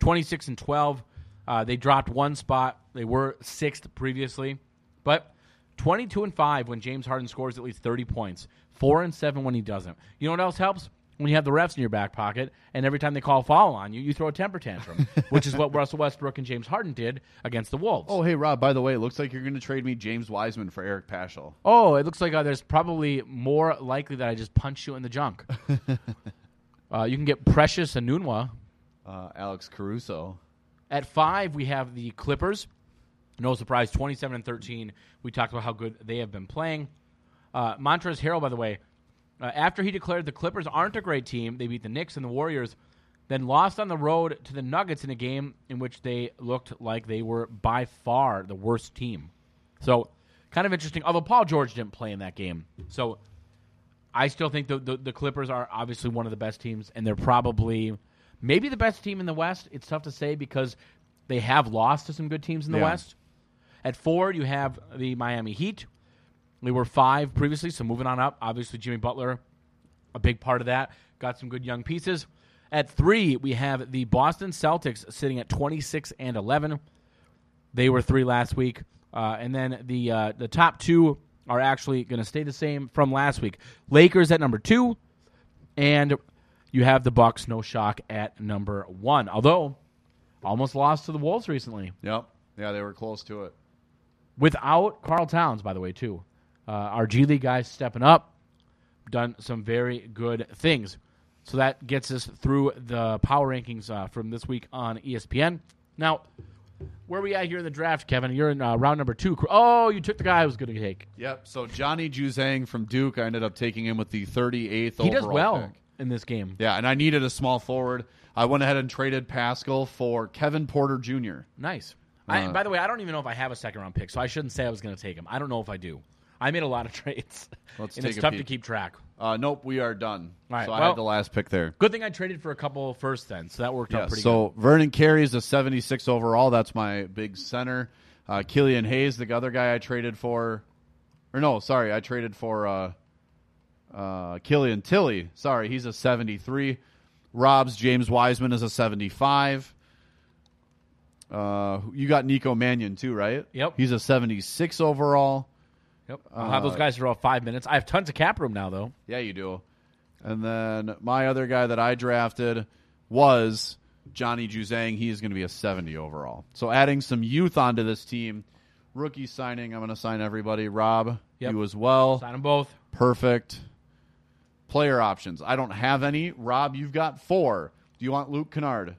S2: twenty-six and twelve. Uh, they dropped one spot. They were sixth previously, but twenty-two and five when James Harden scores at least thirty points. Four and seven when he doesn't. You know what else helps? When you have the refs in your back pocket, and every time they call a foul on you, you throw a temper tantrum, which is what Russell Westbrook and James Harden did against the Wolves.
S1: Oh, hey Rob. By the way, it looks like you're going to trade me James Wiseman for Eric Paschal.
S2: Oh, it looks like uh, there's probably more likely that I just punch you in the junk. uh, you can get Precious Anunwa.
S1: Uh, Alex Caruso.
S2: At five, we have the Clippers. No surprise, 27 and 13. We talked about how good they have been playing. Uh, Montrezl Harrell, by the way, uh, after he declared the Clippers aren't a great team, they beat the Knicks and the Warriors, then lost on the road to the Nuggets in a game in which they looked like they were by far the worst team. So, kind of interesting. Although Paul George didn't play in that game, so I still think the, the the Clippers are obviously one of the best teams, and they're probably maybe the best team in the West. It's tough to say because they have lost to some good teams in the
S1: Yeah.
S2: West. At four, you have the Miami Heat. They were five previously, so moving on up. Obviously, Jimmy Butler, a big part of that. Got some good young pieces. At three, we have the Boston Celtics sitting at twenty six and eleven. They were three last week, uh, and then the uh, the top two are actually going to stay the same from last week. Lakers at number two, and you have the Bucks, no shock, at number one. Although almost lost to the Wolves recently
S1: Yep. Yeah, they were close to it.
S2: without Carl Towns, by the way, too. Uh, our G League guys stepping up, done some very good things. So that gets us through the power rankings uh, from this week on E ESPN. Now, where we at here in the draft, Kevin? You're in uh, round number two. Oh, you took the guy I was going to take.
S1: Yep. So Johnny Juzang from Duke, I ended up taking him with the 38th
S2: he does
S1: overall
S2: well
S1: pick.
S2: in this game.
S1: Yeah, and I needed a small forward. I went ahead and traded Pascal for Kevin Porter Jr.
S2: Nice.
S1: Uh,
S2: I, by the way, I don't even know if I have a second round pick, so I shouldn't say I was going to take him. I don't know if I do. I made a lot of trades,
S1: Let's
S2: and
S1: take
S2: it's
S1: a
S2: tough
S1: peek.
S2: to keep track.
S1: Uh, nope, we are done.
S2: All right,
S1: so I
S2: well-
S1: had the last pick there.
S2: Good thing I traded for a couple first then, so that worked
S1: Yeah,
S2: out pretty good.
S1: so Vernon Carey is a 76 overall. That's my big center. Uh, Killian Hayes, the other guy I traded for, or no, sorry, I traded for uh, uh, Killian Tilly. Sorry, he's a 73. Rob's James Wiseman is a 75. Uh, you got Nico Mannion too, right?
S2: Yep.
S1: He's a 76 overall.
S2: Yep. Uh, I'll have those guys for about five minutes. I have tons of cap room now, though.
S1: Yeah, you do. And then my other guy that I drafted was Johnny Juzang. He is going to be a 70 overall. So adding some youth onto this team. Rookie signing. I'm going to sign everybody. Rob,
S2: Yep.
S1: you as well.
S2: Sign them both.
S1: Perfect. Player options. I don't have any. Rob, you've got four. Do you want Luke Kennard?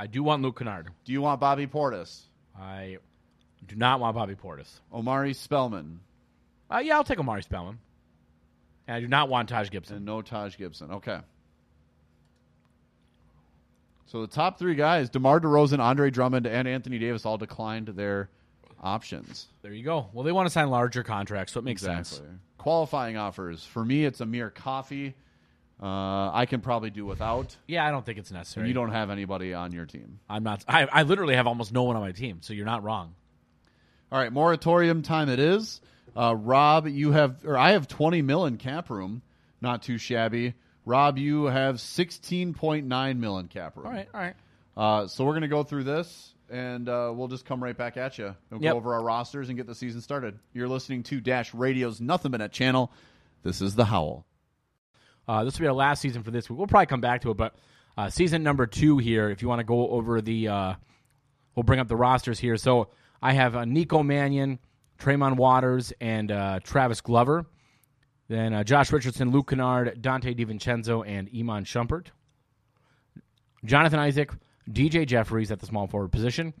S2: I do want Luke Kennard.
S1: Do you want Bobby Portis?
S2: I do not want Bobby Portis.
S1: Omari Spellman?
S2: Uh, yeah, I'll take Amari Spellman. And I do not want Taj Gibson.
S1: And no Taj Gibson. Okay. So the top three guys, DeMar DeRozan, Andre Drummond, and Anthony Davis all declined their options.
S2: There you go. Well, they want to sign larger contracts, so it makes sense.
S1: Qualifying offers. For me, it's Amir Coffee. Uh, I can probably do without.
S2: Yeah, I don't think it's necessary.
S1: You don't have anybody on your team.
S2: I'm not. I, I literally have almost no one on my team, so you're not wrong.
S1: All right, moratorium time it is. Uh, Rob, you have, or I have 20 mil in cap room. Not too shabby. Rob, you have 16.9 mil in cap room.
S2: All right, all right.
S1: Uh, so we're going to go through this, and uh, we'll just come right back at you. We'll
S2: Yep.
S1: go over our rosters and get the season started. You're listening to Dash Radio's Nothing But Net channel. This is The Howl.
S2: Uh, this will be our last season for this week. We'll probably come back to it, but uh, season number two here. If you want to go over the, uh, we'll bring up the rosters here. So I have uh, Nico Mannion, Traymon Waters, and uh, Travis Glover. Then uh, Josh Richardson, Luke Kennard, Dante DiVincenzo, and Iman Shumpert. Jonathan Isaac, DJ Jeffries at the small forward position,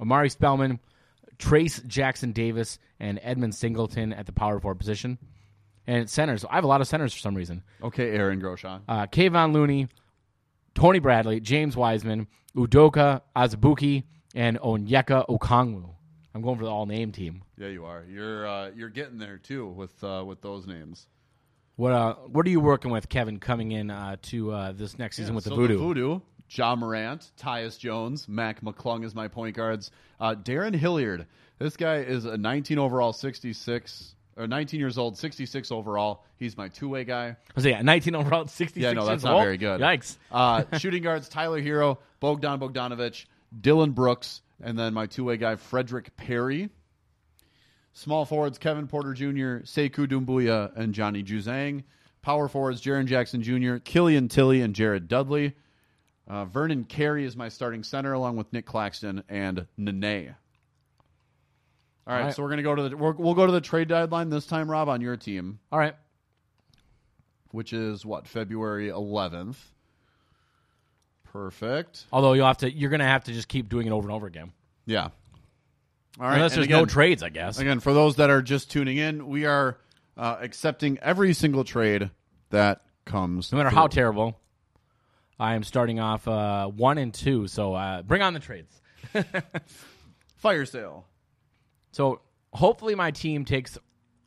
S2: Amari Spellman, Trace Jackson Davis, and Edmund Singleton at the power forward position. And it's centers, I have a lot of centers for some reason.
S1: Okay, Aaron Groshon.
S2: Uh, Kayvon Looney, Tony Bradley, James Wiseman, Udoka Azubuki, and Onyeka Okongwu. I'm going for the all name team.
S1: yeah, you are. You're uh, you're getting there too with uh, with those names.
S2: What uh, what are you working with, Kevin, coming in uh, to uh, this next season with
S1: so
S2: the Voodoo?
S1: Voodoo. Ja Morant, Tyus Jones, Mac McClung is my point guards. Uh, Darren Hilliard. This guy is a 19 overall, 66 or 19 years old, 66 overall. He's my two way guy.
S2: I was like, yeah, 19 overall, 66
S1: Yeah, no, that's
S2: years
S1: not
S2: old?
S1: very good.
S2: Yikes.
S1: Uh, shooting guards: Tyler Hero, Bogdan Bogdanovich, Dylan Brooks, and then my two-way guy Frederick Perry. Small forwards: Kevin Porter Jr., Sekou Dumbuya, and Johnny Juzang. Power forwards: Jaron Jackson Jr., Killian Tilly, and Jared Dudley. Uh, Vernon Carey is my starting center, along with Nick Claxton and Nene. All right,
S2: All right.
S1: so we're gonna go to the we're, we'll go to the trade deadline this time, Rob, on your team,
S2: All right.
S1: which is what February 11th. Perfect.
S2: Although you'll have to, you're going to have to just keep doing it over and over again.
S1: Yeah. All right.
S2: Unless
S1: and
S2: there's
S1: again,
S2: no trades, I guess.
S1: Again, for those that are just tuning in, we are uh, accepting every single trade that comes.
S2: No matter
S1: through.
S2: how terrible, I am starting off uh, one and two. So uh, bring on the trades.
S1: Fire sale.
S2: So hopefully my team takes.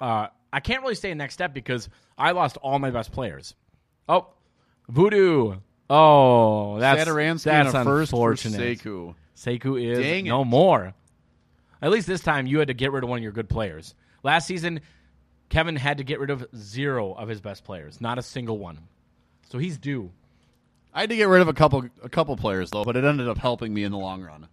S2: Uh, I can't really say next step because I lost all my best players. Oh, voodoo. Oh, that's
S1: Saturansky
S2: that's
S1: and a first for
S2: unfortunate.
S1: Sekou.
S2: Sekou is
S1: Dang
S2: no
S1: it.
S2: more. At least this time you had to get rid of one of your good players. Last season, Kevin had to get rid of zero of his best players, not a single one. So he's due.
S1: I had to get rid of a couple a couple players though, but it ended up helping me in the long run.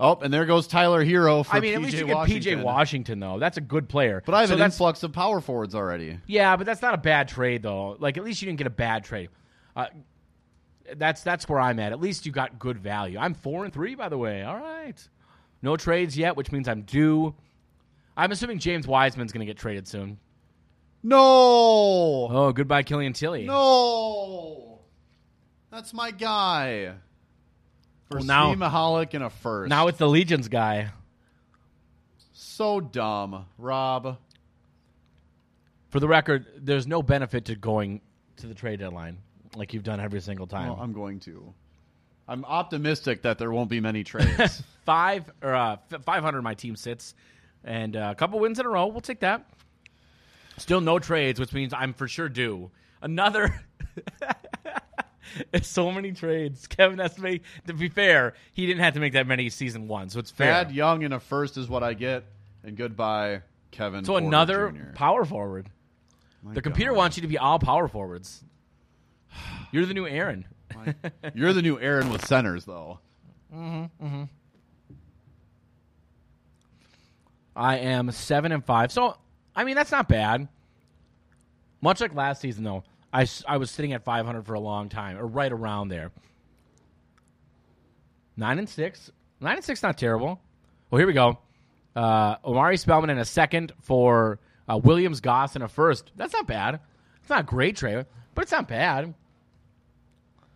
S1: Oh, and there goes Tyler Hero for
S2: I mean,
S1: PJ
S2: at least you get
S1: Washington.
S2: PJ Washington though. That's a good player.
S1: But I have
S2: so
S1: an
S2: that's
S1: influx of power forwards already.
S2: Yeah, but that's not a bad trade though. Like at least you didn't get a bad trade. Uh, that's that's where I'm at. At least you got good value. I'm four and three by the way. All right, no trades yet, which means I'm due. I'm assuming James Wiseman's going to get traded soon.
S1: No,
S2: Oh, goodbye, Killian Tilly.
S1: no, that's my guy. For
S2: Well, now-
S1: Steve Mahalik and a first.
S2: Now it's the Legions guy.
S1: So dumb, Rob.
S2: For the record, there's no benefit to going to the trade deadline like you've done every single time.
S1: Well, I'm going to. I'm optimistic that there won't be many trades.
S2: five or uh, f- 500 my team sits and uh, a couple wins in a row we'll take that still no trades which means i'm for sure due another It's so many trades kevin has to make to be fair he didn't have to make that many season one so it's fair
S1: Bad Young and a first is what I get, and goodbye, Kevin.
S2: so
S1: Porter
S2: another
S1: Jr..
S2: power forward the computer wants you to be all power forwards you're the new aaron
S1: You're the new Aaron with centers, though.
S2: I am seven and five. So, I mean, that's not bad. Much like last season, though, I, s- I was sitting at 500 for a long time, or right around there. Nine and six. Nine and six, not terrible. Well, here we go. Uh, Omari Spellman in a second for uh, Williams Goss in a first. That's not bad. It's not a great trade, but it's not bad.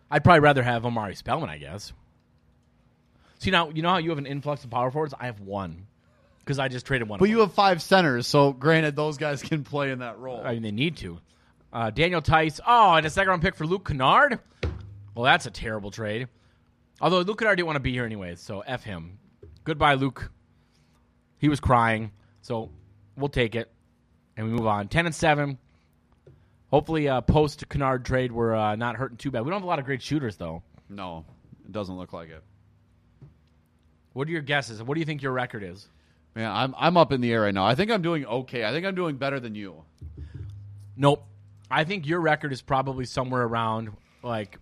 S2: I'd probably rather have Omari Spellman, I guess. See now, you know how you have an influx of power forwards. I have one because I just traded one.
S1: But
S2: of
S1: you have five centers, so granted, those guys can play in that role.
S2: I mean, they need to. Uh, Daniel Tice. Oh, and a second round pick for Luke Kennard. Well, that's a terrible trade. Although Luke Kennard didn't want to be here anyway, so F him. Goodbye, Luke. He was crying, so we'll take it. And we move on. 10 and 7. Hopefully, uh, post Kennard trade, we're uh, not hurting too bad. We don't have a lot of great shooters, though.
S1: No, it doesn't look like it.
S2: What are your guesses? What do you think your record is?
S1: Man, I'm I'm up in the air right now. I think I'm doing okay. I think I'm doing better than you.
S2: Nope. I think your record is probably somewhere around like.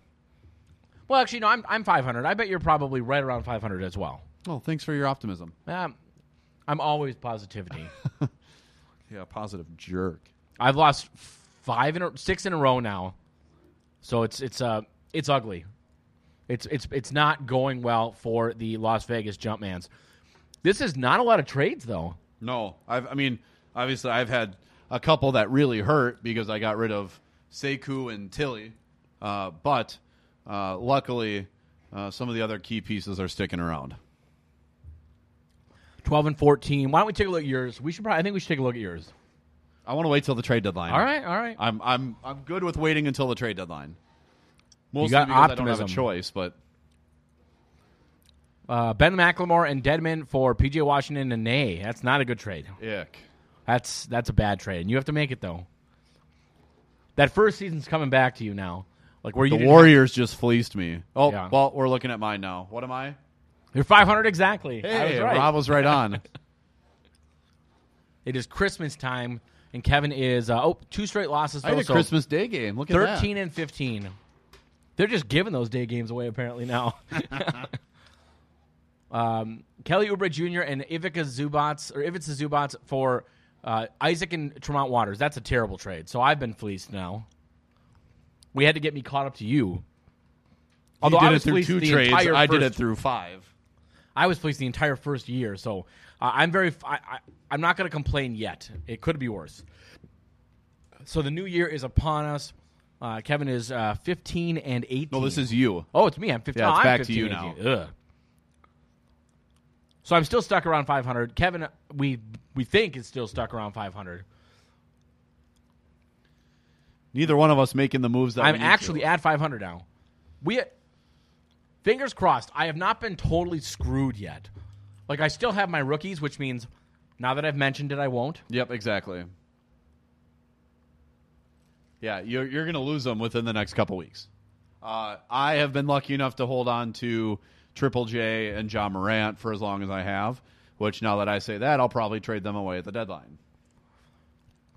S2: Well, actually, no. I'm I'm 500. I bet you're probably right around 500 as well.
S1: Well, thanks for your optimism.
S2: Um, I'm always positivity.
S1: Yeah, positive jerk.
S2: I've lost five in a, six in a row now, so it's it's uh it's ugly. It's it's it's not going well for the Las Vegas Jumpmans. This is not a lot of trades though.
S1: No, I've, I mean, obviously, I've had a couple that really hurt because I got rid of Sekou and Tilly, uh, but uh, luckily, uh, some of the other key pieces are sticking around.
S2: 12 and 14. Why don't we take a look at yours? We should probably, I think we should take a look at yours.
S1: I want to wait till the trade deadline.
S2: All right, all right.
S1: I'm I'm I'm good with waiting until the trade deadline. Mostly
S2: got
S1: because I don't have a
S2: optimism.
S1: choice, but
S2: Uh, ben McLemore and Deadman for PJ Washington and Nay. That's not a good trade.
S1: ick.
S2: That's that's a bad trade, and you have to make it though. That first season's coming back to you now. Like where you
S1: The
S2: didn't-
S1: Warriors just fleeced me. Oh,
S2: Yeah.
S1: well, we're looking at mine now. What am I?
S2: you're 500 exactly. I was
S1: Hey,
S2: right.
S1: Rob was right on.
S2: It is Christmas time, and Kevin is uh, oh two straight losses.
S1: I had
S2: total,
S1: a
S2: so
S1: Christmas Day game. Look at that.
S2: 13 and 15. They're just giving those day games away apparently now. um, Kelly Oubre Jr. and Ivica Zubats or Ivica Zubats for uh, Isaac and Tremont Waters. That's a terrible trade. So I've been fleeced now. We had to get me caught up to you. Although
S1: you did
S2: I
S1: it
S2: was
S1: through
S2: fleeced
S1: two
S2: the
S1: trades.
S2: entire
S1: I did it
S2: first-
S1: through five.
S2: I was fleeced the entire first year, so uh, I'm very. f- I, am not going to complain yet. It could be worse. So the new year is upon us. Uh, Kevin is uh, 15 and 18.
S1: No, this is you.
S2: Oh, it's me. I'm 15.
S1: Yeah, it's
S2: oh, I'm
S1: back to
S2: 15
S1: you
S2: and 18. Ugh. So I'm still stuck around 500. Kevin, we we think is still stuck around 500.
S1: Neither one of us making the moves that we
S2: I'm
S1: need
S2: actually
S1: to.
S2: at 500 now. We fingers crossed. I have not been totally screwed yet. Like I still have my rookies, which means now that I've mentioned it, I won't.
S1: Yep, exactly. Yeah, you're you're gonna lose them within the next couple weeks. Uh, I have been lucky enough to hold on to Triple J and John Morant for as long as I have. Which now that I say that, I'll probably trade them away at the deadline.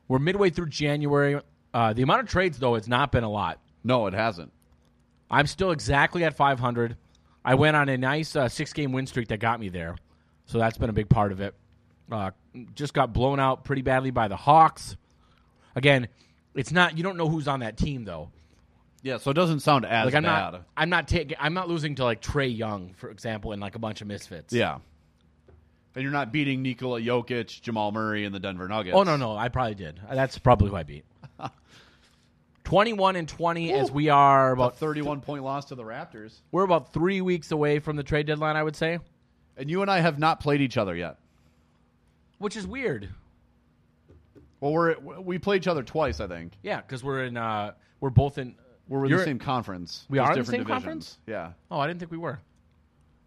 S2: We're midway through January. Uh, the amount of trades though, it's not been a lot.
S1: No, it hasn't.
S2: I'm still exactly at 500. I went on a nice uh, six game win streak that got me there. So that's been a big part of it. Uh, just got blown out pretty badly by the Hawks. Again, it's not you don't know who's on that team though.
S1: Yeah, so it doesn't sound as
S2: Like I'm
S1: bad.
S2: not I'm not taking I'm not losing to like Trey Young for example and like a bunch of misfits.
S1: Yeah, and you're not beating Nikola Jokic, Jamal Murray, and the Denver Nuggets.
S2: Oh no no, I probably did. That's probably who I beat. 21 and 20 as we are
S1: About
S2: about
S1: 31 point loss to the Raptors,
S2: we're about 3 weeks away from the trade deadline I would say,
S1: and you and I have not played each other yet.
S2: which is weird.
S1: Well, we're we play each other twice, I think.
S2: Yeah, cuz we're in uh we're both in
S1: We're in
S2: You're-
S1: the same conference.
S2: We
S1: just
S2: are in the
S1: different
S2: same
S1: divisions.
S2: conference?
S1: Yeah,
S2: Oh, I didn't think we were.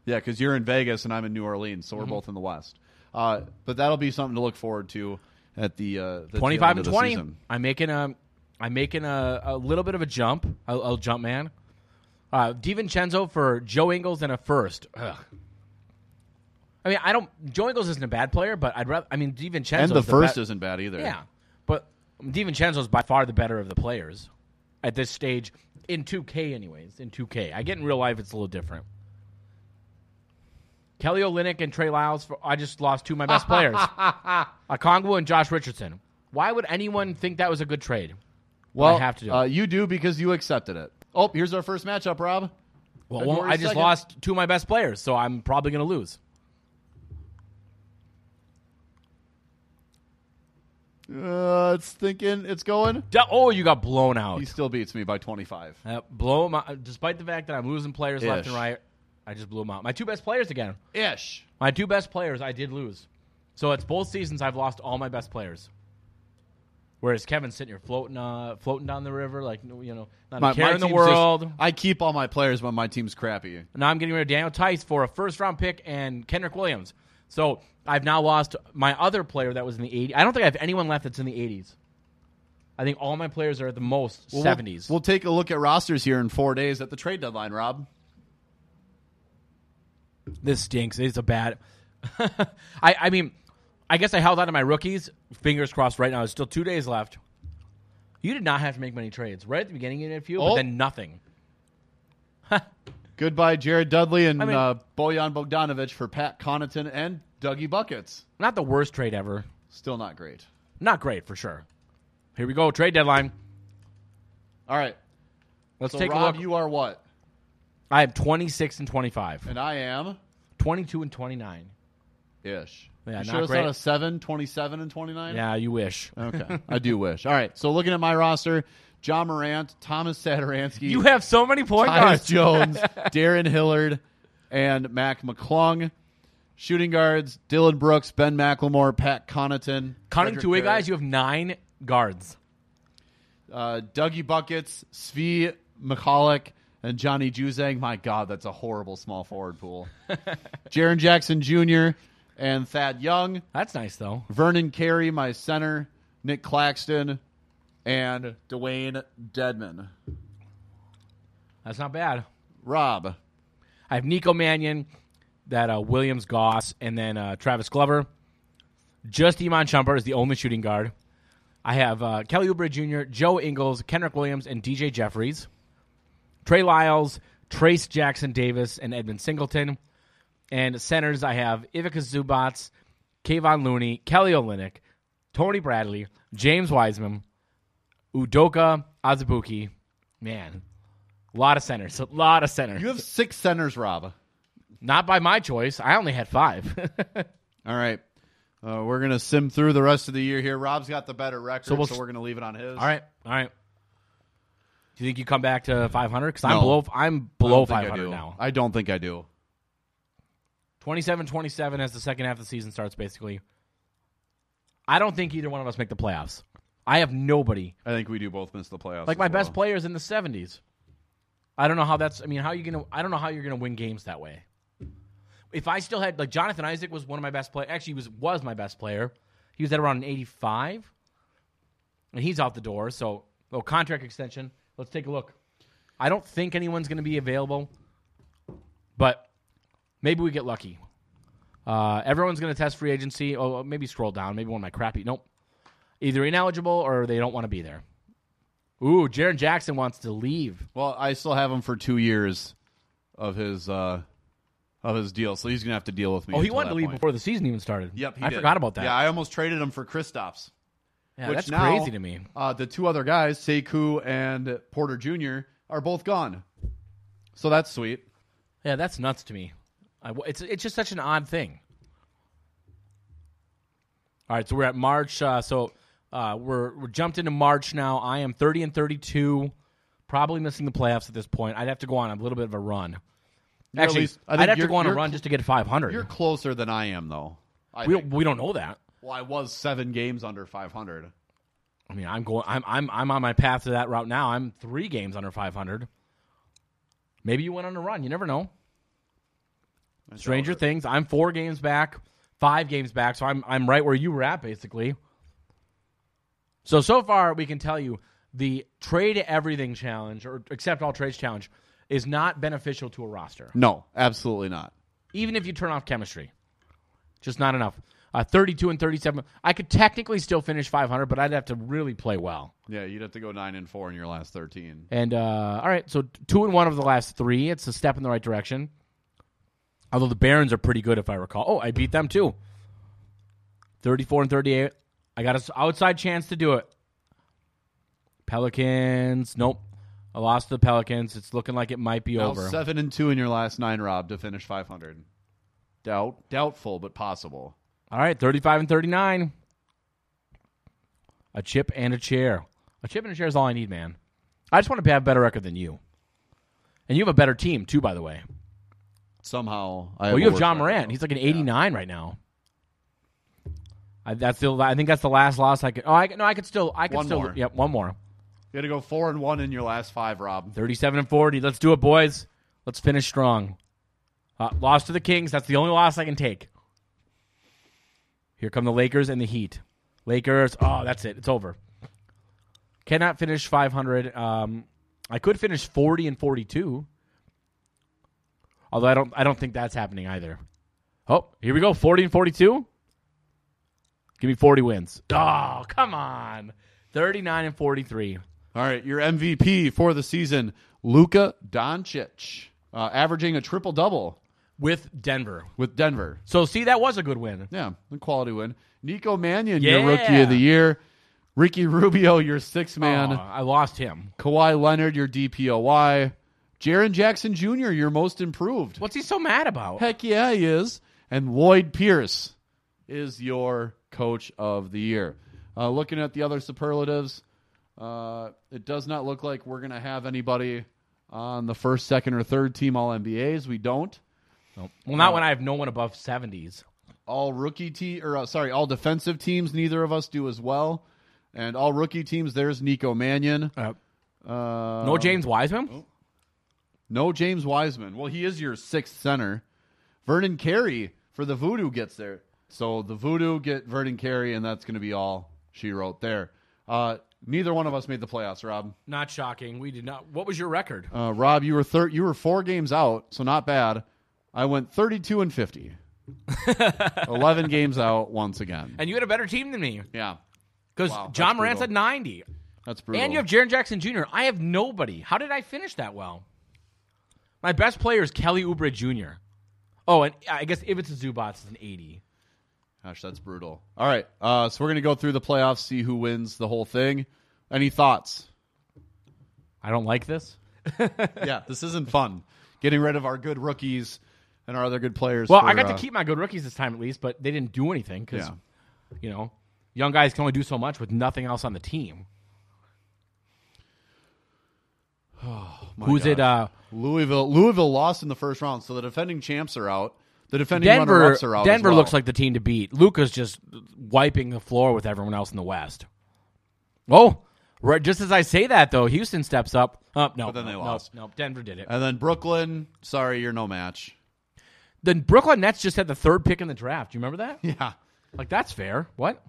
S1: yeah, because you're in Vegas and I'm in New Orleans,
S2: Mm-hmm.
S1: so we're both in the West. Uh, but that'll be something to look forward to at the, uh, the
S2: Twenty
S1: tail
S2: five
S1: end
S2: and
S1: of the
S2: twenty.
S1: season.
S2: I'm making a I'm making a, a little bit of a jump. A, a jump man. Uh DiVincenzo for Joe Ingles and a first. Ugh. I mean, I don't Joe Ingles isn't a bad player, but I'd rather I mean DiVincenzo
S1: And the first
S2: is
S1: isn't bad either.
S2: Yeah. But DiVincenzo's by far the better of the players at this stage in 2K anyways, in 2K. I get in real life it's a little different. Kelly Olynyk and Trey Lyles for I just lost two of my best players. Okongwu and Josh Richardson. Why would anyone think that was a good trade?
S1: well,
S2: I have to do
S1: Uh,
S2: it.
S1: you do because you accepted it. Oh, here's our first matchup, Rob.
S2: Well, well,
S1: February
S2: I just
S1: 2nd.
S2: lost two of my best players, so I'm probably going to lose.
S1: Uh, it's thinking, it's going.
S2: Du- oh, you got blown out.
S1: He still beats me by 25.
S2: Uh, blow 'em out. Despite the fact that I'm losing players left
S1: Ish.
S2: and right, I just blew them out. My two best players again.
S1: Ish.
S2: My two best players I did lose. So it's both seasons I've lost all my best players. Whereas Kevin's sitting here floating uh, floating down the river like no- you know, not a care in the
S1: team's just-
S2: world.
S1: I keep all my players, but my team's crappy.
S2: now I'm getting rid of Daniel Tice for a first round pick and Kendrick Williams. So I've now lost my other player that was in the 80s. I don't think I have anyone left that's in the 80s. I think all my players are at the most
S1: Well, we'll-
S2: 70s.
S1: We'll, take a look at rosters here in four days at the trade deadline, Rob.
S2: this stinks. It's a bad. I I mean, I guess I held on to my rookies. Fingers crossed. Right now, there's still two days left. You did not have to make many trades right at the beginning. You did a few, but
S1: Oh.
S2: then nothing.
S1: Goodbye, Jared Dudley and
S2: I mean-
S1: uh, Bojan Bogdanovic for Pat Connaughton and Dougie Buckets.
S2: Not the worst trade ever.
S1: Still not great.
S2: Not great for sure. Here we go. Trade deadline.
S1: All right.
S2: Let's
S1: So,
S2: take
S1: Rob,
S2: a look.
S1: you are what?
S2: I have 26 and 25,
S1: And I am
S2: 22 and 29.
S1: ish.
S2: Yeah,
S1: You
S2: not
S1: sure it's
S2: great.
S1: not a 7, 27, and Uh, 29?
S2: yeah, you wish.
S1: Okay. I do wish. All right. So looking at my roster, John Morant, Thomas Sadaransky,
S2: You have so many point
S1: Tyus
S2: guards.
S1: Jones, Darren Hillard, and Mac McClung. Shooting guards, Dylan Brooks, Ben McLemore, Pat Connaughton.
S2: Counting two way
S1: Frederick
S2: guys, you have nine guards.
S1: uh, Dougie Buckets, Svi McCulloch, and Johnny Juzang. My God, that's a horrible small forward pool. Jaron Jackson Jr. and Thad Young,
S2: That's nice though.
S1: Vernon Carey, my center, Nick Claxton, and Dwayne Deadman.
S2: That's not bad.
S1: Rob,
S2: I have Nico Mannion, that uh, Williams Goss, and then uh, Travis Glover. Just Iman Shumpert is the only shooting guard. I have uh, Kelly Oubre Jr., Joe Ingles, Kendrick Williams, and DJ Jeffries. Trey Lyles, Trace Jackson Davis, and Edmund Singleton. And centers, I have Ivica Zubats, Kayvon Looney, Kelly Olynyk, Tony Bradley, James Wiseman, Udoka Azubuki. Man, a lot of centers. A lot of centers.
S1: you have six centers, Rob.
S2: Not by my choice. I only had five.
S1: All right. Uh, we're going to sim through the rest of the year here. Rob's got the better record, so,
S2: we'll-
S1: we're going to leave it on his.
S2: all right, all right. Do you think you come back to 500? Because I'm
S1: No.
S2: below. I'm
S1: I
S2: below
S1: don't think I
S2: 500
S1: do.
S2: now.
S1: I don't think I do.
S2: 27, 27 as the second half of the season starts. Basically, I don't think either one of us make the playoffs. I have nobody.
S1: I think we do both miss the playoffs.
S2: Like my
S1: as
S2: best
S1: well.
S2: players in the 70s. I don't know how that's. I mean, how you gonna? I don't know how you're gonna win games that way. If I still had like Jonathan Isaac was one of my best play. Actually, he was was my best player. He was at around an 85, and he's out the door. So, oh, contract extension. Let's take a look. I don't think anyone's gonna be available, but maybe we get lucky. Uh, everyone's gonna test free agency. Oh, maybe scroll down. Maybe one of my crappy. Nope. Either ineligible or they don't want to be there. Ooh, Jaron Jackson wants to leave.
S1: Well, I still have him for two years of his uh of his deal, so he's gonna have to deal with me.
S2: Oh, he
S1: until
S2: wanted
S1: that
S2: to leave
S1: point.
S2: before the season even started.
S1: Yep, he
S2: I
S1: did.
S2: forgot about that.
S1: Yeah, I almost traded him for Kristaps.
S2: Yeah,
S1: which
S2: that's
S1: now,
S2: crazy to me.
S1: Uh, the two other guys, Sekou and Porter Jr., are both gone. So that's sweet.
S2: Yeah, that's nuts to me. I w it's it's just such an odd thing. All right, so we're at March. Uh, so uh, we're we're jumped into March now. I am thirty and thirty-two, probably missing the playoffs at this point. I'd have to go on a little bit of a run.
S1: at
S2: Actually,
S1: least- I
S2: I'd
S1: think
S2: have to
S1: you're-
S2: go on a
S1: you're
S2: run
S1: cl-
S2: just to get five
S1: You're
S2: hundred.
S1: closer than I am, though. I
S2: We
S1: think.
S2: don't, we don't know that.
S1: well, I was seven games under 500.
S2: I mean, I'm going. I'm I'm I'm on my path to that route now. I'm three games under 500. Maybe you went on a run. You never know. Stranger Things. I'm four games back, five games back. So I'm I'm right where you were at basically. So so far we can tell you the trade everything challenge or accept all trades challenge is not beneficial to a roster.
S1: No, absolutely not.
S2: Even if you turn off chemistry, just not enough. Uh, 32 and 37. I could technically still finish 500, but I'd have to really play well.
S1: Yeah, you'd have to go nine and four in your last 13.
S2: And uh, all right, so two and one of the last three. It's a step in the right direction. Although the Barons are pretty good, if I recall. Oh, I beat them too. Thirty-four and thirty-eight. I got an outside chance to do it. Pelicans. Nope. I lost to the Pelicans. It's looking like it might be
S1: Now
S2: over.
S1: seven and two in your last nine, Rob, to finish 500. Doubt, doubtful, but possible.
S2: All right, 35 and 39. A chip and a chair. A chip and a chair is all I need, man. I just want to have a better record than you. And you have a better team, too, by the way.
S1: Somehow, I
S2: Well,
S1: a
S2: you have
S1: worse
S2: John
S1: record,
S2: Morant.
S1: though.
S2: He's like an 89 right now. I, that's the. I think that's the last loss I could. Oh, I could- no, I could still. I could
S1: One
S2: still.
S1: more.
S2: Yep, one more.
S1: You had to go four and one in your last five, Rob.
S2: 37 and 40. Let's do it, boys. Let's finish strong. Uh, loss to the Kings. That's the only loss I can take. Here come the Lakers and the Heat. Lakers. Oh, that's it. It's over. Cannot finish 500. Um, I could finish 40 and 42. Although I don't, I don't think that's happening either. Oh, here we go. 40 and 42. Give me 40 wins. Oh, come on. 39 and 43.
S1: All right, your MVP for the season, Luka Doncic, uh, averaging a triple double
S2: With Denver.
S1: with Denver.
S2: So see, that was a good win.
S1: Yeah, a quality win. Nico Mannion,
S2: Yeah.
S1: your rookie of the year. Ricky Rubio, your sixth man.
S2: Aw, I lost him.
S1: Kawhi Leonard, your DPOY. Jaron Jackson Jr., your most improved.
S2: What's he so mad about?
S1: Heck yeah, he is. And Lloyd Pierce, is your coach of the year. Uh, looking at the other superlatives, uh, it does not look like we're going to have anybody on the first, second, or third team All NBAs. We don't.
S2: Well, not when I have no one above seventies.
S1: All rookie team, or uh, sorry, all defensive teams. Neither of us do as well. And all rookie teams. There's Nico Mannion.
S2: Uh,
S1: Uh,
S2: no James Wiseman.
S1: No James Wiseman. Well, he is your sixth center. Vernon Carey for the Voodoo gets there. So the Voodoo get Vernon Carey, and that's going to be all she wrote there. Uh, neither one of us made the playoffs, Rob.
S2: Not shocking. We did not. What was your record?
S1: Uh, Rob, you were thir- you were four games out, so not bad. I went thirty-two and fifty. Eleven games out once again.
S2: and you had a better team than me
S1: yeah,
S2: because
S1: Wow, that's
S2: John Morant's at
S1: brutal.
S2: ninety,
S1: that's brutal.
S2: and you have Jaron Jackson Jr. I have nobody. How did I finish that well? My best player is Kelly Oubre Jr. Oh, and I guess if it's a Zubats, it's an eighty.
S1: Gosh, that's brutal. All right, uh, so we're gonna go through the playoffs, see who wins the whole thing. Any thoughts?
S2: I don't like this.
S1: yeah, this isn't fun. Getting rid of our good rookies and our other good players.
S2: Well,
S1: for,
S2: I got
S1: uh,
S2: to keep my good rookies this time at least, but they didn't do anything because
S1: Yeah.
S2: you know young guys can only do so much with nothing else on the team.
S1: Oh my
S2: Who's it?
S1: gosh.
S2: Uh,
S1: Louisville. Louisville lost in the first round, so the defending champs are out. The defending
S2: Denver.
S1: runner-ups are out. as
S2: Denver
S1: well.
S2: looks like the team to beat. Luca's just wiping the floor with everyone else in the West. Oh, right. Just as I say that, though, Houston steps up. Uh, no,
S1: But then they
S2: no,
S1: lost. Uh,
S2: No, no, Denver did it.
S1: And then Brooklyn. Sorry, you're no match.
S2: the Brooklyn Nets just had the third pick in the draft. Do you remember that?
S1: Yeah.
S2: Like that's fair. What?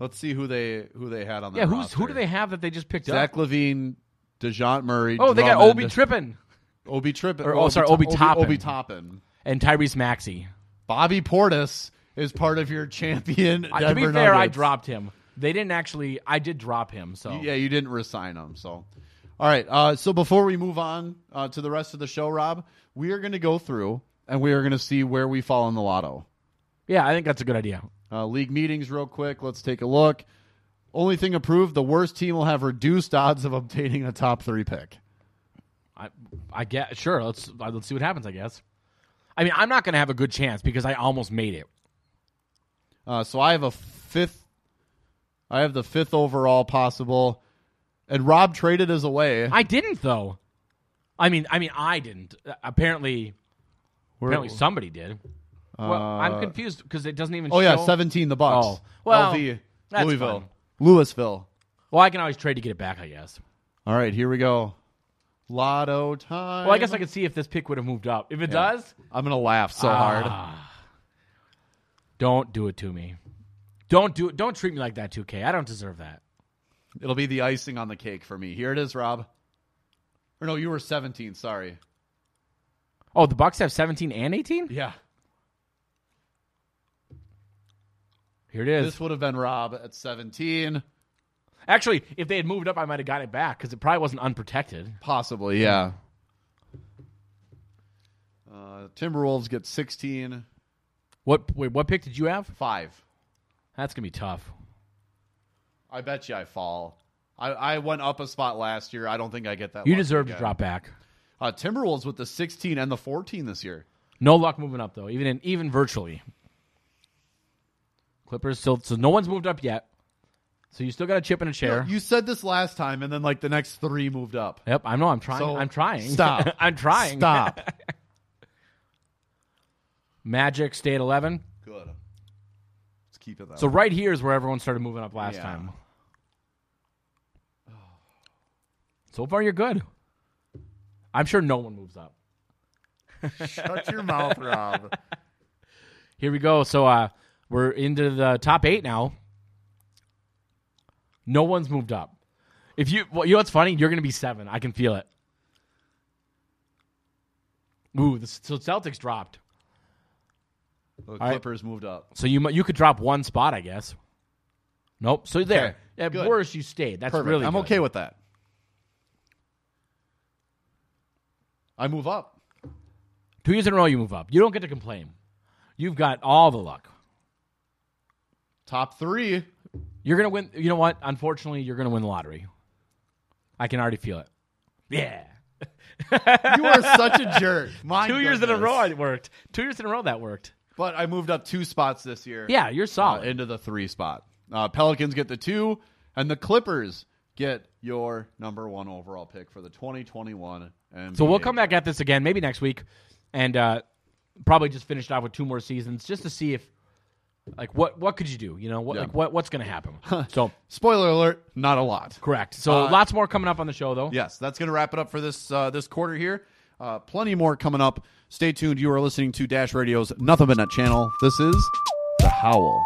S1: Let's see who they who they had on that.
S2: Yeah. Who's who
S1: roster.
S2: do they have that they just picked
S1: Zach
S2: up?
S1: Levine, Dejounte Murray.
S2: Oh, they got
S1: Drummond,
S2: Obi Trippin
S1: Obi Trippin.
S2: Or, oh, sorry, Obi Toppin.
S1: Obi Toppin.
S2: and Tyrese Maxey.
S1: Bobby Portis is part of your champion.
S2: I-
S1: Denver
S2: to be fair, I
S1: Nuggets.
S2: dropped him. They didn't actually. I did drop him. So
S1: Yeah, you didn't resign them. So, all right. Uh, so before we move on uh, to the rest of the show, Rob, we are going to go through and we are going to see where we fall in the lotto.
S2: yeah, I think that's a good idea.
S1: Uh, league meetings, real quick. Let's take a look. Only thing approved: the worst team will have reduced odds of obtaining a top three pick.
S2: I I get sure. Let's uh, let's see what happens. I guess. I mean, I'm not going to have a good chance because I almost made it.
S1: Uh, so I have a fifth. I have the fifth overall possible, and Rob traded us away.
S2: I didn't though. I mean, I mean, I didn't. Uh, apparently, apparently somebody did. well, I'm confused because it doesn't even.
S1: Uh, oh yeah,
S2: show-
S1: seventeen the Bucks.
S2: Oh, well,
S1: LV,
S2: that's
S1: Louisville,
S2: fun.
S1: Louisville.
S2: Well, I can always trade to get it back. I guess.
S1: All right, here we go. Lotto time.
S2: Well, I guess I could Ah. see if this pick would have moved up. If it does,
S1: I'm gonna laugh so hard.
S2: don't do it to me. Don't do it. Don't treat me like that, 2K. I don't deserve that.
S1: It'll be the icing on the cake for me. Here it is, Rob. Or no, you were 17. Sorry.
S2: Oh, the Bucks have 17 and 18.
S1: Yeah,
S2: Here it is.
S1: this would have been Rob at 17,
S2: Actually, if they had moved up, I might have gotten it back because it probably wasn't unprotected.
S1: possibly. Yeah. Uh, Timberwolves get 16,
S2: What? Wait, what pick did you have?
S1: five.
S2: That's gonna be tough.
S1: I bet you I fall. I, I went up a spot last year. I don't think I get that.
S2: You
S1: lucky
S2: deserve to
S1: again.
S2: drop back.
S1: Uh, Timberwolves with the 16 and the 14 this year.
S2: No luck moving up though, even in, even virtually. Clippers still so no one's moved up yet. So you still got a chip and a chair.
S1: You said this last time, and then like the next three moved up.
S2: yep, I know. I'm trying.
S1: So,
S2: I'm trying.
S1: Stop.
S2: I'm trying.
S1: Stop.
S2: Magic stay at 11.
S1: Good. Let's keep it that
S2: So right here is where everyone started moving up last
S1: Yeah.
S2: time. So far, you're good. I'm sure no one moves up.
S1: Shut your mouth, Rob.
S2: Here we go. So uh, we're into the top eight now. No one's moved up. If you, well, you know what's funny? You're going to be seven. I can feel it. Ooh, the, so Celtics dropped.
S1: The
S2: right.
S1: Clippers moved up.
S2: So you mu- you could drop one spot, I guess. Nope. So there. At
S1: Good.
S2: worst, you stayed. That's
S1: Perfect.
S2: really.
S1: I'm
S2: good.
S1: okay with that. I move up.
S2: Two years in a row, you move up. You don't get to complain. You've got all the luck.
S1: Top three.
S2: You're gonna win. You know what? Unfortunately, you're gonna win the lottery. I can already feel it. Yeah.
S1: You are such a jerk. My
S2: Two years in a
S1: goodness.
S2: row, it worked. Two years in a row, that worked.
S1: But I moved up two spots this year.
S2: Yeah, you're
S1: uh,
S2: solid.
S1: into the three spot. Uh, Pelicans get the two, and the Clippers get your number one overall pick for the 2021. NBA.
S2: so we'll come back at this again, maybe next week, and uh, probably just finish it off with two more seasons just to see if, like, what what could you do? You know, what
S1: Yeah.
S2: like what what's going to happen? so
S1: Spoiler alert: not a lot.
S2: correct. So
S1: Uh,
S2: lots more coming up on the show, though.
S1: Yes, that's going to wrap it up for this uh, this quarter here. Uh, plenty more coming up. Stay tuned. You are listening to Dash Radio's Nothing But Net channel. This is the Howl.